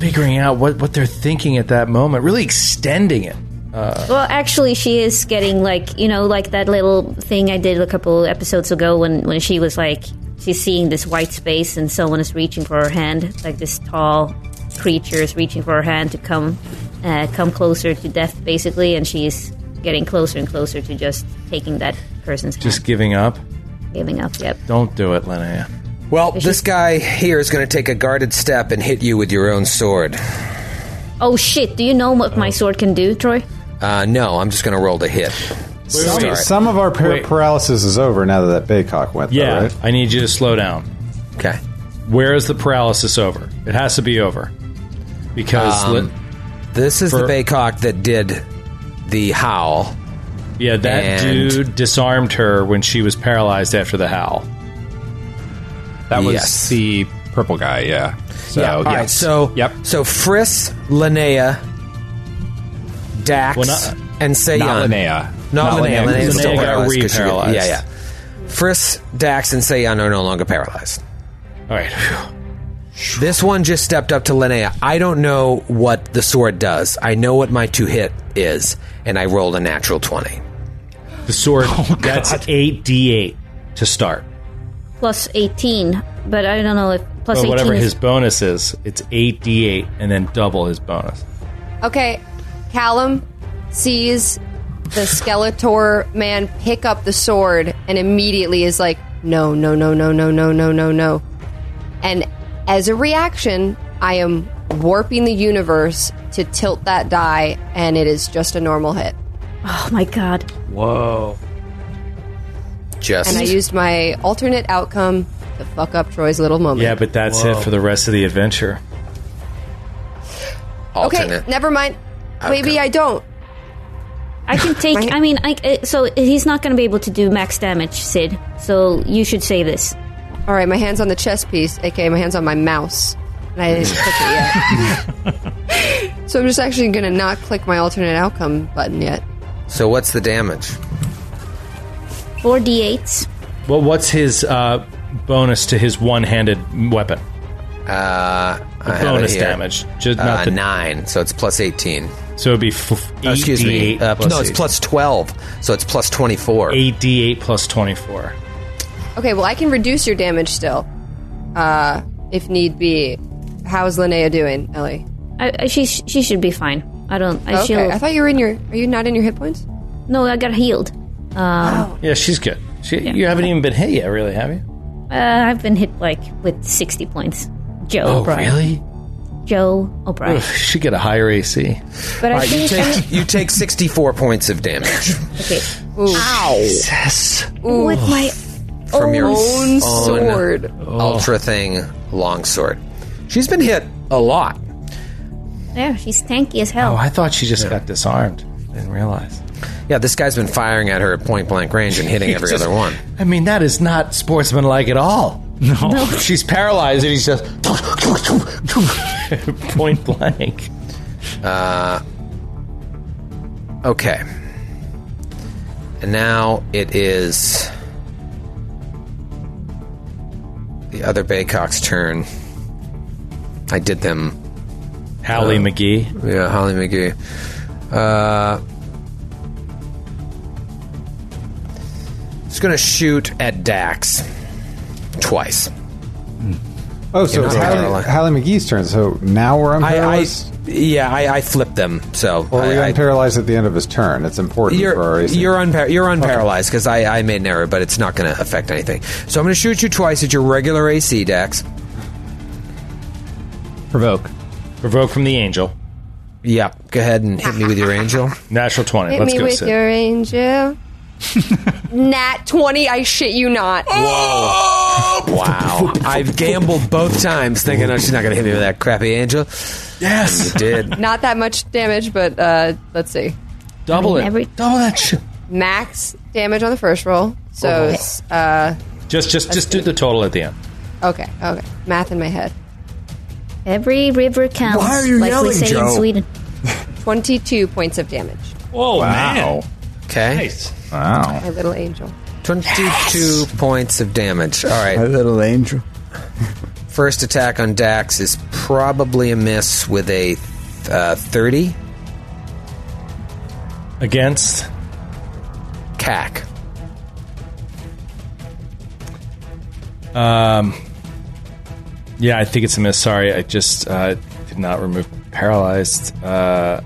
figuring out what, what they're thinking at that moment, really extending it. Uh,
Well, actually, she is getting like you know, like that little thing I did a couple episodes ago when when she was like she's seeing this white space and someone is reaching for her hand, like this tall creature is reaching for her hand to come uh, come closer to death, basically, and she is getting closer and closer to just taking that person's
just giving up.
hand, giving up. Yep.
Don't do it, Linnea.
Well, this guy here is going to take a guarded step and hit you with your own sword.
Oh shit! Do you know what
Oh.
my sword can do, Troy?
Uh, no, I'm just going to roll to hit.
Some,
Start.
some of our par- paralysis is over now that that big cock went.
Yeah,
though, right?
I need you to slow down.
Okay.
Where is the paralysis over? It has to be over because
Um,
li-
this is
for-
the Baycock that did the howl.
yeah, that
And-
dude disarmed her when she was paralyzed after the howl.
That was
Yes.
the purple guy, yeah. So,
yeah. All right.
yes.
So yep. So Friss, Linnea, Dax,
Well, not-
and Sayon.
not Linnea.
Not,
Not
Linnea.
Linnea, 'cause
Linnea's
Linnea
still
got
paralyzed. 'cause she-
re-paralyzed.
Yeah, yeah. Friss, Dax, and Sayon are no longer paralyzed.
All right.
This one just stepped up to Linnea. I don't know what the sword does. I know what my two hit is, and I rolled a natural twenty. Oh,
The sword. that's eight d eight to start.
Plus eighteen, but I don't know if plus
But
eighteen
whatever
is
his bonus is, it's eight d eight and then double his bonus.
Okay, Callum sees the Skeletor man pick up the sword and immediately is like, no, no, no, no, no, no, no, no, no. And as a reaction, I am warping the universe to tilt that die, and it is just a normal hit.
Oh my god.
Whoa.
Just
And I used my alternate outcome to fuck up Troy's little moment.
Yeah, but that's
Whoa.
it for the rest of the adventure.
Okay, never mind. Maybe I don't.
I can take. I mean, I, uh, so he's not going to be able to do max damage, Sid. So you should say this.
All right, my hands on the chess piece, aka my hands on my mouse, and I didn't
Mm.
click it yet. so I'm just actually gonna not click my alternate outcome button yet.
So what's the damage?
Four d8s.
Well, what's his uh, bonus to his one-handed weapon?
Uh,
The bonus damage, just
uh,
not the-
nine. So it's plus eighteen.
So it'd be f-
Oh, excuse me.
8d8
Uh,
plus
no, it's
eight.
plus twelve. So it's plus twenty-four.
Eight d eight plus twenty-four.
Okay, well I can reduce your damage still, uh, if need be. How's Linnea doing, Ellie?
I, I, she sh- she should be fine. I don't. I
okay,
shield.
I thought you were in your. Are you not in your hit points?
No, I got healed. Um,
Oh.
Yeah, she's good. She, You haven't even been hit yet, really, have you?
uh, I've been hit like with sixty points. Joe.
Oh,
O'Brien.
really?
Joe O'Brien.
Ugh, she get a higher AC.
But I
All right, you
think.
take you take sixty-four points of damage
okay.
Ow.
With my
from your
own
own
sword.
ultra thing longsword. She's been hit a lot.
There, she's tanky as hell.
Oh, I thought she just got disarmed. Didn't realize.
Yeah, this guy's been firing at her at point blank range and hitting every
Just-
other one.
I mean, that is not sportsmanlike at all. No.
No.
She's paralyzed and he's just point blank.
Uh, okay. And now it is the other Baycock's turn. I did them. Uh,
Hallie McGee.
Yeah, Holly McGee. Uh, it's going to shoot at Dax twice.
Oh, so
You're
it's
not
Hallie,
paralyzed.
Hallie McGee's turn. So now we're
I, I
unparalyzed.
yeah, I, I flipped them. So
or are we
I, I-
unparalyzed at the end of his turn? It's important
you're
for our AC.
you're, unpar- you're unparalyzed because I, I made an error, but it's not going to affect anything. So I'm going to shoot you twice at your regular AC, Dax.
Provoke.
Provoke from the angel.
Yeah, go ahead and hit me with your angel.
Natural 20.
Hit me with your angel. Nat twenty. I shit you not.
Wow. I've gambled both times thinking, oh, she's not going to hit me with that crappy angel. Yes. You did.
Not that much damage, but uh, let's see.
Double
I mean,
it.
every-
Double that shit.
Max damage on the first roll. So, it's, uh,
Just just just do the total at the end.
okay, okay. Math in my head.
Every river counts.
Why are you
like
yelling,
we say in
Joe?
Sweden.
22 points of damage.
Oh,
Whoa,
Oh,
Wow. Okay.
My
Wow.
little angel.
22 points of damage. All right.
My little angel.
First attack on Dax is probably a miss with a uh, 30.
Against?
CAC.
Um, yeah, I think it's a miss. Sorry, I just uh, did not remove paralyzed. Uh,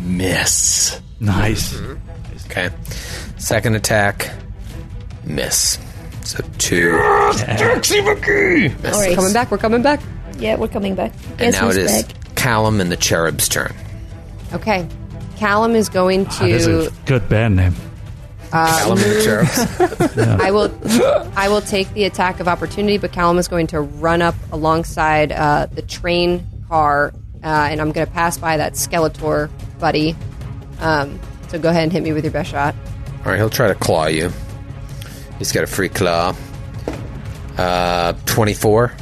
miss.
Nice.
Mm-hmm. Okay. Second attack, miss. So two.
All right. Coming back. We're coming back.
Yeah, we're coming back.
And now it is Callum and the Cherub's turn.
Okay. Callum is going
Ah,
That is a
to.
good band name.
uh,
Callum and the Cherubs.
I will. I will take the attack of opportunity, but Callum is going to run up alongside uh, the train car, uh, and I'm going to pass by that Skeletor buddy. Um, so go ahead and hit me with your best shot.
All right, he'll try to claw you. He's got a free claw. Uh, 24.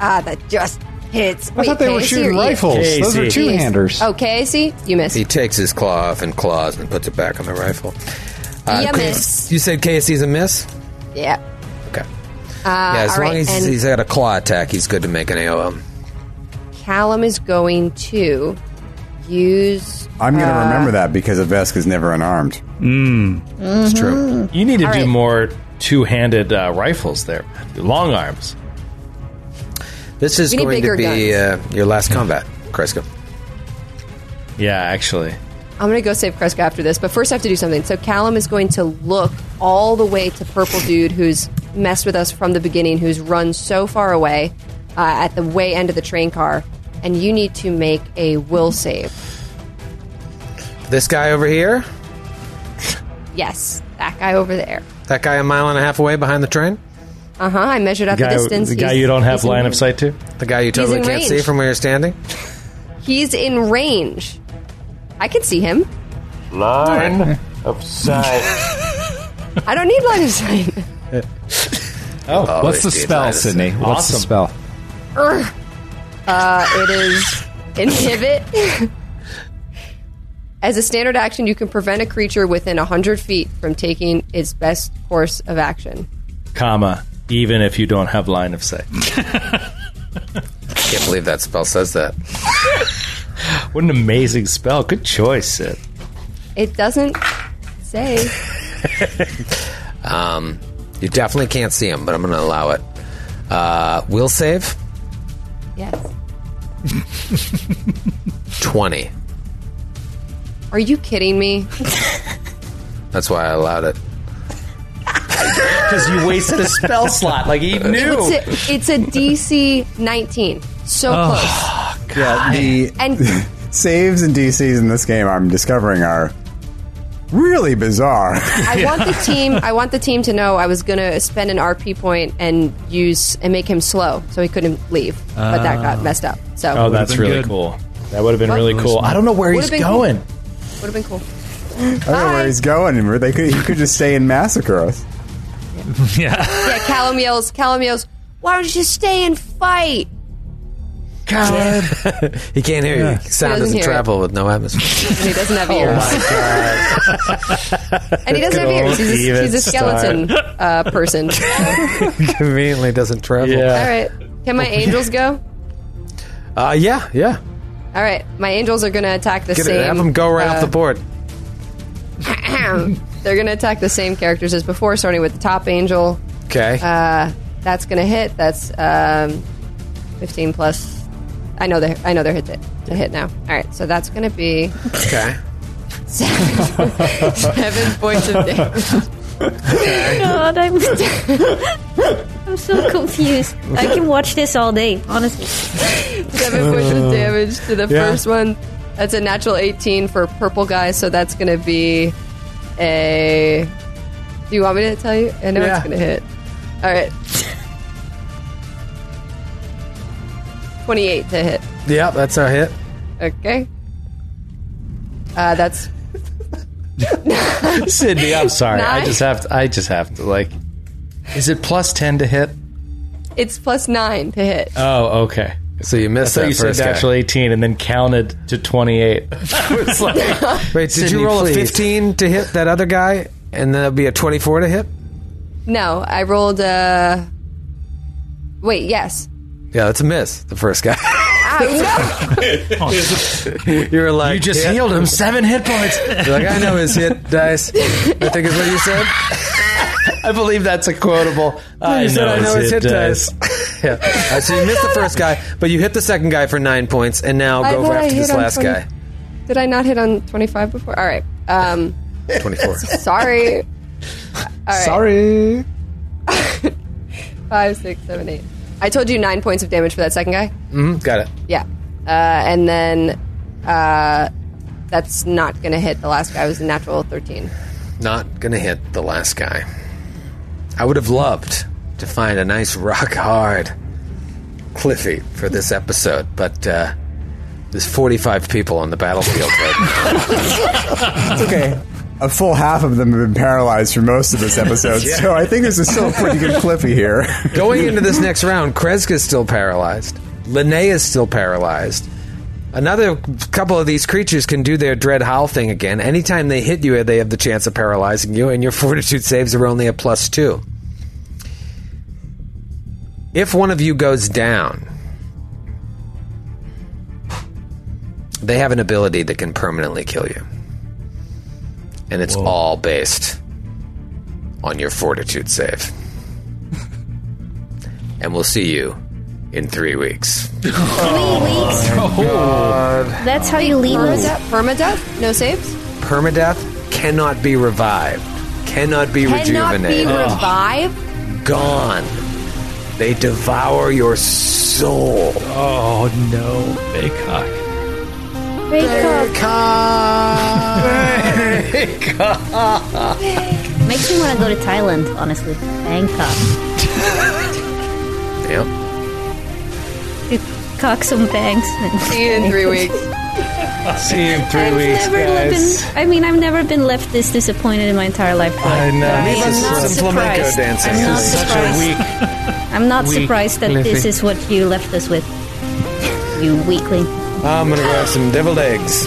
Ah, that just hits.
I thought they were shooting rifles. Those are two-handers.
Oh, Casey, you missed.
He takes his claw off and claws and puts it back on the rifle.
Yeah,
K-
miss.
You said KSC's a miss?
Yeah.
Okay.
Uh,
yeah, as
all
long
right,
as he's-
and-
he's got a claw attack, he's good to make an AOM.
Callum is going to use.
I'm going to
uh,
remember that because a Vesk is never unarmed.
Mm.
Mm-hmm.
It's true.
You need to
All
do
right.
more two-handed uh, rifles there. Long arms.
This is
We need
going to
bigger
be uh, your last combat, Kresko.
Yeah, actually.
I'm going to go save Kreska after this, but first I have to do something. So Callum is going to look all the way to Purple Dude, who's messed with us from the beginning, who's run so far away uh, at the way end of the train car, and you need to make a will save.
This guy over here?
Yes, that guy over there.
That guy a mile and a half away behind the train?
Uh huh. I measured out the, distance. He's- he's in-
sight to?
The guy you
He's in
totally can't see
range.
from where you're standing?
He's in range. I can see him.
Line of sight.
I don't need line of sight.
Oh, what's
they
the
did
spell,
that.
Sydney? What's the
Awesome.
spell?
Urgh. Uh, it is inhibit. As a standard action, you can prevent a creature within 100 feet from taking its best course of action.
Comma. Even if you don't have line of sight.
I can't believe that spell says that.
what an amazing spell. Good choice, Sid.
It doesn't say.
Um, you definitely can't see him, but I'm going to allow it. Uh, will save
Yes.
20.
Are you kidding me?
That's why I allowed it.
Because you wasted a spell slot. Like, he
It's a, it's a DC 19. So
Yeah, the
close. And
saves and DCs in this game I'm discovering are really bizarre.
I want the team. I want the team to know I was going to spend an RP point and use and make him slow so he couldn't leave, but that got messed up. So
Oh, that's really cool. That would have been really cool. I don't know where he's
Would've been cool.
going.
Would have been cool.
I don't know where he's going. Where they could, he could just stay and massacre us.
Yeah.
Yeah, Callum yells. Callum yells. Why don't you stay and fight?
Callum. he can't hear you.
Yeah.
Sound
He doesn't
doesn't,
hear Oh
travel with no atmosphere. Oh
And he doesn't have ears. and he doesn't have ears. He's a, he's a skeleton uh, person.
Conveniently doesn't travel.
All right. Can my angels go?
Uh, yeah, yeah.
All right. My angels are going to attack the
Get
same. uh,
it. Have him go right off the board.
board. they're going to attack the same characters as before, starting with the top angel.
Okay.
Uh, that's going to hit. That's um, 15 plus. I know they're I know they're hit it. They hit now. All right. So that's going to be
okay.
seven points of damage.
God, I'm, I'm so confused. I can watch this all day, honestly.
Seven points of damage to the
Yeah.
first one. That's a natural 18 for purple guy, so that's going to be a. Do you want me to tell you? I know
Yeah.
it's going to hit. All right. 28 to hit.
Yeah, that's our hit.
Okay. Uh, that's.
Sydney, I'm sorry. I
Nine.
just have to. I just have to. Like, is it plus ten to hit?
It's plus 9 to hit.
Oh, okay.
So you missed
I thought
that
you
first
said
guy.
natural eighteen and then counted to twenty eight.
Wait, did
Sydney,
you roll
please.
a 15 to hit that other guy, and then it'll be a 24 to hit?
No, I rolled Uh... Wait, yes.
Yeah, that's a miss. The first guy.
Ah, no!
you were like,
You just
yeah.
healed him seven hit points.
You're like, I know his hit dice. I think is what you said.
I believe that's a quotable.
you said I know his hit dice. yeah. Uh, so you missed the first guy, but you hit the second guy for nine points, and now
I
go
thought I
after
hit
this
on
last
20.
guy.
Did I not hit on 25 before? All right. Um,
24.
Sorry. All right.
Sorry.
Five, six, seven, eight. I told you nine points of damage for that second guy.
hmm Got it.
Yeah. Uh, and then uh, that's not going to hit the last guy. It was a natural 13.
Not gonna hit the last guy. I would have loved to find a nice rock hard Cliffy for this episode, but uh, there's 45 people on the battlefield right
It's okay. A full half of them have been paralyzed for most of this episode,
Yeah.
so I think this is still a pretty good Cliffy here.
now. Going into this next round, Kreska's still paralyzed. Linnea's still paralyzed. Another couple of these creatures can do their dread howl thing again. Anytime they hit you, they have the chance of paralyzing you, and your fortitude saves are only a plus two. If one of you goes down, they have an ability that can permanently kill you. And it's all based on your fortitude save. and we'll see you in three weeks. Oh.
That's how you leave Permadeath? Permadeath? No saves?
Permadeath cannot be revived, cannot be
Cannot be
rejuvenated.
revived?
Gone. They devour your soul. Oh no, big cock.
Bangkok. Makes me want to go to Thailand, honestly. Bangkok.
Yep.
Cock some bangs. See
you in three weeks.
See you in 3
I've
weeks,
never
guys.
been, I mean, I've never been left this disappointed in my entire life.
I know.
I'm
Leave us
not
some flamenco
surprised.
dancing.
I'm
This
not
is such a
surprised. I'm not
weak
surprised that this
Cliffy.
is what you left us with. You weakling.
I'm gonna grab some deviled eggs.